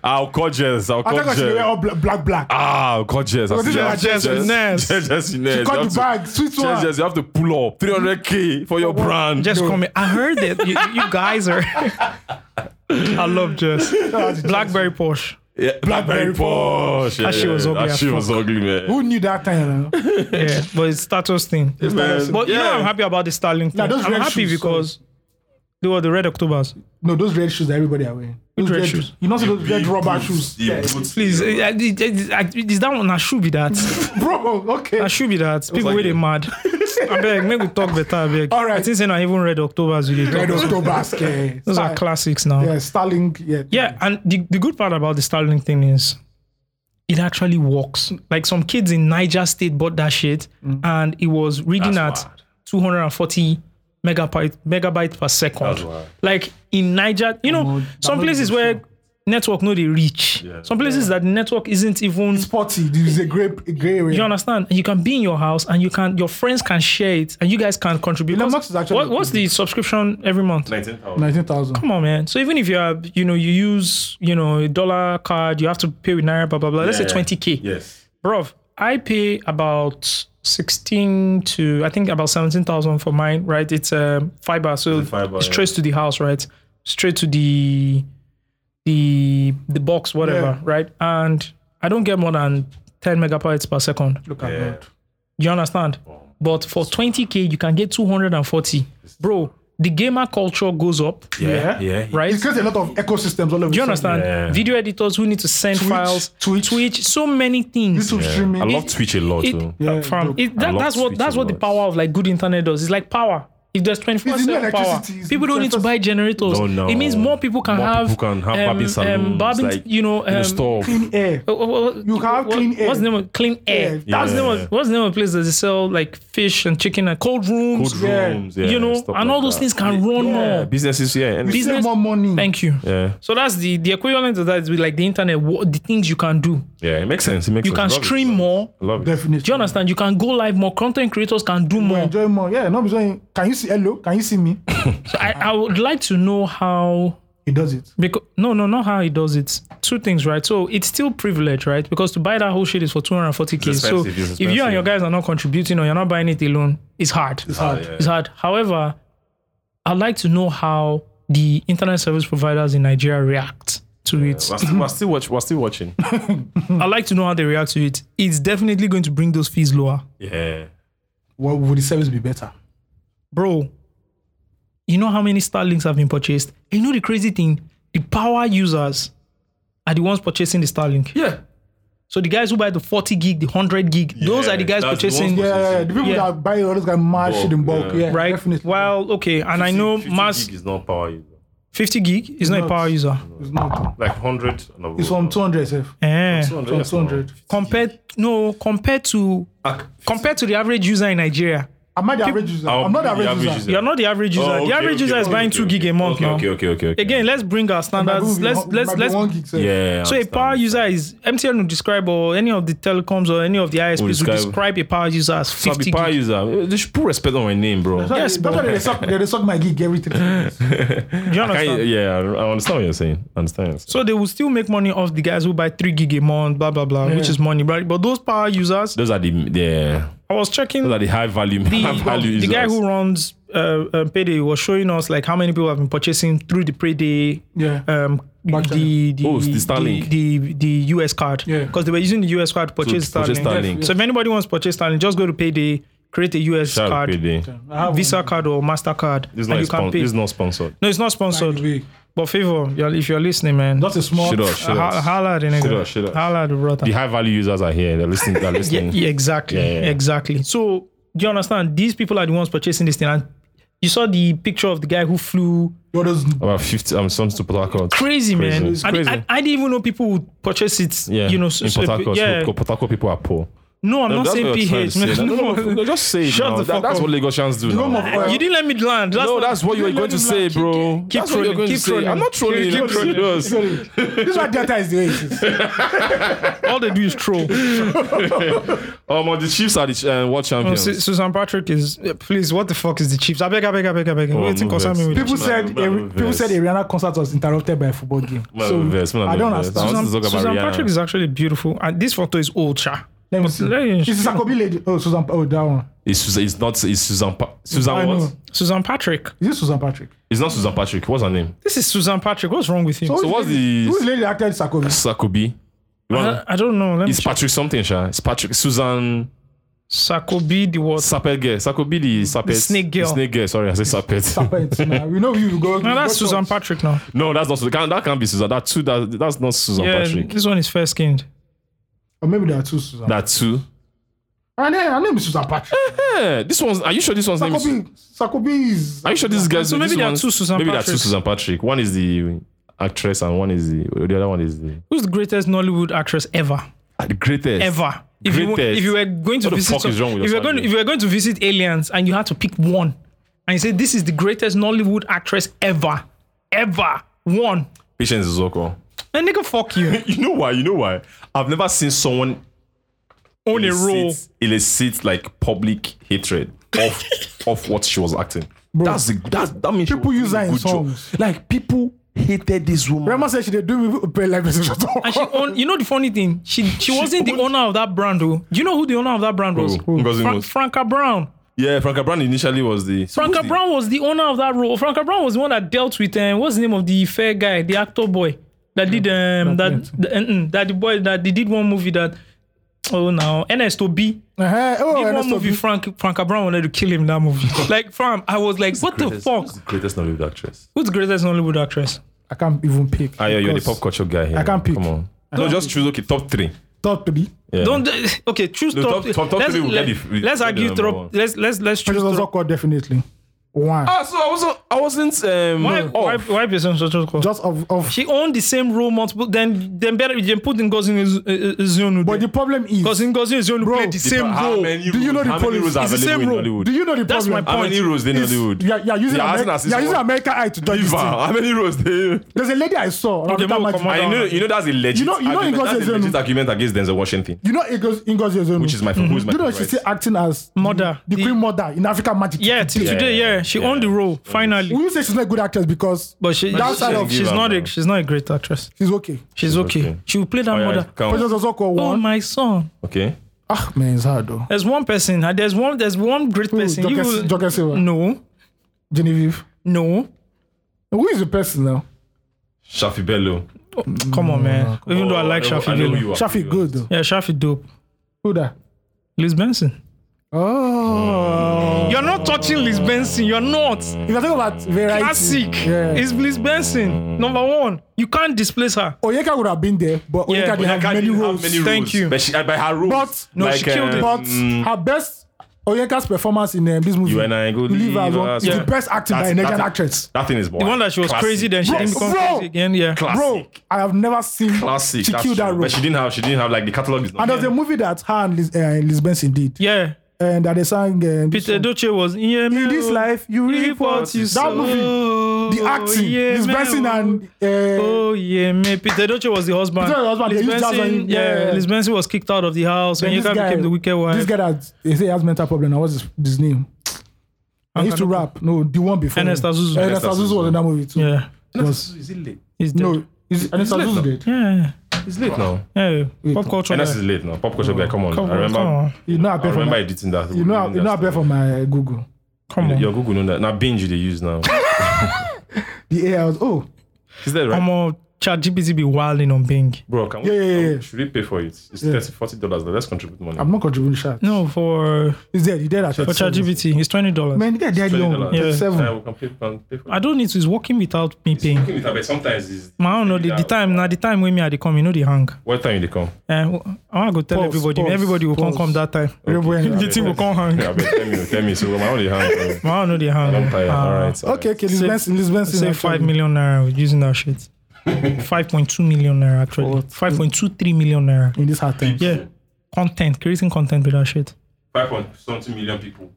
Speaker 3: Our call just. Our
Speaker 4: I
Speaker 3: call
Speaker 4: think I should wear all oh, bla- black, black.
Speaker 3: Ah, gorgeous. I
Speaker 4: Because
Speaker 3: see
Speaker 4: these are
Speaker 3: that.
Speaker 4: gorgeous
Speaker 3: Yes,
Speaker 2: finesse.
Speaker 3: yes, yes, finesse. You
Speaker 4: cut
Speaker 3: have
Speaker 4: the
Speaker 3: to-
Speaker 4: bag, sweet
Speaker 3: yes,
Speaker 4: one.
Speaker 3: yes, you have to pull up 300k for your brand.
Speaker 2: Just come in. I heard that you, you guys are I love Jess. Blackberry Porsche.
Speaker 3: Yeah, Blackberry Porsche. Yeah,
Speaker 2: That shit was
Speaker 3: yeah,
Speaker 2: ugly
Speaker 3: That
Speaker 2: as
Speaker 3: shit was
Speaker 2: fuck.
Speaker 3: ugly, man.
Speaker 4: Who knew that time? huh?
Speaker 2: Yeah. But it's status thing.
Speaker 3: Man,
Speaker 2: But you know
Speaker 3: yeah.
Speaker 2: I'm happy about the Starlink thing.
Speaker 4: Nah, those
Speaker 2: I'm
Speaker 4: red
Speaker 2: happy
Speaker 4: shoes,
Speaker 2: because they were the red Octobers.
Speaker 4: No, those red shoes that everybody are wearing. Those
Speaker 2: red shoes?
Speaker 4: You know, see those red
Speaker 3: Big
Speaker 4: rubber
Speaker 3: boots,
Speaker 4: shoes.
Speaker 3: the
Speaker 4: Yeah.
Speaker 3: boots.
Speaker 2: Please, I, I, I, I, is that one? I should be that.
Speaker 4: Bro, oh, okay.
Speaker 2: I should be that. People
Speaker 3: like
Speaker 2: where they
Speaker 3: you.
Speaker 2: mad. I beg, make we talk better. I beg.
Speaker 4: All right.
Speaker 2: I think saying I even read October's you
Speaker 4: Red
Speaker 2: did talk.
Speaker 4: October basket.
Speaker 2: Those are classics now.
Speaker 4: Yeah,
Speaker 2: Yeah,
Speaker 4: Starlink. Yeah.
Speaker 2: and the, the good part about the Starlink thing is it actually works. Like some kids in Niger State bought that shit
Speaker 4: Mm.
Speaker 2: and it was reading
Speaker 3: That's
Speaker 2: at
Speaker 3: wild.
Speaker 2: 240 megabyte megabyte per second. Like in Niger, you know, some places where network no they reach. Some places that network isn't even
Speaker 4: Sporty. This is a gray, a gray area.
Speaker 2: You understand? You can be in your house and you can your friends can share it and you guys can contribute.
Speaker 4: Elon
Speaker 2: Because
Speaker 4: Musk is actually
Speaker 2: what- what's the subscription every month?
Speaker 3: 19,000.
Speaker 4: 19,000.
Speaker 2: Come on, man. So even if you are, you know, you use, you know, a dollar card, you have to pay with naira, blah blah blah. Let's say
Speaker 3: Yeah.
Speaker 2: twenty k,
Speaker 3: Yes.
Speaker 2: bro. I pay about sixteen to I think about seventeen thousand for mine, right? It's um, fiber, so it's
Speaker 3: fiber, yeah.
Speaker 2: straight to the house, right? Straight to the the the box, whatever,
Speaker 4: Yeah.
Speaker 2: right? And I don't get more than ten megabytes per second.
Speaker 4: Look at that.
Speaker 2: You understand? But for 20k, you can get 240. Bro, the gamer culture goes up,
Speaker 3: Yeah. Yeah.
Speaker 2: right?
Speaker 4: It creates a lot of ecosystems all over
Speaker 2: Do you understand?
Speaker 3: Yeah.
Speaker 2: Video editors who need to send
Speaker 4: Twitch,
Speaker 2: files,
Speaker 4: Twitch.
Speaker 2: so many things.
Speaker 4: YouTube streaming.
Speaker 3: I love Twitch a lot.
Speaker 2: It-
Speaker 3: though.
Speaker 4: Yeah,
Speaker 2: fam,
Speaker 4: look.
Speaker 2: it- that-
Speaker 3: love
Speaker 2: that's what
Speaker 3: Twitch
Speaker 2: that's
Speaker 3: a
Speaker 2: what the
Speaker 3: lot.
Speaker 2: power of like good internet does. It's like power. If there's 24 7 power,
Speaker 4: electricity, it's
Speaker 2: people don't need to buy generators.
Speaker 3: No, no.
Speaker 2: It means more people can
Speaker 3: More
Speaker 2: have,
Speaker 3: people can have barbing
Speaker 2: um,
Speaker 3: salons,
Speaker 2: barbing,
Speaker 3: like,
Speaker 2: you know,
Speaker 3: In
Speaker 2: um,
Speaker 3: the store.
Speaker 4: Clean air.
Speaker 2: uh, uh,
Speaker 4: You can have
Speaker 2: what-
Speaker 4: clean air.
Speaker 2: What's the name of clean air?
Speaker 4: Yeah.
Speaker 2: That's the name
Speaker 3: Yeah.
Speaker 2: of, what's the name of a place that they sell like fish and chicken and cold rooms,
Speaker 3: Food
Speaker 4: Yeah.
Speaker 3: rooms. Yeah.
Speaker 2: you know, and
Speaker 3: stuff
Speaker 2: all
Speaker 3: like
Speaker 2: those
Speaker 3: that.
Speaker 2: things can run
Speaker 3: Yeah,
Speaker 2: more.
Speaker 3: Businesses, yeah. and-
Speaker 4: Save
Speaker 2: business-
Speaker 4: more money.
Speaker 2: Thank you.
Speaker 3: Yeah.
Speaker 2: So that's the the equivalent of that is with like the internet. What the things you can do,
Speaker 3: Yeah. It makes sense. It makes
Speaker 2: you can
Speaker 3: sense. Love it.
Speaker 2: stream more.
Speaker 3: Love it.
Speaker 4: Definitely.
Speaker 2: Do you understand? You can go live more. Content creators can do more.
Speaker 4: Enjoy more. Yeah, no, be saying, can you see hello? Can you see me?
Speaker 2: So I, I would like to know how
Speaker 4: he does
Speaker 3: Ah,
Speaker 4: it.
Speaker 2: Because no, no, not how he does it. Two things, right? So it's still privilege, right? Because to buy that whole shit is for 240k.
Speaker 3: It's
Speaker 2: So
Speaker 3: expensive,
Speaker 2: if
Speaker 3: it's
Speaker 2: you and your
Speaker 3: expensive.
Speaker 2: guys are not contributing or you're not buying it alone, it's hard. It's
Speaker 3: hard. yeah.
Speaker 2: It's hard. However, I'd like to know how the internet service providers in Nigeria react to it.
Speaker 3: We're still, we're still, watch, we're still watching.
Speaker 2: I'd like to know how they react to it. It's definitely going to bring those fees lower.
Speaker 3: yeah.
Speaker 4: What would the service be better?
Speaker 2: bro, you know how many Starlinks have been purchased? And you know the crazy thing? The power users are the ones purchasing the Starlink.
Speaker 3: Yeah.
Speaker 2: So the guys who buy the 40 gig, the 100 gig, those
Speaker 3: Yeah,
Speaker 2: are the guys
Speaker 3: that's the
Speaker 2: purchasing.
Speaker 3: ones
Speaker 4: Yeah, yeah, yeah. the people
Speaker 2: Yeah.
Speaker 4: that are buying all those guys mad
Speaker 3: Bulk,
Speaker 4: shit in bulk.
Speaker 3: yeah.
Speaker 4: Yeah,
Speaker 2: Right?
Speaker 4: Definitely.
Speaker 2: Well, okay. And I know
Speaker 3: 50
Speaker 2: mass
Speaker 3: gig is not power user.
Speaker 2: 50 gig is not, a
Speaker 4: not.
Speaker 2: power user.
Speaker 4: it's not.
Speaker 3: Like 100. and above.
Speaker 4: It's from 200 SF.
Speaker 2: Eh.
Speaker 3: 200.
Speaker 4: From
Speaker 3: yes, no.
Speaker 4: 200.
Speaker 2: Compared no, compared to
Speaker 3: Ah,
Speaker 2: compared to the average user in Nigeria.
Speaker 4: Am I the average user?
Speaker 3: I'll
Speaker 4: I'm not
Speaker 3: be
Speaker 4: the average, user.
Speaker 2: You're not the average user.
Speaker 3: Oh, okay,
Speaker 2: the average
Speaker 3: okay,
Speaker 2: user is
Speaker 3: okay,
Speaker 2: buying
Speaker 3: okay,
Speaker 2: two gig
Speaker 3: okay.
Speaker 2: a month
Speaker 3: okay,
Speaker 2: now.
Speaker 3: Okay, okay, okay, okay.
Speaker 2: Again, let's bring our
Speaker 4: Might be
Speaker 2: standards.
Speaker 4: one-
Speaker 2: Let's
Speaker 4: might
Speaker 2: let's
Speaker 4: be
Speaker 2: let's
Speaker 4: one gig, sir.
Speaker 3: Yeah.
Speaker 2: So a power user is MTN will describe or any of the telecoms or any of the ISPs will describe,
Speaker 3: describe-
Speaker 2: a power user as
Speaker 3: So I'll
Speaker 2: 50
Speaker 3: be power
Speaker 2: gig.
Speaker 3: user. They should uh, put respect on my name, bro.
Speaker 4: That's why-
Speaker 2: Yes,
Speaker 4: that's
Speaker 2: bro.
Speaker 4: why they suck. They suck my gig every three minutes.
Speaker 2: Do you
Speaker 3: I,
Speaker 2: understand?
Speaker 3: yeah, I understand what you're saying. I understand. What you're saying.
Speaker 2: So they will still make money off the guys who buy three gig a month, blah blah blah, which is money, right? But those power users,
Speaker 3: Those are the yeah.
Speaker 2: I was checking
Speaker 3: Those are the high value, high value
Speaker 2: the, the
Speaker 3: users.
Speaker 2: guy who runs uh, uh, Payday was showing us like how many people have been purchasing through the Payday.
Speaker 4: Yeah.
Speaker 2: Um,
Speaker 4: Back
Speaker 2: the the,
Speaker 3: Oh, it's the
Speaker 2: the
Speaker 3: Starlink.
Speaker 2: the the US card.
Speaker 4: Yeah.
Speaker 2: Because they were using the US card to purchase
Speaker 3: to purchase
Speaker 2: Starlink.
Speaker 3: Starlink.
Speaker 2: So if anybody wants to purchase Starlink, just go to Payday, create a US
Speaker 3: Shout out
Speaker 2: card.
Speaker 3: Payday.
Speaker 4: I have
Speaker 2: Visa card or Mastercard,
Speaker 3: This
Speaker 2: and
Speaker 3: is not
Speaker 2: you can
Speaker 3: spon-
Speaker 2: pay.
Speaker 3: this is not sponsored.
Speaker 2: no, it's not
Speaker 4: one.
Speaker 2: sponsored.
Speaker 4: Wait,
Speaker 2: But favor, you're, if you're listening, man,
Speaker 4: That's a small.
Speaker 3: Shut up, shut
Speaker 2: ho-
Speaker 3: up.
Speaker 2: holla at the nigga.
Speaker 3: Shut up, shut up.
Speaker 2: Holla at the brother.
Speaker 3: The high value users are here. They're listening. They're
Speaker 2: Yeah,
Speaker 3: listening.
Speaker 2: yeah, exactly,
Speaker 3: Yeah, yeah.
Speaker 2: exactly. So do you understand? These people are the ones purchasing this thing, and you saw the picture of the guy who flew.
Speaker 4: Yo, those-
Speaker 3: About fifty. I'm some to Port Harcourt.
Speaker 2: Crazy, man.
Speaker 3: It's
Speaker 2: And
Speaker 3: crazy.
Speaker 2: I, I didn't even know people would purchase it.
Speaker 3: Yeah,
Speaker 2: you know,
Speaker 3: in Port Harcourt,
Speaker 2: yeah.
Speaker 3: Port Harcourt people are poor.
Speaker 2: No, I'm not
Speaker 3: That's
Speaker 2: saying
Speaker 3: what you're trying
Speaker 2: PH.
Speaker 3: to say.
Speaker 2: man.
Speaker 3: No, no, no, no, just say it
Speaker 2: Shut
Speaker 3: now.
Speaker 2: the
Speaker 3: That-
Speaker 2: fuck
Speaker 3: that's
Speaker 2: up.
Speaker 3: what Lagosians do.
Speaker 4: Rome
Speaker 3: now.
Speaker 4: of oil.
Speaker 2: you didn't let me land. That's
Speaker 3: No,
Speaker 2: not-
Speaker 3: that's what you were going to say, bro.
Speaker 2: keep
Speaker 3: That's what you're
Speaker 2: trolling,
Speaker 3: going to
Speaker 2: keep
Speaker 3: say. I'm
Speaker 2: trolling.
Speaker 3: not trolling.
Speaker 2: Keep
Speaker 3: I'm
Speaker 2: trolling.
Speaker 3: serious.
Speaker 4: Sorry. this is why data is the way it is.
Speaker 2: all they do is troll.
Speaker 3: Oh, my, the Chiefs are the uh, world
Speaker 2: No,
Speaker 3: champions.
Speaker 2: Su- Susan Patrick is uh, please. What the fuck is the Chiefs? I beg, I beg, I beg, I beg. Wait,
Speaker 3: move
Speaker 2: concern me
Speaker 3: it.
Speaker 2: with
Speaker 4: People
Speaker 3: Man,
Speaker 4: said
Speaker 3: man,
Speaker 4: a, people
Speaker 3: verse.
Speaker 4: said a Rihanna concert was interrupted by a football game.
Speaker 3: Man,
Speaker 4: so
Speaker 3: verse, man,
Speaker 4: I don't
Speaker 3: verse.
Speaker 4: understand.
Speaker 2: Susan,
Speaker 3: I want to talk about
Speaker 2: Susan
Speaker 3: Rihanna.
Speaker 2: Patrick is actually beautiful, and this photo is old, cha.
Speaker 4: Let me
Speaker 2: But
Speaker 4: see.
Speaker 2: let me-
Speaker 4: It's the Sakobi lady. Oh, Susan. Oh, that one.
Speaker 3: It's, Susan- it's not it's Susan pa-
Speaker 4: I
Speaker 3: Susan
Speaker 4: know.
Speaker 3: what?
Speaker 2: Susan Patrick.
Speaker 4: Is this Susan Patrick?
Speaker 3: It's not Susan Patrick. What's her name?
Speaker 2: This is Susan Patrick. What's wrong with him?
Speaker 4: who's
Speaker 3: what's
Speaker 4: lady-
Speaker 3: the-
Speaker 4: who's Oh, the lady that acted Sakobi?
Speaker 3: Sakobi.
Speaker 2: I,
Speaker 3: You wanna-
Speaker 2: I don't know. Let me
Speaker 3: It's
Speaker 2: check.
Speaker 3: Patrick something, Sha. It's Patrick Susan
Speaker 2: Sakobi the what?
Speaker 3: Sapet girl. Sakobi the Sapet.
Speaker 2: snake girl.
Speaker 3: Snake girl. Sorry, I said Sapet.
Speaker 4: Serpent, man. We know you go.
Speaker 2: No, that's
Speaker 4: go
Speaker 2: Susan
Speaker 4: short.
Speaker 2: Patrick now.
Speaker 3: no, that's not Susan. Can- That can't be Susan. That two. That, that's not Susan
Speaker 2: Yeah,
Speaker 3: Patrick.
Speaker 2: this one is fair skinned.
Speaker 4: Or maybe there are two Susan.
Speaker 3: That two.
Speaker 4: And then her name is Susan Patrick.
Speaker 3: Yeah, this one's. Are you sure this one's name is?
Speaker 4: Sakobi. Sakobi is.
Speaker 3: Are you sure this guy's?
Speaker 2: So maybe
Speaker 3: this
Speaker 2: there are
Speaker 3: one's-
Speaker 2: two Susan
Speaker 3: Maybe there are
Speaker 2: Patrick.
Speaker 3: two Susan Patrick. One is the actress and one is the. The other one is the.
Speaker 2: Who's the greatest Nollywood actress ever?
Speaker 3: Ah, the greatest
Speaker 2: Ever. If you, wa-
Speaker 3: Greatest.
Speaker 2: if you were going to
Speaker 3: What the
Speaker 2: visit
Speaker 3: fuck
Speaker 2: some-
Speaker 3: is wrong with
Speaker 2: if
Speaker 3: us,
Speaker 2: you were going
Speaker 3: Andy?
Speaker 2: if you were going to visit aliens and you had to pick one and you say this is the greatest Nollywood actress ever ever one
Speaker 3: Patience Zoko.
Speaker 2: then nigga fuck you
Speaker 3: You know why? You know why? I've never seen someone
Speaker 2: on a roll.
Speaker 3: elicit, elicit like public hatred of of what she was acting. That's the that's that means she
Speaker 4: People
Speaker 3: was
Speaker 4: use
Speaker 3: doing a
Speaker 4: her in
Speaker 3: good job.
Speaker 4: songs.
Speaker 3: Like people hated this woman.
Speaker 4: Grandma said she did do with pay like this.
Speaker 2: And she own, you know the funny thing, she she wasn't the owner of that brand. Though. Do you know who the owner of that brand was?
Speaker 3: Who? Ngozi
Speaker 2: Fra-
Speaker 3: was.
Speaker 2: Franca Brown.
Speaker 3: yeah, Franca Brown initially was the
Speaker 2: Franca
Speaker 3: who's the-
Speaker 2: Brown was the owner of that role. Franca Brown was the one that dealt with um, what's the name of the fair guy, the actor boy that did um that the, mm, that the boy that they did one movie that oh now Ernesto B
Speaker 4: Uh-huh. Oh,
Speaker 2: did one
Speaker 4: Ernesto
Speaker 2: movie
Speaker 4: B.
Speaker 2: Frank Franca Brown wanted to kill him in that movie. like fam, I was like, what the
Speaker 3: greatest-
Speaker 2: fuck?
Speaker 3: who's the greatest Nollywood actress.
Speaker 2: Who's the greatest Hollywood actress?
Speaker 4: I can't even pick.
Speaker 3: Ah, yeah, you're the
Speaker 4: because
Speaker 3: pop culture guy here.
Speaker 4: I can't pick.
Speaker 3: Come on. No, just choose okay, top three.
Speaker 4: Top three.
Speaker 3: Yeah.
Speaker 2: Don't okay, euh, choose
Speaker 3: No,
Speaker 2: top.
Speaker 3: top- top- top
Speaker 2: let's,
Speaker 3: three will
Speaker 2: let,
Speaker 3: get the- will
Speaker 2: us
Speaker 3: get the
Speaker 2: argue
Speaker 3: number
Speaker 2: top.
Speaker 3: one.
Speaker 2: Let's let's let's choose.
Speaker 4: Precious
Speaker 2: Top.
Speaker 4: Ozoko definitely. One.
Speaker 3: Ah, so I wasn't I wasn't um
Speaker 2: Why,
Speaker 3: oh,
Speaker 2: why, why person such a
Speaker 4: Just of of.
Speaker 2: She owned the same role multiple. Then then better then put in uh, Gozin Ezonu.
Speaker 4: But the problem is.
Speaker 2: Because in Gozin Ezonu
Speaker 4: Bro,
Speaker 2: played the
Speaker 4: the-
Speaker 2: same
Speaker 3: how
Speaker 2: role.
Speaker 3: many
Speaker 4: Do you know
Speaker 3: rules-
Speaker 4: the
Speaker 3: how many
Speaker 4: police?
Speaker 3: rules are
Speaker 4: It's the same
Speaker 3: available in
Speaker 4: role.
Speaker 3: Hollywood?
Speaker 4: Do you know the
Speaker 2: That's
Speaker 4: problem?
Speaker 2: my
Speaker 3: How many
Speaker 2: point.
Speaker 3: rules in
Speaker 4: It's-
Speaker 3: Hollywood?
Speaker 4: Yeah, yeah, using
Speaker 3: They are
Speaker 4: Ameri-
Speaker 3: asking us
Speaker 4: you're
Speaker 3: if-
Speaker 4: using American eye to judge this
Speaker 3: Eva,
Speaker 4: thing.
Speaker 3: how many rows do you?
Speaker 4: There's a lady I saw. around
Speaker 2: Okay,
Speaker 4: that
Speaker 2: Mo,
Speaker 4: magic-
Speaker 2: come on.
Speaker 3: I know, you know that's a legit.
Speaker 4: You know- you know
Speaker 3: argument.
Speaker 4: Ngozi
Speaker 3: that's a
Speaker 4: Ezeonu-
Speaker 3: legit argument against Denzel Washington,
Speaker 4: You know Igos- Ngozi Ozono.
Speaker 3: which is my who is my
Speaker 4: Do you know
Speaker 3: favorite.
Speaker 4: she's still acting as
Speaker 2: Mm-hmm. Mother.
Speaker 4: the,
Speaker 2: The-
Speaker 4: queen mother in African magic?
Speaker 2: Yeah, till
Speaker 4: today.
Speaker 2: today, yeah. Yeah, she owned the role finally.
Speaker 4: Will you say she's not a good actress because
Speaker 2: But she,
Speaker 4: That side of-
Speaker 2: she's
Speaker 3: Give
Speaker 2: not
Speaker 3: her,
Speaker 2: a
Speaker 3: bro.
Speaker 2: she's not a great actress.
Speaker 4: she's okay?
Speaker 2: She's okay.
Speaker 3: okay. Oh,
Speaker 2: She will play that mother.
Speaker 4: Precious
Speaker 3: Count.
Speaker 4: Ozoka
Speaker 2: Oh
Speaker 4: won.
Speaker 2: my son.
Speaker 3: Okay.
Speaker 4: Ah man, it's hard though.
Speaker 2: There's one person. uh, There's one. There's one great
Speaker 4: Who?
Speaker 2: person. You
Speaker 4: Joker-
Speaker 2: will-
Speaker 4: Joker Silva.
Speaker 2: no,
Speaker 4: Genevieve.
Speaker 2: no.
Speaker 4: Who is the person now?
Speaker 3: Shafi Bello.
Speaker 2: Come on, man. Even though I like Shafi.
Speaker 3: I know
Speaker 2: Bello.
Speaker 3: who you are.
Speaker 4: Shafi good though.
Speaker 2: Yeah, Shafi dope.
Speaker 4: Who that?
Speaker 2: Liz Benson.
Speaker 4: Oh.
Speaker 2: You're not touching Liz Benson. You're not.
Speaker 4: If you're talking about variety.
Speaker 2: Classic.
Speaker 4: Yeah.
Speaker 2: It's Liz Benson. Number one. You can't displace her.
Speaker 4: Oyeka would have been there, but Oyeka
Speaker 2: Yeah,
Speaker 4: didn't have
Speaker 3: Oyeka
Speaker 4: many
Speaker 3: didn't have
Speaker 4: roles.
Speaker 3: many
Speaker 2: Thank
Speaker 3: rules,
Speaker 2: you.
Speaker 3: But she, by her rules. um,
Speaker 4: But
Speaker 2: No, she killed it. Hmm.
Speaker 4: but her best Oyeka's performance in um, this movie,
Speaker 3: You and I go
Speaker 4: Leave Us
Speaker 3: leave
Speaker 4: Alone,
Speaker 3: us.
Speaker 4: is
Speaker 2: Yeah.
Speaker 4: the best acting by a
Speaker 3: That's-
Speaker 4: Nigerian
Speaker 3: that's-
Speaker 4: actress.
Speaker 3: That thing is boy.
Speaker 2: The one that she was crazy, then she
Speaker 4: Bro,
Speaker 2: didn't become
Speaker 4: bro.
Speaker 2: crazy again. Yeah.
Speaker 3: Classic.
Speaker 4: Bro, I have never seen
Speaker 3: Classic.
Speaker 4: she
Speaker 3: that's
Speaker 4: killed
Speaker 3: true.
Speaker 4: that role.
Speaker 3: But she didn't have. She didn't have like the catalog is not.
Speaker 4: and there's
Speaker 3: there.
Speaker 4: a movie that her and Liz, uh, Liz Benson did,
Speaker 2: Yeah.
Speaker 4: and that they sang. Uh, this
Speaker 2: Peter
Speaker 4: song.
Speaker 2: Doce was in
Speaker 4: in this life, you reap what you sow. That movie, the acting, Liz Benson and uh,
Speaker 2: Oh yeah, man. Peter Doce was the husband.
Speaker 4: Peter Doce was the husband. They
Speaker 2: Liz
Speaker 4: used jazz on
Speaker 2: Benson,
Speaker 4: him.
Speaker 2: yeah,
Speaker 4: Yeah.
Speaker 2: Liz Benson was kicked out of the house.
Speaker 4: then
Speaker 2: and
Speaker 4: this
Speaker 2: Yeka
Speaker 4: guy,
Speaker 2: became the wicked wife.
Speaker 4: this guy that they say has mental problem. Now what's his, his name? He used to
Speaker 2: Ankanoko.
Speaker 4: rap. No, the one before.
Speaker 2: Ernest
Speaker 4: him.
Speaker 2: Azuzu.
Speaker 4: Ernest
Speaker 3: Ernest
Speaker 4: Azuzu was in that movie too.
Speaker 2: yeah,
Speaker 4: Was,
Speaker 3: Is it late?
Speaker 2: he's dead.
Speaker 4: no, is Ernest
Speaker 3: late
Speaker 4: Azuzu
Speaker 3: now.
Speaker 4: dead?
Speaker 2: Yeah,
Speaker 3: It's late now.
Speaker 2: yeah. Pop
Speaker 4: Wait,
Speaker 2: culture.
Speaker 3: And
Speaker 2: guy.
Speaker 3: that's is late now. Pop culture guy. Come on.
Speaker 2: Come
Speaker 3: I
Speaker 2: on,
Speaker 3: remember.
Speaker 2: come on.
Speaker 4: You know, I
Speaker 3: I
Speaker 4: pay for
Speaker 3: remember
Speaker 4: my.
Speaker 3: editing that.
Speaker 4: You know, you know, I pay for my eh, Google.
Speaker 2: Come on.
Speaker 3: Your Google know that. Now binge they use now.
Speaker 4: The AI was oh
Speaker 3: Is that right?
Speaker 2: I'm on ChatGPT be wilding on Bing.
Speaker 3: Bro, can
Speaker 4: Yeah,
Speaker 3: we,
Speaker 4: yeah,
Speaker 3: can we-
Speaker 4: yeah.
Speaker 3: should we pay for it? It's
Speaker 4: Yeah.
Speaker 3: $30, 40 dollars. Let's contribute money.
Speaker 4: I'm not contributing shot.
Speaker 2: No, for
Speaker 4: He's dead. He dead at
Speaker 2: for
Speaker 4: 37.
Speaker 2: ChatGPT, it's twenty dollars.
Speaker 4: Man, the guy dead
Speaker 3: $20.
Speaker 4: young.
Speaker 3: Yeah.
Speaker 4: Yeah.
Speaker 3: Yeah,
Speaker 4: Seven.
Speaker 3: we can pay, we can pay for it.
Speaker 2: I don't need to. It's working without me paying.
Speaker 3: Looking at it, but sometimes it's
Speaker 2: My own, no, the, the time now, the time when me at the come, you know, the hang.
Speaker 3: what time they come?
Speaker 2: Eh, w- I want to go tell
Speaker 4: Pause,
Speaker 2: everybody.
Speaker 4: pause,
Speaker 2: everybody will come
Speaker 4: pause.
Speaker 2: come that time.
Speaker 4: Everybody-
Speaker 2: the team will come hang.
Speaker 3: Yeah, but tell me, tell me. So my only hand.
Speaker 2: My own, no, the hang.
Speaker 3: I'm tired.
Speaker 2: Ah.
Speaker 3: all right. all
Speaker 4: Okay,
Speaker 3: right.
Speaker 4: okay. Liz
Speaker 2: Save-
Speaker 4: Benson. Liz Benson.
Speaker 2: Say
Speaker 4: actually.
Speaker 2: five million naira with using that shit. Five point two million naira actually.
Speaker 4: What?
Speaker 2: Five point two three million naira.
Speaker 4: in this hard time.
Speaker 2: Yeah. Content, creating content with that shit.
Speaker 3: Five point something million people.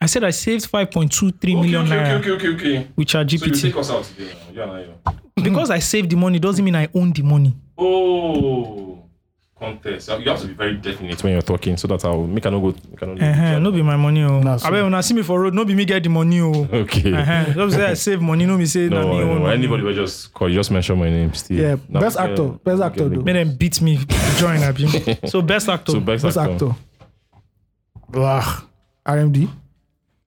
Speaker 2: I said I saved five point two three million
Speaker 3: okay, okay,
Speaker 2: naira
Speaker 3: okay, okay, okay.
Speaker 2: with
Speaker 3: So you
Speaker 2: ChatGPT.
Speaker 3: take us out today now. You and I. yeah.
Speaker 2: because I saved the money doesn't mean I own the money.
Speaker 3: Oh, contest. You have to be very definite when you're talking, so that I'll make I no go. Make I no
Speaker 2: Uh-huh. No be my money. Oh.
Speaker 4: Nah, so-
Speaker 2: I bet when I see me for road, no be me get the money. Oh.
Speaker 3: Okay.
Speaker 2: Uh-huh. Don't say I save money, no me say
Speaker 3: No,
Speaker 2: no, me
Speaker 3: no,
Speaker 2: own
Speaker 3: no,
Speaker 2: money.
Speaker 3: anybody will just call. You just mention my name, Steve.
Speaker 4: Yeah,
Speaker 3: Now,
Speaker 4: best actor, best actor
Speaker 3: okay,
Speaker 4: though.
Speaker 2: Make them beat me join Abi. So best actor.
Speaker 3: So best,
Speaker 4: Best
Speaker 3: actor.
Speaker 4: actor. Ugh. RMD.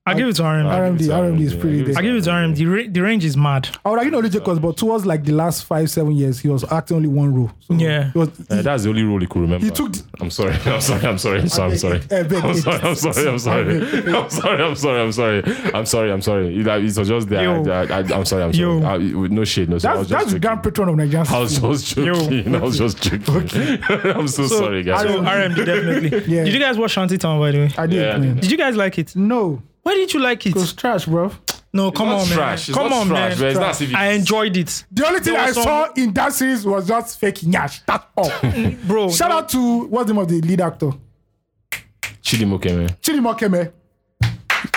Speaker 2: I give it to RMD.
Speaker 4: RMD. RMD is pretty
Speaker 3: I
Speaker 4: dead.
Speaker 2: I give it to RMD. The, ra- the range is mad.
Speaker 4: I would argue not Jacobs, but towards like the last five, seven years, he was acting only one role. So
Speaker 2: Yeah.
Speaker 4: He was,
Speaker 3: Uh, that's the only role he could remember.
Speaker 4: He took the-
Speaker 3: I'm sorry. I'm sorry. I'm sorry. I'm sorry. I'm sorry.
Speaker 4: I beg
Speaker 3: I'm
Speaker 4: it.
Speaker 3: sorry. I'm sorry. I'm sorry. I'm sorry. I'm sorry. I'm sorry. I'm sorry. I'm sorry. It- It was just there.
Speaker 2: Yo.
Speaker 3: I, I, I'm sorry. I'm
Speaker 2: Yo.
Speaker 3: sorry. I, no shit. No. I
Speaker 4: that's
Speaker 3: was just
Speaker 4: that's the
Speaker 3: joking.
Speaker 4: grand patron of Nigerian
Speaker 3: I was
Speaker 4: cinema.
Speaker 3: just joking. I was just joking. I'm so, sorry, guys.
Speaker 2: So RMD definitely.
Speaker 4: Yeah.
Speaker 2: Did you guys watch Shantytown by the way?
Speaker 4: I did,
Speaker 3: Yeah, I
Speaker 4: man.
Speaker 2: Did you guys like it?
Speaker 4: No,
Speaker 2: Why didn't you like it?
Speaker 4: it was trash, bro.
Speaker 2: No, come
Speaker 3: It's
Speaker 2: on,
Speaker 3: not
Speaker 2: man.
Speaker 3: trash. It's
Speaker 2: come
Speaker 3: not
Speaker 2: on,
Speaker 3: trash, but
Speaker 2: man.
Speaker 3: it's not as if
Speaker 2: I
Speaker 3: it's-
Speaker 2: enjoyed it,
Speaker 4: The only thing
Speaker 2: There
Speaker 4: I
Speaker 2: was some-
Speaker 4: saw in that series was just fake nyash. That's all.
Speaker 2: bro.
Speaker 4: Shout out to what's the name of the lead actor?
Speaker 3: Chidimoke, man.
Speaker 4: Chidimma Keme.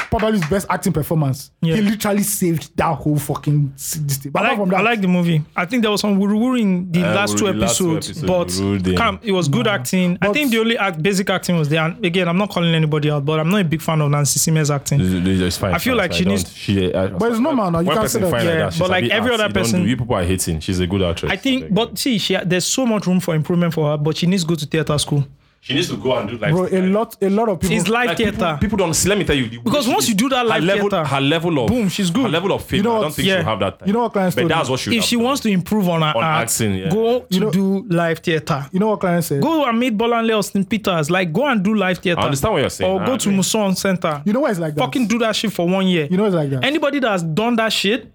Speaker 4: Probably his best acting performance.
Speaker 2: Yeah.
Speaker 4: He literally saved that whole fucking se- this thing. But
Speaker 2: I
Speaker 4: apart
Speaker 2: like,
Speaker 4: from that,
Speaker 2: I like the movie. I think there was some wuru in the
Speaker 3: Uh,
Speaker 2: last two
Speaker 3: wuru- last two
Speaker 2: episodes,
Speaker 3: episodes, wuru
Speaker 2: but
Speaker 3: dem.
Speaker 2: come, it was good acting. I
Speaker 4: But-
Speaker 2: think the only act, basic acting was there. And again, I'm not calling anybody out, but I'm not a big fan of Nancy Simeon's acting.
Speaker 3: It's fine.
Speaker 2: I feel
Speaker 3: it's
Speaker 2: like
Speaker 3: fine.
Speaker 2: she
Speaker 3: Don't-
Speaker 2: needs-
Speaker 3: She, I,
Speaker 4: But it's normal now. You
Speaker 3: one
Speaker 4: can't
Speaker 3: person
Speaker 4: say that.
Speaker 3: fine
Speaker 2: Yeah,
Speaker 3: that. She's
Speaker 2: but
Speaker 3: a
Speaker 2: like
Speaker 3: big
Speaker 2: every
Speaker 3: ass.
Speaker 2: other
Speaker 3: You don't
Speaker 2: person-
Speaker 3: do- You people are hating. She's a good actress.
Speaker 2: I think, but see, she there's so much room for improvement for her, but she needs to go to theater school.
Speaker 3: she needs to go and do like
Speaker 4: bro, a lot, a lot of people.
Speaker 2: It's live
Speaker 3: Like,
Speaker 2: theater.
Speaker 3: People, people don't see. Let me tell you, the-
Speaker 2: Because once you do that
Speaker 3: her
Speaker 2: live
Speaker 3: level,
Speaker 2: theater,
Speaker 3: her level of
Speaker 2: boom, she's good.
Speaker 3: Her level of fame,
Speaker 4: You know
Speaker 3: I
Speaker 4: what-
Speaker 3: don't think
Speaker 2: yeah.
Speaker 3: she'll have that. Time.
Speaker 4: You know what Clarence
Speaker 3: But
Speaker 4: told
Speaker 3: that's
Speaker 4: me?
Speaker 3: what she.
Speaker 2: if she wants to improve on her
Speaker 3: On
Speaker 2: act,
Speaker 3: acting, yeah.
Speaker 2: go to
Speaker 4: You know-
Speaker 2: do live theater.
Speaker 4: you know what Clarence said?
Speaker 2: Go and meet Bolanle Austin Peters. Like, go and do live theater.
Speaker 3: I understand what you're saying.
Speaker 2: Or
Speaker 3: I
Speaker 2: go to
Speaker 3: agree.
Speaker 2: Muson Center.
Speaker 4: You know why it's like that?
Speaker 2: fucking do that shit for one year.
Speaker 4: You know it's like that.
Speaker 2: Anybody that has done that shit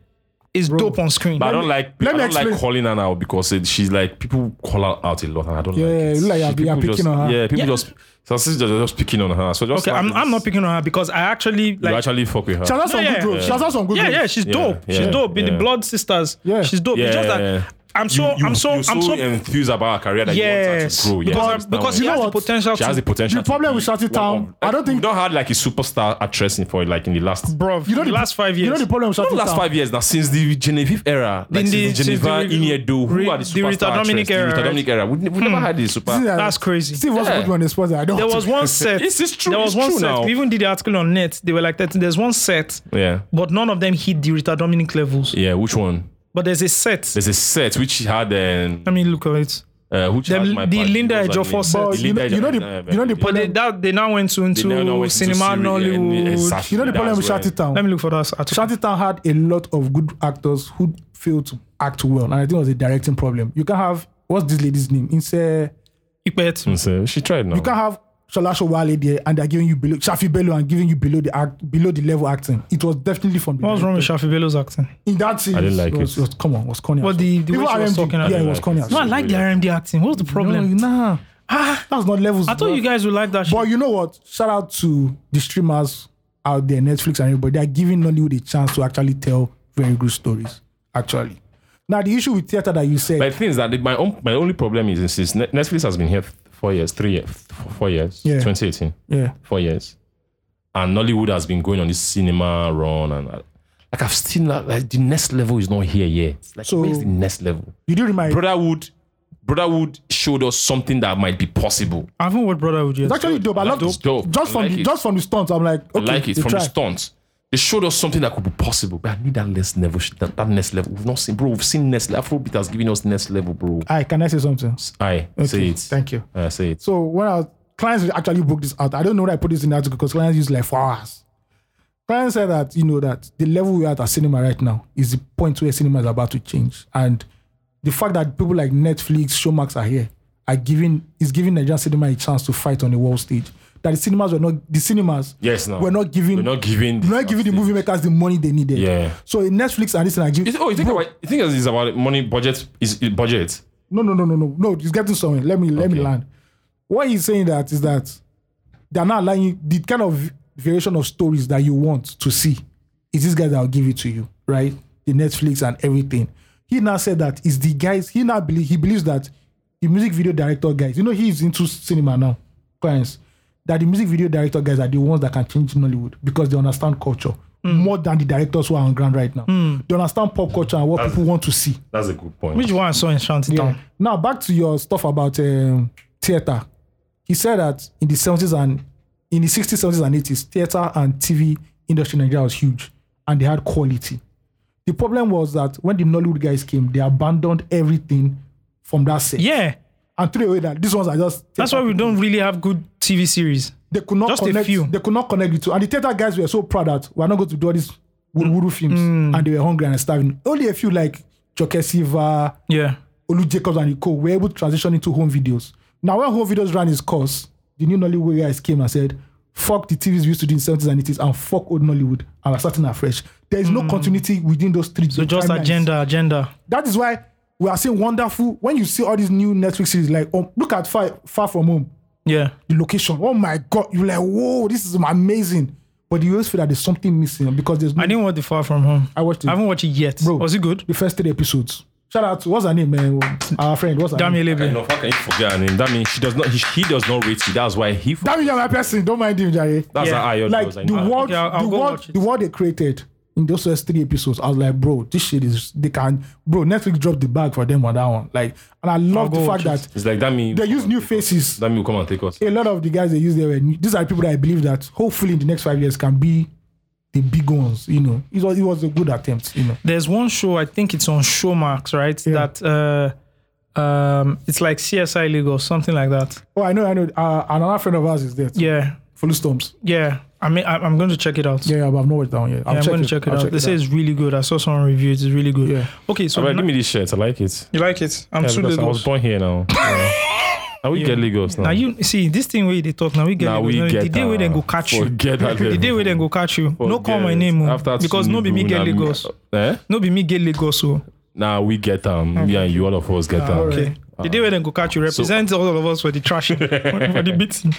Speaker 2: is dope on screen.
Speaker 3: But I
Speaker 4: me-
Speaker 3: don't like.
Speaker 4: let
Speaker 3: I don't
Speaker 4: me
Speaker 3: like
Speaker 4: explain.
Speaker 3: calling her now because it, she's like people call her out a lot, and I don't
Speaker 4: Yeah,
Speaker 3: like. it.
Speaker 4: you look like
Speaker 3: She-
Speaker 4: you're- you're
Speaker 3: people
Speaker 4: picking
Speaker 3: just,
Speaker 4: on her.
Speaker 3: Yeah, people
Speaker 2: Yeah.
Speaker 3: just. Some sisters are just picking on her. So just
Speaker 2: okay,
Speaker 3: like
Speaker 2: I'm, I'm not
Speaker 3: this,
Speaker 2: picking on her because I actually
Speaker 3: You
Speaker 2: like.
Speaker 3: actually fuck with her.
Speaker 4: She has had some
Speaker 2: No,
Speaker 4: good
Speaker 2: yeah.
Speaker 4: roles. She has had some good
Speaker 2: yeah,
Speaker 4: roles.
Speaker 2: yeah, she's
Speaker 3: Yeah,
Speaker 2: dope. she's
Speaker 3: yeah,
Speaker 2: dope. With the
Speaker 3: yeah.
Speaker 2: Blood Sisters,
Speaker 4: Yeah.
Speaker 2: she's dope. it's just
Speaker 3: Yeah,
Speaker 2: that
Speaker 3: yeah, yeah.
Speaker 2: I'm so
Speaker 3: you,
Speaker 2: I'm so
Speaker 3: you're so
Speaker 2: I'm so
Speaker 3: enthused about her career that
Speaker 2: yes
Speaker 3: you want her to grow. Yes, I
Speaker 2: because,
Speaker 3: understand
Speaker 2: because
Speaker 3: why.
Speaker 2: he
Speaker 4: You know
Speaker 2: has the
Speaker 4: what?
Speaker 2: potential.
Speaker 3: she has
Speaker 2: to-
Speaker 3: the potential.
Speaker 4: The problem with Shawty
Speaker 3: Shawty
Speaker 4: Town, I don't think-
Speaker 3: we don't have like a superstar actressing for like in the last.
Speaker 2: Bruv,
Speaker 4: You know
Speaker 2: the
Speaker 4: the
Speaker 2: last five years.
Speaker 4: You know the problem with
Speaker 3: Not the
Speaker 4: Shawty
Speaker 3: last
Speaker 4: Town.
Speaker 3: five years now, since the Genevieve era, like
Speaker 2: In the-
Speaker 3: since the
Speaker 2: since the
Speaker 3: Geneva
Speaker 2: re-
Speaker 3: Iniedo, who
Speaker 2: re-
Speaker 3: are the
Speaker 2: the
Speaker 3: superstar
Speaker 2: Rita Dominic
Speaker 3: actress, the
Speaker 2: era, Hmm.
Speaker 3: Rita
Speaker 2: right?
Speaker 3: Dominic era. We, we never had the super.
Speaker 4: See that-
Speaker 2: That's crazy.
Speaker 4: Steve was
Speaker 3: Yeah.
Speaker 4: good one. It's was I don't.
Speaker 2: There
Speaker 4: want
Speaker 2: was
Speaker 4: to-
Speaker 2: one set.
Speaker 3: It's- it's true,
Speaker 2: There was
Speaker 3: it's
Speaker 2: one
Speaker 3: true
Speaker 2: set.
Speaker 3: now.
Speaker 2: We even did the article on net. They were like that. There's one set,
Speaker 3: Yeah,
Speaker 2: but none of them hit the Rita Dominic levels.
Speaker 3: yeah. Which one?
Speaker 2: But there's a set.
Speaker 3: There's a set which had um,
Speaker 2: I mean, look at it.
Speaker 3: uh, which
Speaker 2: Them-
Speaker 3: had my
Speaker 2: the
Speaker 3: bad-
Speaker 2: Linda
Speaker 3: what was her
Speaker 2: Ejiofor
Speaker 3: name?
Speaker 4: set.
Speaker 3: The
Speaker 4: You know-
Speaker 3: Linda
Speaker 4: you know the-
Speaker 3: Ejiofor-
Speaker 4: you know the
Speaker 3: yeah.
Speaker 2: But they, that they now went to into
Speaker 3: They now went into
Speaker 2: cinema
Speaker 3: series, yeah,
Speaker 2: Nollywood.
Speaker 3: exactly.
Speaker 4: You know the problem with
Speaker 3: That's
Speaker 4: Shawty
Speaker 3: where-
Speaker 4: Town.
Speaker 2: Let me look for that article.
Speaker 4: Shanty Town had a lot of good actors who failed to act well, and I think it was a directing problem. You can have what's this lady's name? Inse.
Speaker 2: Ipet.
Speaker 3: So she tried now.
Speaker 4: You can have Shola Showale there, and they're giving you below Shafi Bello and giving you below the act, below the level acting. It was definitely from the
Speaker 2: What was wrong with
Speaker 4: director.
Speaker 2: Shafi Bello's acting?
Speaker 4: in that series.
Speaker 3: didn't like
Speaker 4: was,
Speaker 3: it.
Speaker 4: was- come on, was corny.
Speaker 2: But
Speaker 4: as
Speaker 2: the-
Speaker 4: fuck.
Speaker 2: the way
Speaker 4: Even
Speaker 2: she was
Speaker 4: RMD,
Speaker 2: talking, I
Speaker 4: yeah, it
Speaker 2: didn't
Speaker 4: was
Speaker 3: like
Speaker 4: corny.
Speaker 3: it.
Speaker 4: as
Speaker 2: No, I
Speaker 4: fuck.
Speaker 2: like the RMD acting. What was the problem? Ah.
Speaker 4: No, Oh, nah, that's not levels.
Speaker 2: I thought you
Speaker 4: bro.
Speaker 2: guys would like that.
Speaker 4: But
Speaker 2: shit.
Speaker 4: you know what? Shout out to the streamers out there, Netflix and everybody. They're giving Nollywood a chance to actually tell very good stories. Actually, now the issue with theater that you said,
Speaker 3: But the thing is that the- my own, my only problem is since Ne- Netflix has been here f- four years, three years, f- four years,
Speaker 4: Yeah.
Speaker 3: 2018,
Speaker 4: yeah,
Speaker 3: four years, and Nollywood has been going on this cinema run and uh, like I've seen like, like the next level is not here yet. Like
Speaker 4: So-
Speaker 3: where's the next level?
Speaker 4: you do remind.
Speaker 3: Brotherhood, Brotherhood showed us something that might be possible.
Speaker 2: I haven't watched Brotherhood yet.
Speaker 4: it's actually dope. I
Speaker 3: Like,
Speaker 4: love
Speaker 3: it's dope.
Speaker 4: Just
Speaker 3: I
Speaker 4: from
Speaker 3: like
Speaker 4: the,
Speaker 3: it.
Speaker 4: just from the stunts, I'm like, okay,
Speaker 3: I like it
Speaker 4: they
Speaker 3: from the
Speaker 4: tried.
Speaker 3: stunts. They showed us something that could be possible, but I need that next level. sh- That, that next level, we've not seen, bro. We've seen next level. Afrobeat has given us next level, bro.
Speaker 4: Aye, can I say something?
Speaker 3: Aye, say it.
Speaker 4: Thank you.
Speaker 3: Uh, say it.
Speaker 4: So when I was, clients actually booked this out, I don't know why I put this in the article because clients use like four hours. Clients said that you know that the level we're at at cinema right now is the point where cinema is about to change, and the fact that people like Netflix, Showmax are here are giving is giving Nigerian cinema a chance to fight on the world stage. That the cinemas were not the cinemas
Speaker 3: Yes, no.
Speaker 4: were not giving
Speaker 3: We're not giving.
Speaker 4: we're not giving the movie makers the money they needed.
Speaker 3: Yeah.
Speaker 4: So Netflix and this and I give
Speaker 3: Is, oh, you think about you think it's about money budget? Is it budget?
Speaker 4: no, no, no, no, no, no. It's getting somewhere. Let me let me
Speaker 3: Okay.
Speaker 4: land. What he's saying that is that they're not allowing you the kind of variation of stories that you want to see. Is this guy that will give it to you, right? The Netflix and everything. He now said that is the guys. He now believe he believes that the music video director guys. You know he's into cinema now, clients. That the music video director guys are the ones that can change Nollywood because they understand culture
Speaker 3: Hmm.
Speaker 4: more than the directors who are on ground right now. They understand pop culture and what people want to see.
Speaker 3: That's a good point.
Speaker 2: Which one I saw in Shanty
Speaker 4: Yeah.
Speaker 2: Town?
Speaker 4: Now back to your stuff about um, theater. He said that in the seventies and in the sixties, seventies, and eighties, theater and TV industry in Nigeria was huge, and they had quality. The problem was that when the Nollywood guys came, they abandoned everything from that set
Speaker 2: Yeah,
Speaker 4: and threw away that these ones are just.
Speaker 2: that's why
Speaker 4: theater
Speaker 2: we don't really have good TV series.
Speaker 4: they could not
Speaker 2: Just a
Speaker 4: connect.
Speaker 2: few.
Speaker 4: They could not connect the two. And the theater guys were so proud that we're not going to do all these Wuru
Speaker 2: Mm.
Speaker 4: films, and they were hungry and starving. Only a few like Joke Siva,
Speaker 2: Yeah,
Speaker 4: Olu Jacobs and Co. were able to transition into home videos. Now, when home videos ran its course, the new Nollywood guys came and said, fuck the TVs we used to do in 70s and 80s and fuck old Nollywood and we're starting afresh. There is no continuity within those three
Speaker 2: Hmm. so just agenda, agenda.
Speaker 4: That is why we are seeing wonderful, when you see all these new Netflix series, like, oh, look at Far, Far From Home,
Speaker 2: Yeah,
Speaker 4: the location. Oh my God, you're like, whoa, this is amazing. But you always feel that there's something missing because there's no,
Speaker 2: I didn't watch the Far From Home.
Speaker 4: I watched it.
Speaker 2: I haven't watched it yet.
Speaker 4: Bro.
Speaker 2: Was it good?
Speaker 4: the first three episodes. Shout out to, what's her name, man? Our friend, what's her
Speaker 2: Damn
Speaker 4: name?
Speaker 3: I
Speaker 2: Elebe.
Speaker 3: know, how can you forget her name? That means she does not. He, he does not rate you. That's why he.
Speaker 4: Damn, you're my person. Don't mind him, Jare.
Speaker 3: That's
Speaker 2: Yeah.
Speaker 3: how Ayo
Speaker 4: like
Speaker 3: does. I
Speaker 4: the
Speaker 3: know.
Speaker 4: world,
Speaker 2: Okay, I'll- I'll
Speaker 4: the
Speaker 2: go
Speaker 4: world,
Speaker 2: watch it.
Speaker 4: the world they created in those first three episodes. I was like, bro, this shit is they can, bro. Netflix dropped the bag for them on that one. Like, and I love
Speaker 2: I'll
Speaker 4: the
Speaker 2: go
Speaker 4: fact
Speaker 2: watch
Speaker 4: that
Speaker 3: It's like that means
Speaker 4: they use new faces.
Speaker 3: That means will come and take us.
Speaker 4: A lot of the guys they use there were new. These are people that I believe that hopefully in the next five years can be the big ones. You know, it was it was a good attempt. You know,
Speaker 2: There's one show I think it's on Showmax, right?
Speaker 4: Yeah.
Speaker 2: That uh, um, it's like CSI League or something like that.
Speaker 4: oh I know, I know. Uh, another friend of ours is there. Too.
Speaker 2: Yeah,
Speaker 4: Full storms.
Speaker 2: yeah. I mean, I, I'm going to check it out.
Speaker 4: Yeah, yeah, but I've not watched that one yet.
Speaker 2: Yeah, I'm going to check it
Speaker 4: I'll
Speaker 2: out. they say it's really good. I saw some reviews. It's really good.
Speaker 4: Yeah.
Speaker 2: Okay, so
Speaker 3: All right,
Speaker 2: na-
Speaker 3: give me this shirt. I like it.
Speaker 2: you like it? I'm
Speaker 3: Yeah,
Speaker 2: too
Speaker 3: because I was
Speaker 2: Lagos.
Speaker 3: born here now. Yeah. Now we get Lagos now.
Speaker 2: Now you see this thing where they talk. Now we get,
Speaker 3: Now
Speaker 2: Lagos.
Speaker 3: we
Speaker 2: Now the
Speaker 3: get
Speaker 2: day where they
Speaker 3: am.
Speaker 2: go catch you.
Speaker 3: Forget that
Speaker 2: The day
Speaker 3: level.
Speaker 2: where they go catch you. No call my
Speaker 3: Forget.
Speaker 2: name oh,
Speaker 3: After
Speaker 2: because no be me
Speaker 3: Tinubu,
Speaker 2: get
Speaker 3: na me-
Speaker 2: Lagos.
Speaker 3: Eh?
Speaker 2: No be me get Lagos. oh.
Speaker 3: Now we get um. Me and you, all of us get um.
Speaker 2: Ah, Okay. The day where they go catch you represent all of us for the trashing, for the beating.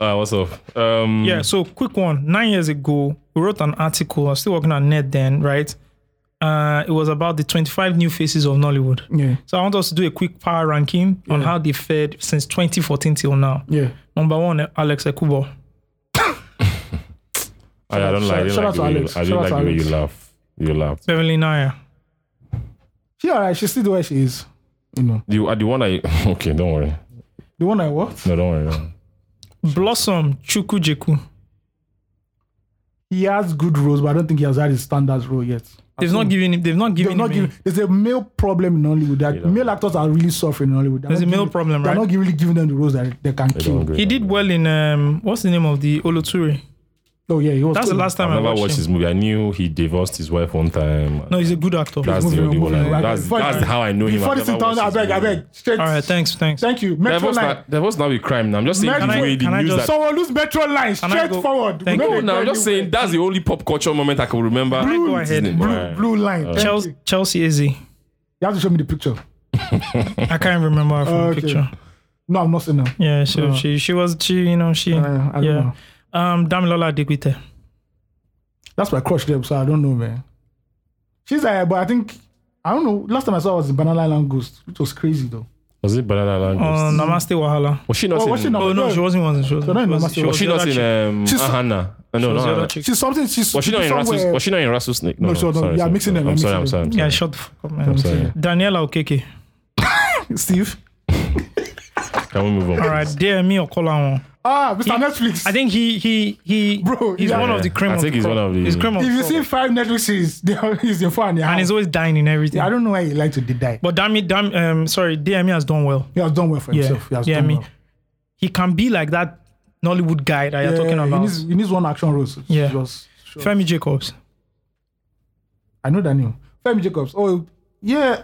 Speaker 3: Uh, what's up? Um,
Speaker 4: Hmm.
Speaker 2: Yeah, so quick one. Nine years ago, we wrote an article. I was still working on net then, right? Uh, it was about the 25 new faces of Nollywood.
Speaker 4: Yeah.
Speaker 2: So I want us to do a quick power ranking on how they fared since 2014 till now.
Speaker 4: Yeah.
Speaker 2: Number one, Alex Ekubo.
Speaker 3: I, I don't like, I didn't
Speaker 4: shout
Speaker 3: like
Speaker 4: out
Speaker 3: the
Speaker 4: to
Speaker 3: way you,
Speaker 4: Alex.
Speaker 3: I
Speaker 4: Shout
Speaker 3: didn't
Speaker 4: out
Speaker 3: like
Speaker 4: to
Speaker 3: the way you
Speaker 4: Alex.
Speaker 3: laugh. You laughed.
Speaker 2: Beverly Naya.
Speaker 4: She alright. She's still where she is. You know.
Speaker 3: The, uh, the one I okay, don't worry.
Speaker 4: The one I what?
Speaker 3: No, don't worry. no.
Speaker 2: Blossom Chukujeku.
Speaker 4: He has good roles, but I don't think he has had his standards role yet.
Speaker 2: They've not given him. They've not
Speaker 4: They're
Speaker 2: given
Speaker 4: not
Speaker 2: him.
Speaker 4: giving, there's a male problem in Hollywood that male actors are really suffering in Hollywood. They're
Speaker 2: There's
Speaker 4: not
Speaker 2: a male
Speaker 4: giving-
Speaker 2: problem,
Speaker 4: They're
Speaker 2: right?
Speaker 4: not really giving them the roles that they can
Speaker 3: I don't
Speaker 4: kill.
Speaker 3: agree.
Speaker 2: a- he did well in um. What's the name of the Oloture?
Speaker 4: Oh yeah, he was.
Speaker 2: That's the
Speaker 4: cool.
Speaker 2: last time
Speaker 3: I
Speaker 2: I,
Speaker 3: never
Speaker 2: watched,
Speaker 3: watched
Speaker 2: him.
Speaker 3: his movie. I knew he divorced his wife one time.
Speaker 2: No, he's a good actor.
Speaker 3: that's
Speaker 4: movie,
Speaker 3: the only one.
Speaker 4: movie,
Speaker 3: I,
Speaker 4: like,
Speaker 3: that's
Speaker 4: before
Speaker 3: that's
Speaker 4: the-
Speaker 3: how I know him.
Speaker 4: Before
Speaker 3: I've
Speaker 4: this
Speaker 3: never
Speaker 4: sit down, I
Speaker 3: watched his
Speaker 4: beg, I
Speaker 3: movie.
Speaker 4: beg. Straight.
Speaker 2: All right, thanks, thanks.
Speaker 4: Thank you. Metro
Speaker 3: Divorce
Speaker 4: line.
Speaker 3: now, divorce now with crime. Now I'm just saying
Speaker 4: Can
Speaker 3: the
Speaker 4: I-
Speaker 3: way the
Speaker 2: can I
Speaker 3: news
Speaker 2: just-
Speaker 3: that.
Speaker 4: Someone lose metro line.
Speaker 2: I
Speaker 4: Straight
Speaker 2: go-
Speaker 4: forward.
Speaker 2: Thank
Speaker 4: No,
Speaker 2: you.
Speaker 3: No, now I'm just saying that's the only pop culture moment I can remember.
Speaker 2: Can I go
Speaker 3: His
Speaker 2: ahead?
Speaker 3: name,
Speaker 2: Blue-
Speaker 3: right.
Speaker 4: Blue line. Thank
Speaker 2: Uh, Chelsea,
Speaker 4: you.
Speaker 2: Chelsea Izzy.
Speaker 4: You have to show me the picture.
Speaker 2: I can't remember her from the
Speaker 4: Okay.
Speaker 2: picture.
Speaker 4: No, I'm not saying that.
Speaker 2: Yeah, she, she she was she you know she
Speaker 4: Oh. Uh, I don't
Speaker 2: yeah.
Speaker 4: know.
Speaker 2: Um, Damilola Adequite.
Speaker 4: That's my crush there, so I don't know, man. She's there, but I think I don't know. Last time I saw her was in Banana Island Ghost, which was crazy though.
Speaker 3: Was it Banana Language?
Speaker 2: Oh, Namaste Wahala.
Speaker 3: was she not
Speaker 4: Oh,
Speaker 3: in?
Speaker 4: was she not-
Speaker 2: Oh no, she wasn't. Wasn't she? Wasn't.
Speaker 4: No, no,
Speaker 2: was,
Speaker 4: Namaste
Speaker 2: she
Speaker 3: was she
Speaker 2: the
Speaker 3: not
Speaker 2: other
Speaker 3: in?
Speaker 2: chick.
Speaker 3: Um,
Speaker 4: She's-
Speaker 3: Ahana. Uh, No,
Speaker 2: She
Speaker 3: no.
Speaker 2: was the other
Speaker 3: Ahana.
Speaker 2: chick.
Speaker 4: She's something. She's
Speaker 3: Was she not in
Speaker 4: somewhere-
Speaker 3: Rattlesnake? Was she not in Rattlesnake?
Speaker 4: No, she was not.
Speaker 3: sorry,
Speaker 4: Yeah,
Speaker 3: sorry,
Speaker 4: mixing
Speaker 3: sorry.
Speaker 4: them,
Speaker 3: I'm
Speaker 4: I'm
Speaker 3: sorry. I'm
Speaker 4: mixing
Speaker 3: sorry. I'm
Speaker 2: Yeah,
Speaker 3: sorry.
Speaker 2: shut the fuck up,
Speaker 3: I'm
Speaker 2: man.
Speaker 3: sorry.
Speaker 2: Daniela Okeke.
Speaker 4: Steve.
Speaker 3: Can we move on?
Speaker 2: All right, dear me Okolawon.
Speaker 4: Ah, Mr. Netflix.
Speaker 2: I think he he he.
Speaker 4: Bro,
Speaker 2: he's
Speaker 4: yeah.
Speaker 2: one of the cream.
Speaker 3: I
Speaker 2: of
Speaker 3: think
Speaker 2: the
Speaker 3: he's
Speaker 2: crop.
Speaker 3: one of the-
Speaker 2: He's cream of
Speaker 4: if you
Speaker 2: the
Speaker 4: see
Speaker 2: crop.
Speaker 4: five Netflix series, they are- he's in four and a half.
Speaker 2: and he's always dying in everything.
Speaker 4: I don't know why he like to did that.
Speaker 2: But Dami, Dami, um, sorry, DME has done well.
Speaker 4: He has done well for
Speaker 2: Yeah,
Speaker 4: himself. He has
Speaker 2: yeah,
Speaker 4: done
Speaker 2: me.
Speaker 4: well.
Speaker 2: He can be like that Nollywood guy that you're talking
Speaker 4: Yeah, He
Speaker 2: about.
Speaker 4: needs, he needs one action role. so
Speaker 2: Yeah.
Speaker 4: just- sure.
Speaker 2: Femi Jacobs.
Speaker 4: I know that name. Femi Jacobs. Oh, yeah.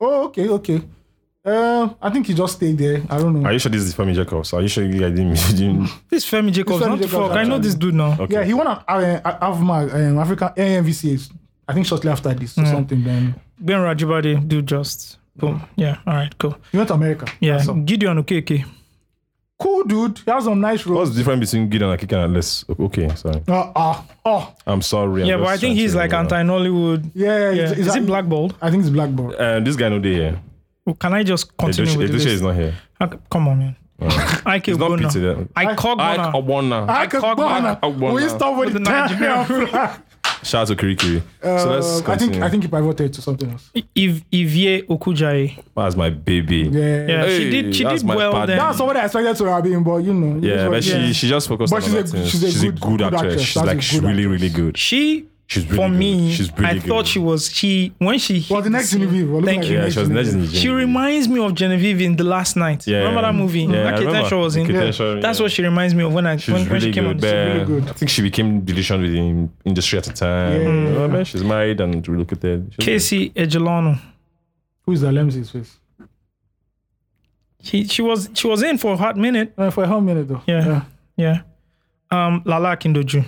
Speaker 4: Oh, okay, okay. Uh, I think he just stayed there. I don't know.
Speaker 3: Are you sure this is Femi Jacobs? Are you sure you guys didn't? you didn't-
Speaker 2: This Femi Jacobs,
Speaker 4: Femi
Speaker 2: not the
Speaker 4: Jacobs,
Speaker 2: fuck. I know this dude now.
Speaker 3: Okay.
Speaker 4: Yeah, he won a, uh, AVMA, um, African AMVCA. I think shortly after this or
Speaker 2: Mm.
Speaker 4: something. Then
Speaker 2: Ben Rajibade, do just. Boom. Yeah. All right. Cool.
Speaker 4: he went to America.
Speaker 2: Yeah.
Speaker 4: Awesome.
Speaker 2: Gideon Okeke.
Speaker 4: Cool dude. He has some nice roles.
Speaker 3: What's the difference between Gideon and Kikan and Les? Okay, sorry.
Speaker 4: Uh, uh, oh,
Speaker 3: I'm sorry. I'm
Speaker 2: Yeah, but
Speaker 3: just
Speaker 2: I think
Speaker 3: trying
Speaker 2: he's
Speaker 3: to-
Speaker 2: like anti Nollywood.
Speaker 4: yeah.
Speaker 2: Yeah.
Speaker 4: he's- he's
Speaker 2: Is
Speaker 4: a-
Speaker 2: it blackballed?
Speaker 4: I think it's Blackboard.
Speaker 3: Uh, this guy no day here.
Speaker 2: Can I just continue
Speaker 3: Edoche
Speaker 2: with
Speaker 3: Edoche
Speaker 2: this?
Speaker 3: is not here.
Speaker 2: Ah, c- Come on, man. Ike
Speaker 3: He's not
Speaker 2: Ogbonna.
Speaker 3: pity.
Speaker 2: I call
Speaker 3: I
Speaker 2: Ghana.
Speaker 3: Awona.
Speaker 4: I could
Speaker 2: cock
Speaker 4: burn
Speaker 3: back.
Speaker 4: her. We stop with
Speaker 2: With
Speaker 4: the
Speaker 2: the Nigerian
Speaker 4: Nigerian flag.
Speaker 3: Shout out to Kirikiri. so let's
Speaker 4: Uh, I think
Speaker 3: continue.
Speaker 4: I think he pivoted to something else.
Speaker 2: Iv- Ivie Okujaye.
Speaker 3: that's my baby. Yeah,
Speaker 4: Yeah,
Speaker 2: Yeah.
Speaker 3: Hey,
Speaker 2: she did. She
Speaker 3: that's
Speaker 2: did
Speaker 3: my
Speaker 2: well
Speaker 3: pardon.
Speaker 2: then.
Speaker 4: That's somebody I expected to have been, but you know.
Speaker 3: yeah but
Speaker 2: Yeah.
Speaker 3: she she just focused on
Speaker 4: But she's a-
Speaker 3: other things.
Speaker 4: she's a good- good
Speaker 3: actress.
Speaker 4: actress.
Speaker 3: She's
Speaker 4: That's
Speaker 3: like
Speaker 4: a
Speaker 3: she's
Speaker 4: good
Speaker 3: really
Speaker 4: actress.
Speaker 3: really good.
Speaker 2: She.
Speaker 3: She's really
Speaker 2: for
Speaker 3: good.
Speaker 2: me,
Speaker 3: She's really
Speaker 2: I
Speaker 3: good.
Speaker 2: thought she was she when she hit
Speaker 4: Was the next
Speaker 2: scene-
Speaker 4: Genevieve? Well, look
Speaker 2: Thank
Speaker 4: like
Speaker 2: you.
Speaker 3: Yeah, she was next in the
Speaker 2: She
Speaker 3: gym.
Speaker 2: reminds me of Genevieve in The Last Night.
Speaker 3: Yeah.
Speaker 2: Remember that movie?
Speaker 3: Yeah, I
Speaker 2: that Kate
Speaker 3: remember.
Speaker 2: Henshaw was in.
Speaker 3: Kate
Speaker 2: Yeah.
Speaker 3: Henshaw,
Speaker 2: That's
Speaker 3: yeah.
Speaker 2: what she reminds me of when I
Speaker 3: She's
Speaker 2: when, when
Speaker 3: really
Speaker 2: she came
Speaker 3: good.
Speaker 2: on. She's really
Speaker 3: but
Speaker 4: good.
Speaker 3: I think she became delusional with the industry at the time.
Speaker 4: Yeah.
Speaker 3: You know what I mean? She's married and relocated. She's
Speaker 2: Casey Ejelonu.
Speaker 4: Who is that? Let me see his face.
Speaker 2: She she was she was in for a hot minute.
Speaker 4: Uh, for a whole minute though.
Speaker 2: Yeah. Yeah. Um Lala Kindoju.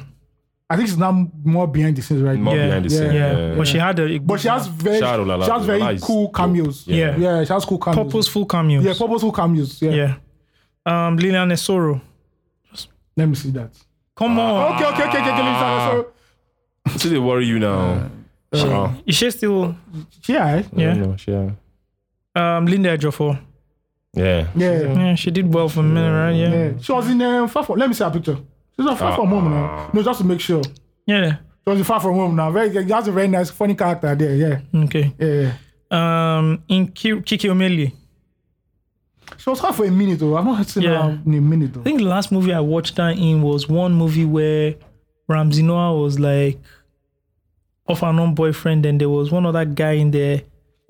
Speaker 4: I think she's now more behind the scenes right
Speaker 3: more
Speaker 4: now.
Speaker 2: Yeah.
Speaker 3: behind the
Speaker 2: Yeah.
Speaker 3: scene.
Speaker 2: But she had a
Speaker 4: But she has very,
Speaker 3: Shout out Lala.
Speaker 4: she has
Speaker 3: Lala
Speaker 4: very
Speaker 3: is
Speaker 4: cool
Speaker 3: dope.
Speaker 4: cameos.
Speaker 2: Yeah.
Speaker 4: yeah, she has cool cameos.
Speaker 2: purposeful cameos.
Speaker 4: Yeah, purposeful cameos. Yeah.
Speaker 2: yeah. Um Lilian Esoro.
Speaker 4: Let me see that.
Speaker 2: Come on.
Speaker 4: Okay, okay, okay, okay. okay, let me start. So,
Speaker 3: So they worry you now. Wow.
Speaker 2: Is she still
Speaker 4: yeah, eh?
Speaker 3: I
Speaker 2: yeah?
Speaker 3: know, she- Yeah.
Speaker 2: Um Linda Ejiofor.
Speaker 3: Yeah.
Speaker 4: yeah,
Speaker 2: Yeah, she did well for a minute, right? Yeah.
Speaker 4: yeah. She was in um, Far From. Let me see her picture. She's on Far
Speaker 3: Ah.
Speaker 4: From Home now. eh? No, just to make sure. She
Speaker 2: Yeah.
Speaker 4: was in Far From Home now. Very, that's a very nice, funny character there. Yeah,
Speaker 2: Okay.
Speaker 4: yeah. yeah.
Speaker 2: Um in Ki- Kiki Omeli.
Speaker 4: She was hot for a minute though. I've not seen
Speaker 2: Yeah.
Speaker 4: her in a minute though.
Speaker 2: I think the last movie I watched her in was one movie where Ramsey Noah was like off and on boyfriend, and there was one other guy in there.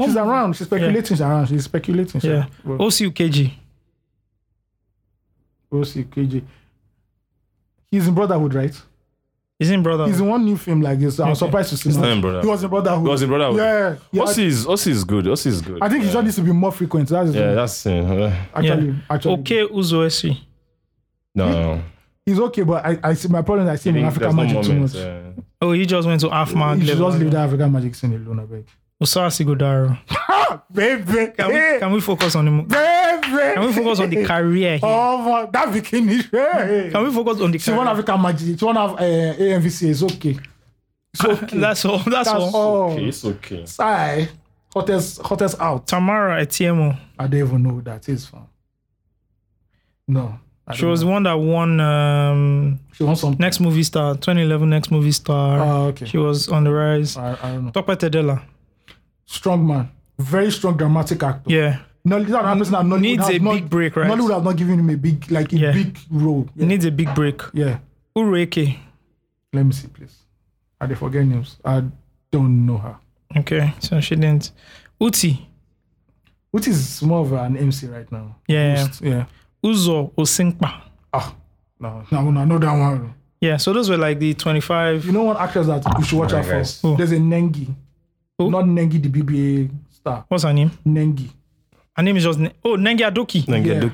Speaker 4: She's around. She's speculating. She's around. She's speculating.
Speaker 2: Yeah. OCU KG.
Speaker 4: OC KJ. He's in Brotherhood, right?
Speaker 2: He's in brother.
Speaker 4: He's in one new film like this. I'm
Speaker 2: Oh. Okay.
Speaker 4: surprised to see
Speaker 3: not in
Speaker 4: him.
Speaker 3: Brotherhood.
Speaker 4: He was in Brotherhood.
Speaker 3: He was in Brotherhood.
Speaker 4: Yeah. yeah.
Speaker 3: Ossi is Ossi is good. Ossi is good.
Speaker 4: I think he just needs to be more frequent. That is
Speaker 3: yeah, that's uh,
Speaker 4: actually actually.
Speaker 2: okay, E. Uzoesi.
Speaker 3: no.
Speaker 4: He's okay, but I, I see my problem. is I see him in
Speaker 3: There's
Speaker 4: African
Speaker 3: no
Speaker 4: Magic too much.
Speaker 3: moment. uh,
Speaker 2: Oh, he just went to half mark
Speaker 4: you should
Speaker 2: level. E
Speaker 4: just leave that African Magic scene alone, I beg.
Speaker 2: Osara Sigudaro.
Speaker 4: Baby,
Speaker 2: oh. Can, we,
Speaker 4: hey,
Speaker 2: can we focus on the mo-
Speaker 4: baby.
Speaker 2: Can we focus on the career here?
Speaker 4: Oh my, that bikini. Hey.
Speaker 2: Can we focus on the
Speaker 4: She
Speaker 2: career?
Speaker 4: won't eh, have African Magic. She won't have uh, AMVC. It's okay. It's okay.
Speaker 2: That's all. That's,
Speaker 4: That's
Speaker 2: all.
Speaker 4: all.
Speaker 3: Okay, it's okay.
Speaker 4: Sigh. Hottest, hottest out.
Speaker 2: Tamara Etiemo.
Speaker 4: I don't even know who that is from. No. I
Speaker 2: She
Speaker 4: don't
Speaker 2: was
Speaker 4: know.
Speaker 2: the one that won um,
Speaker 4: She wants something.
Speaker 2: Next Movie Star, 2011 Next Movie Star.
Speaker 4: Oh, okay. Ah.
Speaker 2: She was on the rise.
Speaker 4: I, I don't know.
Speaker 2: Tope Tedela.
Speaker 4: Strong man. Very strong dramatic actor.
Speaker 2: Yeah.
Speaker 4: No, that person that Nollywood
Speaker 2: Needs
Speaker 4: has
Speaker 2: a
Speaker 4: not,
Speaker 2: big break, right?
Speaker 4: Nollywood has not given him a big, like a
Speaker 2: Yeah.
Speaker 4: big role. Yeah.
Speaker 2: Needs a big break.
Speaker 4: yeah.
Speaker 2: Ureke.
Speaker 4: Let me see, please. I they forget names. I don't know her.
Speaker 2: Okay. So she didn't. Uti.
Speaker 4: Which is more of an MC right now.
Speaker 2: Yeah.
Speaker 4: Most- yeah.
Speaker 2: Uzo Osinkpa.
Speaker 4: Ah, no, no, no, no, that one.
Speaker 2: Yeah. So those were like the
Speaker 4: You
Speaker 2: 25.
Speaker 4: know what actress that you should watch out for?
Speaker 2: Who?
Speaker 4: There's a Nengi.
Speaker 2: Who?
Speaker 4: Not Nengi, the BBA star.
Speaker 2: What's her name?
Speaker 4: Nengi.
Speaker 2: Her name is just. Ne- oh, Nengi Adoki.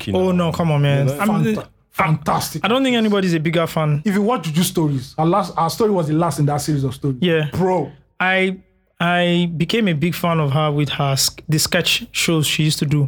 Speaker 4: Yeah.
Speaker 2: Oh, no. Come on, man. I'm,
Speaker 4: Fanta- fantastic.
Speaker 2: I don't think anybody's a bigger fan.
Speaker 4: if you watch Juju stories, our last, our story was the last in that series of stories.
Speaker 2: Yeah. Um,
Speaker 4: Bro,
Speaker 2: I I became a big fan of her with her sk- the sketch shows she used to do.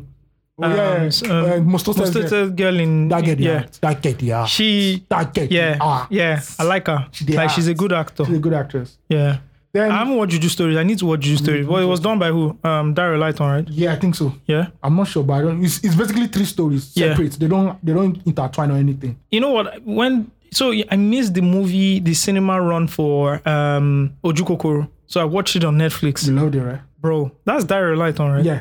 Speaker 2: Um,
Speaker 4: Oh, yeah.
Speaker 2: s-
Speaker 4: Uh, Most Hated
Speaker 2: Most
Speaker 4: Girl.
Speaker 2: Hated girl in
Speaker 4: that get the
Speaker 2: yeah.
Speaker 4: act. That get the act.
Speaker 2: She
Speaker 4: that get
Speaker 2: yeah
Speaker 4: the act.
Speaker 2: yeah I like her.
Speaker 4: the
Speaker 2: like she's a
Speaker 4: act. Um,
Speaker 2: good actor.
Speaker 4: She's a good actress.
Speaker 2: Yeah.
Speaker 4: Then,
Speaker 2: I haven't watched Juju Stories. I need to watch Juju Stories. Well, it was done by who? Um, Daryl Lighton, right?
Speaker 4: yeah, I think so.
Speaker 2: Yeah.
Speaker 4: I'm not sure, but I don't, it's, it's basically three stories
Speaker 2: Yeah.
Speaker 4: separate. They don't they don't intertwine or anything.
Speaker 2: You know what? When so I missed the movie, the cinema run for um Ojukokoro. So I watched it on Netflix.
Speaker 4: You loved it, right?
Speaker 2: Bro, that's Daryl Lighton, right?
Speaker 4: Mm. Yeah,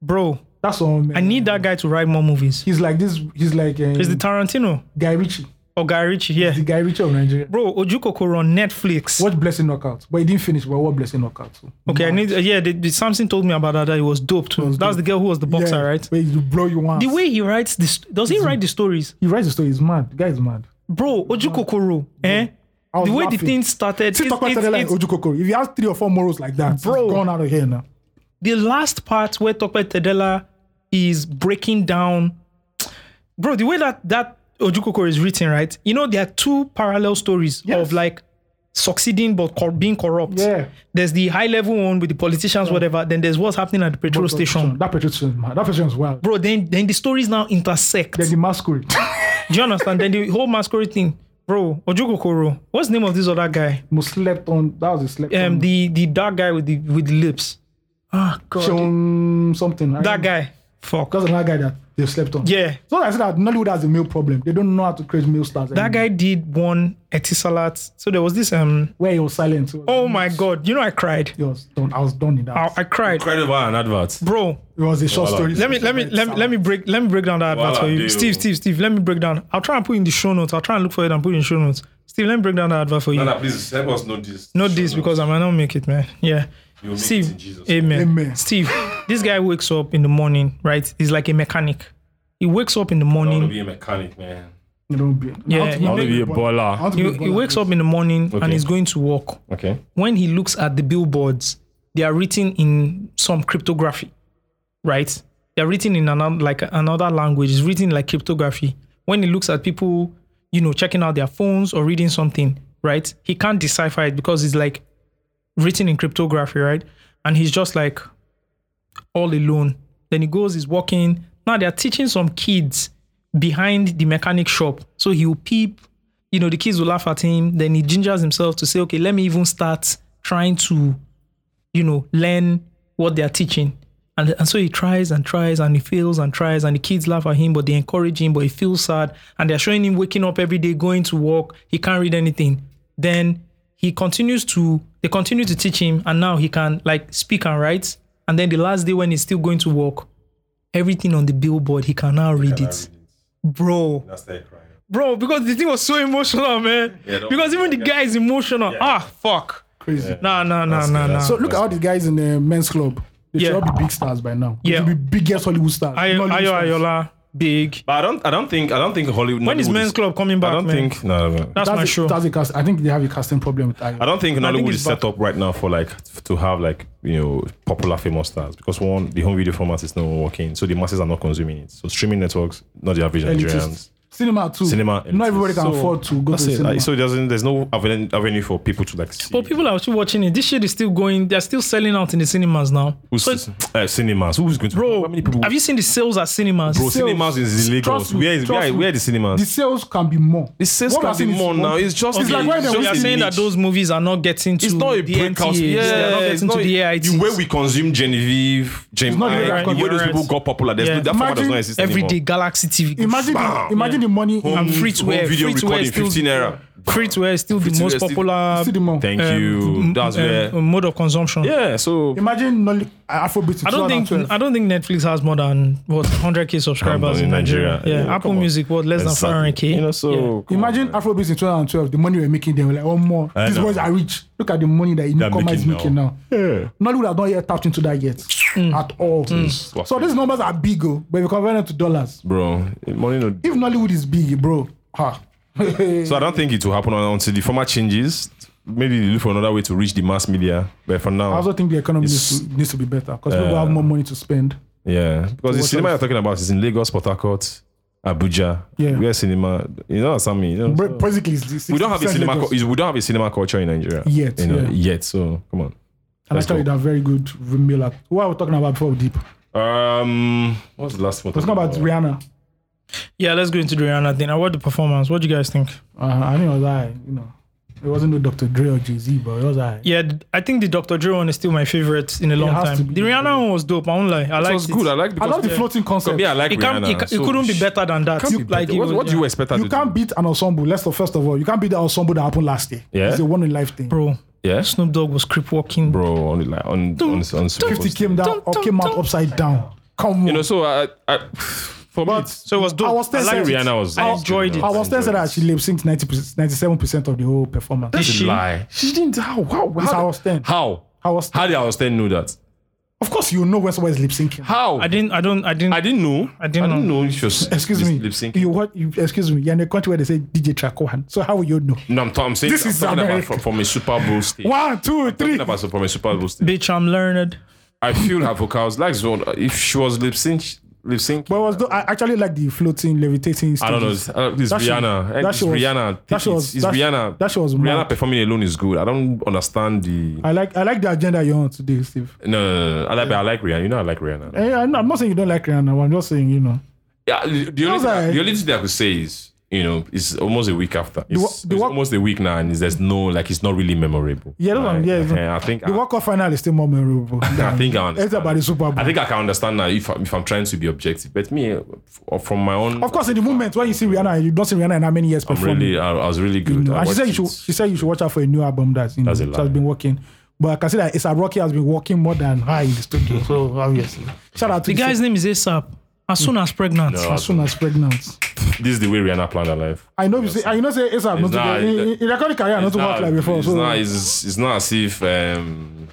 Speaker 2: Bro,
Speaker 4: that's all. Man.
Speaker 2: I need that guy to write more movies.
Speaker 4: He's like this. He's like uh,
Speaker 2: Is the Tarantino
Speaker 4: Guy Ritchie,
Speaker 2: or Guy Ritchie? Yeah.
Speaker 4: the Guy Ritchie of Nigeria.
Speaker 2: Bro, Ojukokoro on Netflix.
Speaker 4: Watch Blessing Knockout, but he didn't finish. But what Blessing Knockout? So.
Speaker 2: Okay, I need. Yeah, the, the, something told me about that. That it was dope too. That's the girl who was the boxer,
Speaker 4: yeah,
Speaker 2: right?
Speaker 4: Where you blow you want.
Speaker 2: The way he writes this, does he write the stories,
Speaker 4: he writes the story is mad. The guy is mad.
Speaker 2: bro? Ojukokoro, eh?
Speaker 4: I was
Speaker 2: The way
Speaker 4: laughing.
Speaker 2: the thing started,
Speaker 4: See,
Speaker 2: it's-
Speaker 4: talk about
Speaker 2: it's-
Speaker 4: that like
Speaker 2: it's-
Speaker 4: Ojukokoro. If you have three or four morals like that, bro,
Speaker 2: Bro.
Speaker 4: it's gone out of here now.
Speaker 2: the last part where Tope Tedela is breaking down, bro. The way that that Ojukokoro is written, right? You know, there are two parallel stories
Speaker 4: Yes.
Speaker 2: of like succeeding but cor- being corrupt.
Speaker 4: Yeah.
Speaker 2: There's the high level one with the politicians, whatever. Then there's what's happening at the petrol station.
Speaker 4: That petrol station, is mad. That petrol station is wild.
Speaker 2: bro then then the stories now intersect
Speaker 4: Then the masquerade,
Speaker 2: do you understand then the whole masquerade thing bro ojukokoro what's the name of this other guy
Speaker 4: most slept on. That was a slept
Speaker 2: um
Speaker 4: on.
Speaker 2: the the dark guy with the with the lips ah god
Speaker 4: Sean something.
Speaker 2: that
Speaker 4: I don't-
Speaker 2: guy fuck
Speaker 4: That's another guy that they've slept on.
Speaker 2: yeah
Speaker 4: So I said that Nollywood has a male problem. They don't know how to create male stars.
Speaker 2: that guy did one etisalat so there was this um
Speaker 4: where he was silent. He was-
Speaker 2: oh my god you know i cried
Speaker 4: he was done. I was done in that.
Speaker 2: i, I cried
Speaker 3: Incredible an advert.
Speaker 2: bro
Speaker 4: it was a short story.
Speaker 2: let me let me let me let me break let me break down that advert
Speaker 3: Wahala,
Speaker 2: for you
Speaker 3: deal.
Speaker 2: steve steve steve let me break down i'll try and put in the show notes i'll try and look for it and put it in show notes steve let me break down that advert for you
Speaker 3: please help us know this.
Speaker 2: Not this because I might not make it, man. Yeah.
Speaker 3: make
Speaker 2: Steve,
Speaker 3: it in Jesus'
Speaker 2: amen.
Speaker 4: Amen.
Speaker 2: Steve, this guy wakes up in the morning, right? He's like a mechanic. He wakes up in the morning.
Speaker 3: a mechanic, man.
Speaker 4: You don't be.
Speaker 2: Yeah,
Speaker 4: I want to
Speaker 2: he
Speaker 3: I want to
Speaker 2: make-
Speaker 3: be a
Speaker 4: I
Speaker 3: baller.
Speaker 4: want to
Speaker 2: He,
Speaker 4: be a
Speaker 2: he
Speaker 4: baller.
Speaker 2: wakes up in the morning and
Speaker 3: Okay.
Speaker 2: he's going to work.
Speaker 3: Okay.
Speaker 2: When he looks at the billboards, they are written in some cryptography, right? They're written in another like another language. It's written like cryptography. When he looks at people, you know, checking out their phones or reading something, right? He can't decipher it because it's like written in cryptography, right? And he's just like all alone. Then he goes, he's walking. Now they're teaching some kids behind the mechanic shop. So he will peep, you know, the kids will laugh at him. Then he gingers himself to say, okay, let me even start trying to, you know, learn what they're teaching. And, and so he tries and tries and he fails and tries and the kids laugh at him, but they encourage him, but he feels sad. And they're showing him waking up every day, going to work. He can't read anything. Then he continues to, they continue to teach him, and now he can like speak and write. And then the last day when he's still going to work, everything on the billboard, he can now read it. Bro bro, because the thing was so emotional, man. because even the guy is emotional. Ah, fuck.
Speaker 4: crazy.
Speaker 2: Nah, nah, nah, nah, nah.
Speaker 4: So look at all the guys in the men's club. They
Speaker 2: Yeah.
Speaker 4: should all be big stars by now. They
Speaker 2: Yeah.
Speaker 4: should be biggest Hollywood stars.
Speaker 2: Ayo,
Speaker 4: Nollywood
Speaker 2: Ayo
Speaker 4: stars.
Speaker 2: Ayola, big.
Speaker 3: But I don't. I don't think. I don't think Hollywood.
Speaker 2: When is
Speaker 3: Nollywood
Speaker 2: Men's Club coming back,
Speaker 3: I don't
Speaker 2: man?
Speaker 3: think. No, no.
Speaker 2: That's,
Speaker 4: That's
Speaker 2: my
Speaker 4: a-
Speaker 2: show.
Speaker 4: That's a cast. I think they have a casting problem with
Speaker 3: I
Speaker 4: Ayo.
Speaker 3: don't think Nollywood
Speaker 2: it's
Speaker 3: is set up right now for like f- to have like you know popular famous stars because one the home video format is not working, so the masses are not consuming it. So streaming networks, not the average
Speaker 4: Elitist.
Speaker 3: Nigerians.
Speaker 4: cinema too.
Speaker 3: Cinema and-
Speaker 4: Not everybody can
Speaker 3: so,
Speaker 4: afford to go to
Speaker 3: That's
Speaker 4: the
Speaker 3: it.
Speaker 4: cinema.
Speaker 3: Like, so there's there's no avenue, avenue for people to like see
Speaker 2: But people are still watching it. This shit is still going. They're still selling out in the cinemas now.
Speaker 3: who's,
Speaker 2: So,
Speaker 3: uh, cinemas. Who's going to
Speaker 2: bro,
Speaker 3: How many people?
Speaker 2: have you seen the sales at cinemas?
Speaker 3: bro,
Speaker 4: sales-
Speaker 3: cinemas is in Lagos.
Speaker 4: Trust me,
Speaker 3: Where is
Speaker 4: trust
Speaker 3: where,
Speaker 4: me.
Speaker 3: where are the cinemas?
Speaker 4: the sales can be more.
Speaker 3: the sales
Speaker 4: What
Speaker 3: can
Speaker 4: I've seen
Speaker 3: be
Speaker 4: is
Speaker 3: more
Speaker 4: one-
Speaker 3: now. It's just
Speaker 4: It's
Speaker 2: Okay,
Speaker 4: like when
Speaker 3: it's
Speaker 4: they
Speaker 2: so
Speaker 4: were
Speaker 2: you are
Speaker 3: just a
Speaker 2: saying that
Speaker 3: niche.
Speaker 2: those movies are not getting to
Speaker 3: It's not a
Speaker 2: the
Speaker 3: breakout.
Speaker 2: NTAs,
Speaker 3: Yeah,
Speaker 2: they're not
Speaker 3: it's
Speaker 2: getting to
Speaker 3: not
Speaker 2: the AITs.
Speaker 3: the way we consume Genevieve, James,
Speaker 4: not the
Speaker 3: Hyde,
Speaker 4: right
Speaker 3: the way
Speaker 2: content.
Speaker 3: those people
Speaker 2: Right.
Speaker 3: got popular. There's
Speaker 2: Yeah.
Speaker 3: no, that format does
Speaker 4: Imagine
Speaker 3: not exist
Speaker 2: every
Speaker 3: anymore.
Speaker 2: day Galaxy TV.
Speaker 4: Imagine the, imagine the money
Speaker 2: and
Speaker 4: in-
Speaker 2: free to
Speaker 3: home
Speaker 2: wear.
Speaker 3: video
Speaker 2: Free to wear
Speaker 3: recording,
Speaker 2: is still
Speaker 3: 15 naira.
Speaker 2: Free to wear is still the
Speaker 3: to wear
Speaker 2: most
Speaker 3: is still-
Speaker 2: popular.
Speaker 4: see the mall.
Speaker 3: Thank
Speaker 2: um,
Speaker 3: you.
Speaker 2: m-
Speaker 3: That's
Speaker 2: um,
Speaker 3: where.
Speaker 2: mode of consumption.
Speaker 3: Yeah. So
Speaker 4: Imagine not Afrobeat. in
Speaker 2: I don't think
Speaker 4: 2012.
Speaker 2: I don't think Netflix has more than what 100k subscribers
Speaker 3: In
Speaker 2: in Nigeria.
Speaker 3: Nigeria.
Speaker 2: Yeah,
Speaker 3: Yeah,
Speaker 2: Apple
Speaker 3: come on.
Speaker 2: Music what less
Speaker 3: Exactly.
Speaker 2: than 400k.
Speaker 3: You know, so come on,
Speaker 4: Imagine
Speaker 3: man.
Speaker 4: Afrobeat in 2012, the money we're making, they were like, oh, more.
Speaker 3: I
Speaker 4: These
Speaker 3: know.
Speaker 4: boys are rich. Look at the money that
Speaker 3: They're
Speaker 4: Inikoma is
Speaker 3: making
Speaker 4: making
Speaker 3: now. Mm.
Speaker 4: now. Nollywood has not yet tapped into that yet at all. So these numbers are big, oh, but if you convert them to dollars,
Speaker 3: bro, money. No,
Speaker 4: if Nollywood is big, bro, ha.
Speaker 3: So I don't think it will happen until the format changes. Maybe they look for another way to reach the mass media. But for now,
Speaker 4: I also think the economy
Speaker 3: It's- Uh,
Speaker 4: needs to, needs to be better because people have more money to spend.
Speaker 3: yeah, because the
Speaker 4: What
Speaker 3: cinema
Speaker 4: else?
Speaker 3: you're talking about is in Lagos, Port Harcourt, Abuja.
Speaker 4: Yeah.
Speaker 3: where cinema. You know what I mean? You know,
Speaker 4: Bro,
Speaker 3: so-
Speaker 4: Basically, it's the
Speaker 3: we don't have a
Speaker 4: 60%
Speaker 3: cinema.
Speaker 4: Lagos.
Speaker 3: cul- is- we don't have a cinema culture in Nigeria
Speaker 4: Yet,
Speaker 3: You know,
Speaker 4: yeah.
Speaker 3: Yet, so come on.
Speaker 4: And
Speaker 3: let's
Speaker 4: actually,
Speaker 3: go.
Speaker 4: they're very good meal. What are we talking about before we deep?
Speaker 3: Um, what's the last one?
Speaker 4: Let's talk about Rihanna.
Speaker 2: Yeah, let's go into the Rihanna thing. I watched the performance. What do you guys think?
Speaker 4: Uh, I think it was I, you know. It wasn't no Dr. Dre or Jay Z, but it was I.
Speaker 2: Yeah, th- I think the Dr. Dre one is still my favorite in a long
Speaker 4: has to
Speaker 2: time. The
Speaker 4: be.
Speaker 2: Rihanna one was dope. I won't lie. I
Speaker 3: It
Speaker 2: liked
Speaker 3: was good. I like
Speaker 4: I
Speaker 3: because
Speaker 4: love the floating concept.
Speaker 3: yeah, I like
Speaker 2: it, can't,
Speaker 3: Rihanna.
Speaker 2: it, ca- it
Speaker 3: so
Speaker 2: couldn't be
Speaker 3: sh-
Speaker 2: better than that.
Speaker 3: can't be
Speaker 2: like
Speaker 3: better.
Speaker 2: it
Speaker 3: what,
Speaker 2: was-
Speaker 3: what do you
Speaker 2: yeah.
Speaker 3: expect? her
Speaker 4: You
Speaker 3: to
Speaker 4: can't beat an ensemble. Let's talk first of all. You can't beat the ensemble that happened last year.
Speaker 3: Yeah.
Speaker 4: It's a one in life thing.
Speaker 2: bro?
Speaker 3: do? Yeah,
Speaker 2: Snoop Dogg was creep walking.
Speaker 3: bro. On like on on, on, on
Speaker 4: 50 came down or came out upside down. Come on.
Speaker 3: You know, so I, I for me, it's-
Speaker 2: So it was dope.
Speaker 4: I was
Speaker 3: I
Speaker 4: I
Speaker 3: like
Speaker 4: said it.
Speaker 3: Rihanna was.
Speaker 2: I enjoyed it.
Speaker 4: I was
Speaker 3: enjoyed
Speaker 4: tested
Speaker 3: it.
Speaker 4: that she lip synced 97% of the whole performance.
Speaker 2: Did she?
Speaker 3: lie. She didn't. How? How?
Speaker 4: It's
Speaker 3: how,
Speaker 4: I was 10.
Speaker 3: How?
Speaker 4: I was
Speaker 3: How did I was ten know that?
Speaker 4: Of course, you know when somebody's lip syncing.
Speaker 3: How?
Speaker 2: I didn't. I don't. I didn't.
Speaker 3: I didn't know.
Speaker 2: I didn't
Speaker 3: I didn't know she was.
Speaker 4: Excuse
Speaker 3: lip-
Speaker 4: me.
Speaker 3: Lip sync.
Speaker 4: You what? You, excuse me. You're in a country where they say DJ Trakohan. So how will you know?
Speaker 3: No, I'm, t- I'm saying.
Speaker 4: This
Speaker 3: I'm
Speaker 4: is
Speaker 3: talking about
Speaker 4: America.
Speaker 3: from, from a Super Bowl stage.
Speaker 4: One, two,
Speaker 3: I'm
Speaker 4: three.
Speaker 3: talking about from a Super Bowl stage.
Speaker 2: Bitch, I'm learned.
Speaker 3: I feel her vocals like zone. If she was lip sync, lip sync.
Speaker 4: But it was, I actually like the floating, levitating.
Speaker 3: I don't know. It's,
Speaker 4: stages.
Speaker 3: uh, it's
Speaker 4: That shit-
Speaker 3: Rihanna. Eh,
Speaker 4: that
Speaker 3: it's
Speaker 4: shit was-
Speaker 3: Rihanna.
Speaker 4: that
Speaker 3: Take
Speaker 4: shit
Speaker 3: it.
Speaker 4: was-
Speaker 3: it's
Speaker 4: that-
Speaker 3: Rihanna.
Speaker 4: that shit was
Speaker 3: Rihanna
Speaker 4: mad.
Speaker 3: performing alone is good. I don't understand the.
Speaker 4: I like I like the agenda you're on today, Steve.
Speaker 3: no, no, no, no. I like, I like Rihanna. You know, I like Rihanna.
Speaker 4: Eh, I'm not I'm not saying you don't like Rihanna. I'm just saying you know.
Speaker 3: Yeah, the the only,
Speaker 4: was
Speaker 3: thing, I-
Speaker 4: like-
Speaker 3: the only thing that I could say is, you know, it's almost a week after. It's,
Speaker 4: the
Speaker 3: it's
Speaker 4: wa-
Speaker 3: almost a week now, and it's, there's no like it's not really memorable.
Speaker 4: Yeah, that's what I'm-
Speaker 3: Like,
Speaker 4: yeah, it's not-
Speaker 3: eh, I think
Speaker 4: The
Speaker 3: I,
Speaker 4: World Cup final is still more memorable.
Speaker 3: I think I
Speaker 4: it's
Speaker 3: understand.
Speaker 4: about the Super Bowl.
Speaker 3: I think I can understand now if I- if I'm trying to be objective. But me, eh, f- from my own,
Speaker 4: of course, in the moment when you see Rihanna, you don't see Rihanna in how many years
Speaker 3: I'm
Speaker 4: performing.
Speaker 3: really uh, I, I was really
Speaker 4: you
Speaker 3: good.
Speaker 4: know.
Speaker 3: I
Speaker 4: and Mm, she said you
Speaker 3: watched
Speaker 4: should
Speaker 3: it.
Speaker 4: she said you should watch out for a new album that's you know
Speaker 3: That's a
Speaker 4: she
Speaker 3: lie.
Speaker 4: has been working. But I can see that ASAP Rocky has been working more than her in the studio. So obviously, shout out to
Speaker 2: The guy's name is ASAP.
Speaker 3: Hmm.
Speaker 2: As soon as pregnant.
Speaker 4: as soon as pregnant.
Speaker 3: this is the way Rihanna planned her life.
Speaker 4: I know you say I know say ASAP not
Speaker 3: It's not-
Speaker 4: to get in- in- in recording career not
Speaker 3: It's
Speaker 4: to work
Speaker 3: not,
Speaker 4: like before.
Speaker 3: it's,
Speaker 4: So
Speaker 3: not it's, it's not as if um,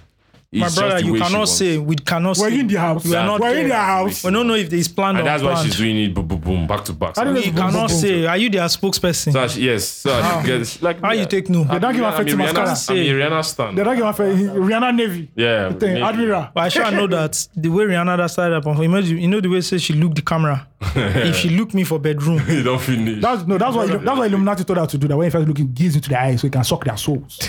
Speaker 3: it's
Speaker 2: My
Speaker 3: just
Speaker 2: brother,
Speaker 3: the
Speaker 2: you
Speaker 3: way she
Speaker 2: cannot
Speaker 3: wants
Speaker 2: say.
Speaker 3: it.
Speaker 2: We cannot
Speaker 4: we're
Speaker 2: say.
Speaker 4: in the house.
Speaker 2: We are not
Speaker 4: We're in the
Speaker 2: there.
Speaker 4: house.
Speaker 2: We don't know if it's planned or
Speaker 3: And that's why
Speaker 2: planned.
Speaker 3: she's doing it boom, boom, boom, back to back.
Speaker 4: I
Speaker 3: So
Speaker 4: don't
Speaker 2: We
Speaker 4: Boom, boom,
Speaker 2: cannot
Speaker 4: boom.
Speaker 2: say. Are you their spokesperson?
Speaker 3: that she- yes, so that she gets like
Speaker 2: How you take no?
Speaker 4: They don't give her
Speaker 3: I'm a
Speaker 4: fifty mascara.
Speaker 3: Rihanna, I'm a Rihanna stan.
Speaker 4: They don't give her Rihanna Navy.
Speaker 3: Yeah,
Speaker 4: Thing,
Speaker 3: Navy.
Speaker 4: Admiral.
Speaker 2: But I sure know that the way Rihanna that started up, imagine you know the way she says she looked the camera. if she looked me for bedroom,
Speaker 3: you don't finish.
Speaker 4: That's no. That's why. That's why Illuminati told her to do that. When you first looking, gaze into the eyes so you can suck their souls.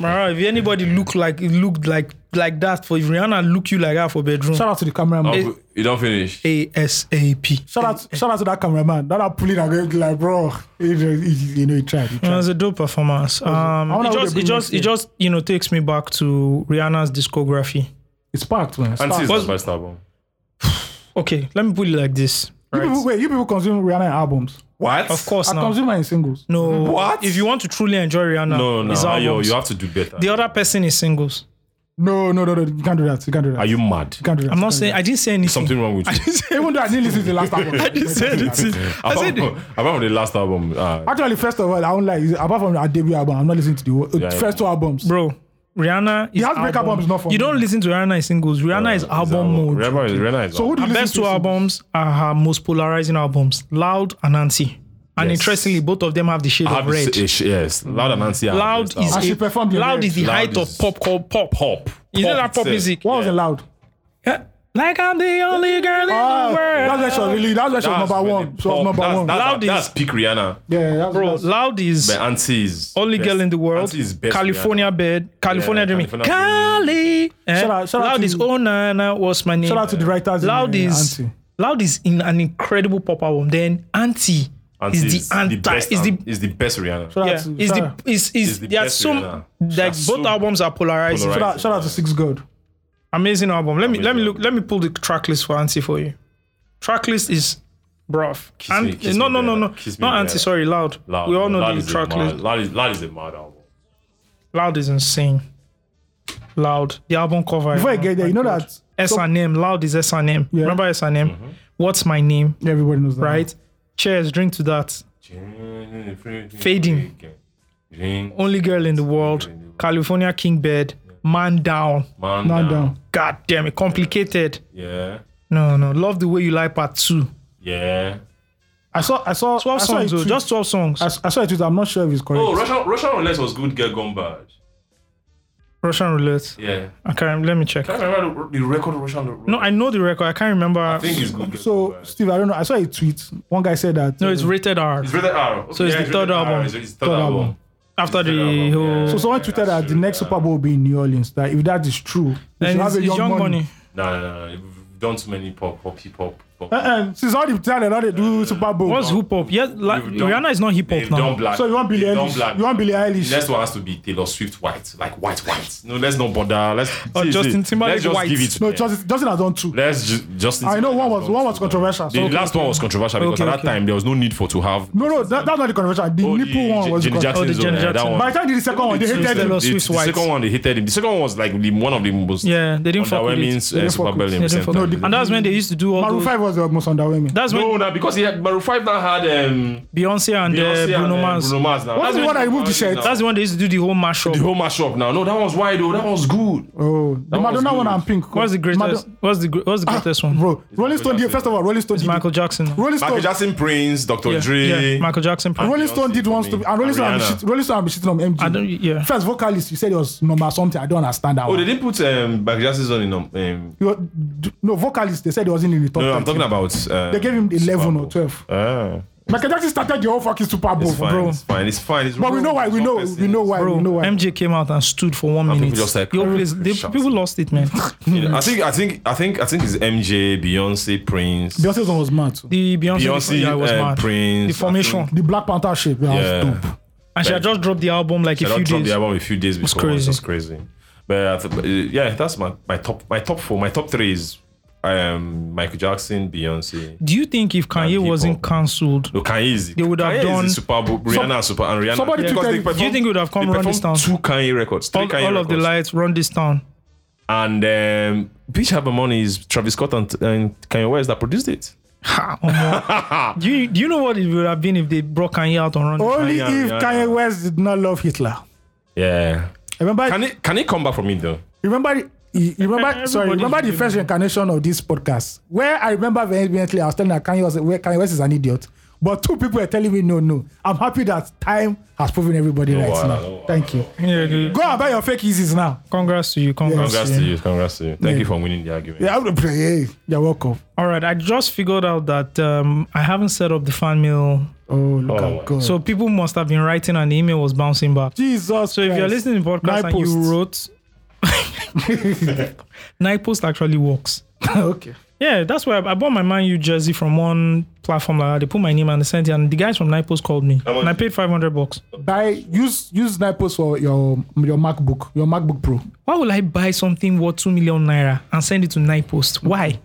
Speaker 2: Mara, if anybody looked like looked like like that for if Rihanna look you like that for bedroom,
Speaker 4: Shout out to the cameraman.
Speaker 3: Oh, you don't finish.
Speaker 2: ASAP.
Speaker 4: Shout out, shout out to that cameraman. That are pulling and going like, bro, he, he, you know, he tried. He
Speaker 2: It
Speaker 4: tried.
Speaker 2: was a dope performance. Um,
Speaker 4: I wonder
Speaker 2: it just,
Speaker 4: what they
Speaker 2: it
Speaker 4: bring
Speaker 2: just,
Speaker 4: next
Speaker 2: it
Speaker 4: year.
Speaker 2: just, you know, takes me back to Rihanna's discography.
Speaker 4: It's packed, man. It's
Speaker 3: And
Speaker 4: packed.
Speaker 3: this
Speaker 2: What's-
Speaker 3: is the best album.
Speaker 2: Okay, let me put it like this.
Speaker 4: You people, wait, you people consume Rihanna in albums.
Speaker 3: What?
Speaker 2: Of course,
Speaker 4: I
Speaker 2: now.
Speaker 4: consume her in singles.
Speaker 2: No.
Speaker 3: What?
Speaker 2: If you want to truly enjoy Rihanna,
Speaker 3: No, no,
Speaker 2: it's
Speaker 3: no. Yo,
Speaker 2: albums.
Speaker 3: you have to do better.
Speaker 2: the other person is singles.
Speaker 4: No, no, no, no. You can't do that. You can't do that.
Speaker 3: Are you mad?
Speaker 4: You can't do that.
Speaker 2: I'm
Speaker 4: You
Speaker 2: not
Speaker 4: can't
Speaker 2: saying I didn't say anything.
Speaker 3: Something wrong with you.
Speaker 4: do that. Even though I didn't listen to the last album. I
Speaker 2: didn't say anything. I
Speaker 3: Apart
Speaker 2: said
Speaker 3: from, apart from the last album, uh,
Speaker 4: Actually, first of all, I don't like. Apart from her debut album, I'm not listening to the whole- uh,
Speaker 3: Yeah,
Speaker 4: first two albums.
Speaker 2: bro. Rihanna is
Speaker 4: The Heartbreak
Speaker 2: album.
Speaker 4: album is not for
Speaker 2: You
Speaker 4: me.
Speaker 2: don't listen to Rihanna in singles. Rihanna is album mode.
Speaker 3: Remember, Uh, Rihanna is
Speaker 4: so who do
Speaker 2: her
Speaker 4: you
Speaker 2: best
Speaker 4: listen
Speaker 2: two
Speaker 4: to?
Speaker 2: albums are her most polarizing albums, Loud and Nancy. And
Speaker 3: Yes.
Speaker 2: interestingly, both of them have the shade
Speaker 3: I
Speaker 2: of
Speaker 3: have to
Speaker 2: red.
Speaker 3: say- ish, yes, loud and Nancy. are the
Speaker 2: Loud
Speaker 3: best
Speaker 2: is
Speaker 3: album.
Speaker 4: she
Speaker 2: a-
Speaker 4: performed in
Speaker 2: Loud
Speaker 4: Red.
Speaker 2: is the
Speaker 3: Loud
Speaker 2: height
Speaker 3: is-
Speaker 2: of pop called pop.
Speaker 3: pop.
Speaker 2: Isn't that
Speaker 3: Pop
Speaker 2: pop
Speaker 3: itself.
Speaker 2: music?
Speaker 4: What was
Speaker 3: Yeah.
Speaker 4: it loud?
Speaker 2: Yeah. Like I'm the only girl in
Speaker 4: Ah,
Speaker 2: the
Speaker 4: that's
Speaker 2: world.
Speaker 4: where she was really. That's where she was
Speaker 3: That's
Speaker 4: number
Speaker 3: really
Speaker 4: one. She was
Speaker 3: pop.
Speaker 4: number
Speaker 3: that's,
Speaker 4: one.
Speaker 3: That's,
Speaker 2: Loud is-
Speaker 3: that's peak Rihanna.
Speaker 4: yeah, that's,
Speaker 2: Bro,
Speaker 4: that's
Speaker 2: loud is
Speaker 3: But auntie is
Speaker 2: only
Speaker 3: best.
Speaker 2: girl in the world.
Speaker 3: Auntie is best
Speaker 2: California bed. California
Speaker 3: Yeah,
Speaker 2: dreaming.
Speaker 3: California
Speaker 2: Cali. Eh?
Speaker 4: Shout out- shout out
Speaker 2: loud
Speaker 4: to-
Speaker 2: is oh na na. What's my name?
Speaker 4: shout out to the writers. in,
Speaker 2: Loud
Speaker 4: uh,
Speaker 2: is
Speaker 4: Auntie.
Speaker 2: Loud is in an incredible pop album. Then Auntie,
Speaker 3: Auntie
Speaker 2: is the anti.
Speaker 3: best,
Speaker 2: is the
Speaker 3: aunt- is the best Rihanna.
Speaker 4: Shout out
Speaker 2: yeah,
Speaker 4: to-
Speaker 2: is
Speaker 4: shout
Speaker 2: the
Speaker 4: out-
Speaker 2: is is
Speaker 3: the
Speaker 2: there are
Speaker 3: best
Speaker 2: some
Speaker 3: Rihanna.
Speaker 2: like
Speaker 3: She's
Speaker 2: both
Speaker 3: so
Speaker 2: albums are polarizing.
Speaker 3: polarizing.
Speaker 4: shout out- shout out to Six God.
Speaker 2: Amazing album. Let me let me
Speaker 3: Amazing
Speaker 2: look. Let me pull the track list for Auntie for you. Track list is bruv.
Speaker 3: Kiss Me- Kiss
Speaker 2: no,
Speaker 3: Me
Speaker 2: no, no,
Speaker 3: Better.
Speaker 2: no,
Speaker 3: Kiss Me
Speaker 2: Not Auntie.
Speaker 3: Better.
Speaker 2: Sorry, loud.
Speaker 3: Loud,
Speaker 2: We all know
Speaker 3: Loud
Speaker 2: the
Speaker 3: is a
Speaker 2: track
Speaker 3: mad-
Speaker 2: list.
Speaker 3: Loud is, loud is a mad album.
Speaker 2: Loud is insane. Loud. The album cover.
Speaker 4: Before I
Speaker 2: oh
Speaker 4: get there,
Speaker 2: my
Speaker 4: you know
Speaker 2: God.
Speaker 4: that
Speaker 2: S and M. Loud is S and M.
Speaker 4: Yeah. Mm-hmm.
Speaker 2: Remember S and M. What's my name?
Speaker 4: everybody knows that.
Speaker 2: Right. Cheers. Drink to that. Fading.
Speaker 3: Fading.
Speaker 2: Only girl in the world. California King Bed. Man down.
Speaker 3: Man
Speaker 4: Now
Speaker 3: down.
Speaker 4: down.
Speaker 2: God damn it. Complicated.
Speaker 3: Yeah.
Speaker 2: No, no. Love the way you lie part two.
Speaker 3: Yeah.
Speaker 4: I saw. I saw.
Speaker 2: 12
Speaker 4: I saw a
Speaker 2: songs, though,
Speaker 4: tweet-
Speaker 2: just 12 songs.
Speaker 4: I, s- I saw it. Tweet, I'm not sure if it's correct.
Speaker 3: Oh, Russian Russian Roulette was good girl gone bad.
Speaker 2: Russian roulette.
Speaker 3: Yeah.
Speaker 2: Okay, let me check.
Speaker 3: Can I remember the, the record Russian Roulette?
Speaker 2: No, I know the record. I can't remember.
Speaker 3: I think it's good girl gone
Speaker 4: so
Speaker 3: bad.
Speaker 4: Steve, I don't know. I saw a tweet. One guy said that. uh,
Speaker 2: no, it's rated R.
Speaker 3: It's rated R. Okay,
Speaker 2: So it's the
Speaker 3: rated
Speaker 2: third
Speaker 3: R.
Speaker 2: album.
Speaker 3: It's, it's third, album.
Speaker 4: album.
Speaker 2: After
Speaker 3: Third album,
Speaker 2: the whole.
Speaker 3: yeah.
Speaker 4: So someone
Speaker 3: Yeah,
Speaker 4: tweeted
Speaker 3: that's
Speaker 4: that the
Speaker 3: true,
Speaker 4: next
Speaker 3: yeah.
Speaker 4: Super Bowl will be in New Orleans. That if that is true, they
Speaker 2: Then
Speaker 4: should have
Speaker 2: it's,
Speaker 4: a
Speaker 2: it's
Speaker 4: young, money.
Speaker 3: No, no, no. You've done too many pop, pop, hip hop. pop.
Speaker 4: Uh-uh, since all the time they know they do Super Bowl.
Speaker 2: What's hip hop? Yeah, like,
Speaker 3: You've done-
Speaker 2: Rihanna is not hip hop
Speaker 3: They've done
Speaker 2: now.
Speaker 3: black.
Speaker 4: So you want Billie
Speaker 3: They've done
Speaker 4: Eilish?
Speaker 3: black.
Speaker 4: You want Billie Eilish?
Speaker 3: The next one has to be Taylor Swift white, like white, white. No, let's not bother. Let's
Speaker 2: Or
Speaker 3: see,
Speaker 2: Oh, Justin
Speaker 3: see.
Speaker 2: Timberlake
Speaker 3: Let's just
Speaker 2: white.
Speaker 3: give it to
Speaker 4: no,
Speaker 3: them.
Speaker 4: Justin, Justin has done two.
Speaker 3: Let's ju- Justin.
Speaker 4: I know one
Speaker 3: Timberlake has
Speaker 4: was-
Speaker 3: done
Speaker 4: one was
Speaker 3: two.
Speaker 4: controversial, so
Speaker 3: The
Speaker 4: okay,
Speaker 3: last one was controversial because
Speaker 2: Okay,
Speaker 3: at that
Speaker 2: okay.
Speaker 3: time there was no need for to have.
Speaker 4: No, no, that, that's not the controversial. The
Speaker 3: Oh, the
Speaker 4: nipple one
Speaker 3: J-
Speaker 4: was
Speaker 3: Jenny
Speaker 4: good.
Speaker 3: Jackson's
Speaker 2: Oh, the
Speaker 3: one,
Speaker 2: Jenny
Speaker 3: yeah, that
Speaker 2: Jackson.
Speaker 3: one.
Speaker 4: By the time they did the second one, they
Speaker 3: The-
Speaker 4: hated
Speaker 2: Taylor
Speaker 4: him.
Speaker 2: Swift.
Speaker 3: the
Speaker 2: white.
Speaker 3: second one they hated him. The second one was like the- one of the most
Speaker 2: Yeah, they didn't fuck with
Speaker 3: underwhelming
Speaker 2: it.
Speaker 3: uh,
Speaker 4: didn't
Speaker 3: Super
Speaker 4: fuck with
Speaker 3: Bowl
Speaker 4: it.
Speaker 3: in the
Speaker 2: They
Speaker 3: same
Speaker 2: didn't fuck-
Speaker 3: time.
Speaker 2: And that's when they used to do all
Speaker 4: Maroon
Speaker 2: those.
Speaker 4: Five was uh, the most underwhelming.
Speaker 2: That's when
Speaker 3: No, no, because he had Maroon Five now had um,
Speaker 2: Beyonce and
Speaker 3: Beyonce
Speaker 2: uh,
Speaker 3: and,
Speaker 2: Bruno
Speaker 3: uh,
Speaker 2: Mars.
Speaker 3: Bruno Mars now.
Speaker 4: What's the
Speaker 3: when
Speaker 4: one that
Speaker 3: he-
Speaker 4: removed the shirt?
Speaker 3: now.
Speaker 2: That's the one they used to do the whole
Speaker 3: the
Speaker 2: mashup.
Speaker 3: whole mashup now. No, that one's wide though. That was good.
Speaker 4: oh, the
Speaker 3: That was
Speaker 4: Madonna
Speaker 3: good.
Speaker 4: one and Pink.
Speaker 2: What's the greatest?
Speaker 4: Madon-
Speaker 2: What's the gre- What's the greatest one?
Speaker 4: Bro, Ah, Rolling Stone. Did,
Speaker 3: Jackson.
Speaker 4: first of all, Rolling Stone.
Speaker 2: It's
Speaker 4: Did,
Speaker 2: Michael Jackson.
Speaker 4: Rolling
Speaker 3: Michael
Speaker 4: Stone.
Speaker 3: Jackson, Prince, Dr.
Speaker 2: Yeah,
Speaker 3: Dre.
Speaker 2: yeah, Michael Jackson.
Speaker 4: Rolling
Speaker 3: Beyonce
Speaker 4: Stone did
Speaker 3: for
Speaker 4: one
Speaker 3: me.
Speaker 4: stupid. And Rolling Stone, and
Speaker 3: Rihanna.
Speaker 4: shit, Rolling Stone and shitting on MG.
Speaker 2: I don't- yeah.
Speaker 4: First vocalist, you said it was number something. I don't understand that
Speaker 3: Oh,
Speaker 4: one.
Speaker 3: they didn't put um, Michael Jackson's on in. Um, um,
Speaker 4: You were- d- no vocalist. They said he wasn't in the top.
Speaker 3: no, I'm
Speaker 4: 30.
Speaker 3: talking about. Uh,
Speaker 4: They gave him
Speaker 3: Super
Speaker 4: 11 or
Speaker 3: Bowl.
Speaker 4: 12.
Speaker 3: Ah,
Speaker 4: Michael Jackson started the whole fucking Super Bowl,
Speaker 3: it's fine,
Speaker 4: bro.
Speaker 3: It's fine. It's fine. It's
Speaker 4: But we
Speaker 3: real,
Speaker 4: know why. We
Speaker 3: it's
Speaker 4: know.
Speaker 3: not
Speaker 4: We know why.
Speaker 2: Bro,
Speaker 4: we know why.
Speaker 2: MJ came out and stood for one
Speaker 3: people
Speaker 2: minute.
Speaker 3: just like-
Speaker 2: Yo, please, they-
Speaker 3: Shots.
Speaker 2: people lost it, man.
Speaker 3: personal. I think. I think. I think. I think it's MJ, Beyonce, Prince,
Speaker 4: Beyonce's one was mad. Too. The,
Speaker 2: The Beyonce,
Speaker 3: Beyonce,
Speaker 2: yeah, was
Speaker 3: uh,
Speaker 2: mad.
Speaker 3: Prince.
Speaker 2: The formation.
Speaker 3: I think-
Speaker 4: Black Panther shit. That
Speaker 3: Yeah.
Speaker 4: was dope.
Speaker 2: and she had
Speaker 3: uh,
Speaker 2: just dropped the album like a
Speaker 3: I
Speaker 2: few
Speaker 3: dropped
Speaker 2: days.
Speaker 3: the album a few days before.
Speaker 2: crazy.
Speaker 3: It's just crazy. But I th- but, uh, yeah, that's my, my top my top four. My top three is um, Michael Jackson, Beyonce.
Speaker 2: Do you think if Kanye
Speaker 3: hip-hop.
Speaker 2: wasn't cancelled,
Speaker 3: No, Kanye is
Speaker 2: They would have
Speaker 3: Kanye is
Speaker 2: done-
Speaker 3: the Super Bowl. Rihanna and Super and Rihanna.
Speaker 4: somebody
Speaker 3: because
Speaker 4: tweeted-
Speaker 3: they
Speaker 4: Do you
Speaker 3: performed-
Speaker 2: think it would have come
Speaker 3: they
Speaker 2: Run This
Speaker 3: performed
Speaker 2: Town?
Speaker 3: Two Kanye records, three
Speaker 2: all,
Speaker 3: Kanye
Speaker 2: all of the
Speaker 3: records.
Speaker 2: lights run this town?
Speaker 3: And um, Bitch Have a Money is Travis Scott and, and Kanye West that produced it.
Speaker 2: Ha, omo. do, you, do you know what it would have been if they brought Kanye out on Run This Town?
Speaker 4: Only
Speaker 3: Kanye,
Speaker 4: if
Speaker 3: yeah.
Speaker 4: Kanye West did not love Hitler.
Speaker 3: Yeah.
Speaker 4: Remember,
Speaker 3: Can it can it come back from it though?
Speaker 4: remember, he- remember. Sorry,
Speaker 2: Everybody's
Speaker 4: remember the
Speaker 2: doing
Speaker 4: first reincarnation of this podcast, where I remember very evidently I was telling that Kanye was where Kanye West is an idiot, but two people were telling me no, no. I'm happy that time has proven everybody right
Speaker 3: wow,
Speaker 4: now.
Speaker 3: oh,
Speaker 4: Thank you.
Speaker 2: Yeah, dude.
Speaker 4: Go and buy your fake easies now.
Speaker 2: Congrats to you. Congrats,
Speaker 3: Congrats
Speaker 2: to
Speaker 3: to
Speaker 2: you.
Speaker 3: you. Congrats to you. Thank you for winning the argument.
Speaker 4: Yeah, I'm pray. You're welcome.
Speaker 2: All right, I just figured out that um, I haven't set up the fan mail,
Speaker 4: Oh, look
Speaker 3: Oh,
Speaker 4: at God.
Speaker 2: so people must have been writing and the email was bouncing back.
Speaker 4: Jesus.
Speaker 2: So if you're listening to the podcast and you wrote, night post actually works.
Speaker 4: okay.
Speaker 2: Yeah, that's why I, I bought my Man U jersey from one platform like that. They put my name and they sent it, and the guys from Night Post called me, and I paid five hundred bucks.
Speaker 4: Buy use use Snipers for your your MacBook, your MacBook Pro.
Speaker 2: Why would I buy something worth two million naira and send it to Night Post? Why?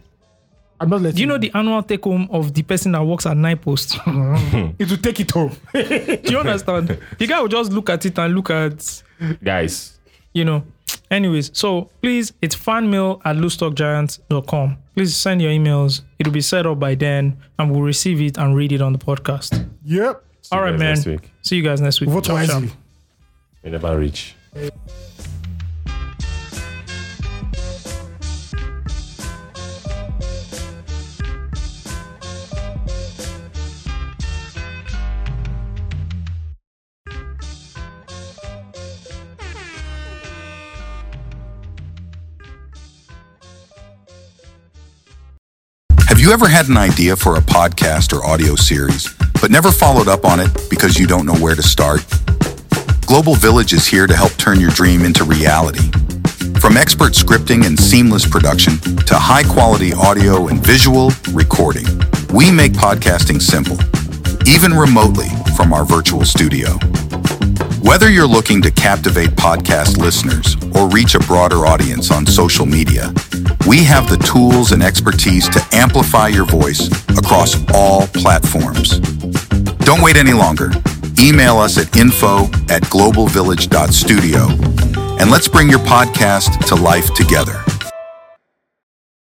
Speaker 4: I'm not letting
Speaker 2: Do you know the annual take home of the person that works at Night Post? Do
Speaker 4: it will take it home.
Speaker 2: you understand? the guy will just look at it and look at
Speaker 3: Guys.
Speaker 2: you know. Anyways, so please, it's fanmail at loosetalkgiants.com. Please send your emails. It'll be set up by then, and we'll receive it and read it on the podcast.
Speaker 4: yep.
Speaker 2: All right,
Speaker 3: guys
Speaker 2: man.
Speaker 3: next week.
Speaker 2: See you guys next week.
Speaker 4: Vote
Speaker 2: Ciao, ciao.
Speaker 4: wisely.
Speaker 3: We never reach.
Speaker 1: Have you ever had an idea for a podcast or audio series, but never followed up on it because you don't know where to start? Global Village is here to help turn your dream into reality. From expert scripting and seamless production to high quality audio and visual recording, we make podcasting simple, even remotely from our virtual studio. Whether you're looking to captivate podcast listeners or reach a broader audience on social media, we have the tools and expertise to amplify your voice across all platforms. Don't wait any longer. Email us at info at globalvillage.studio and let's bring your podcast to life together.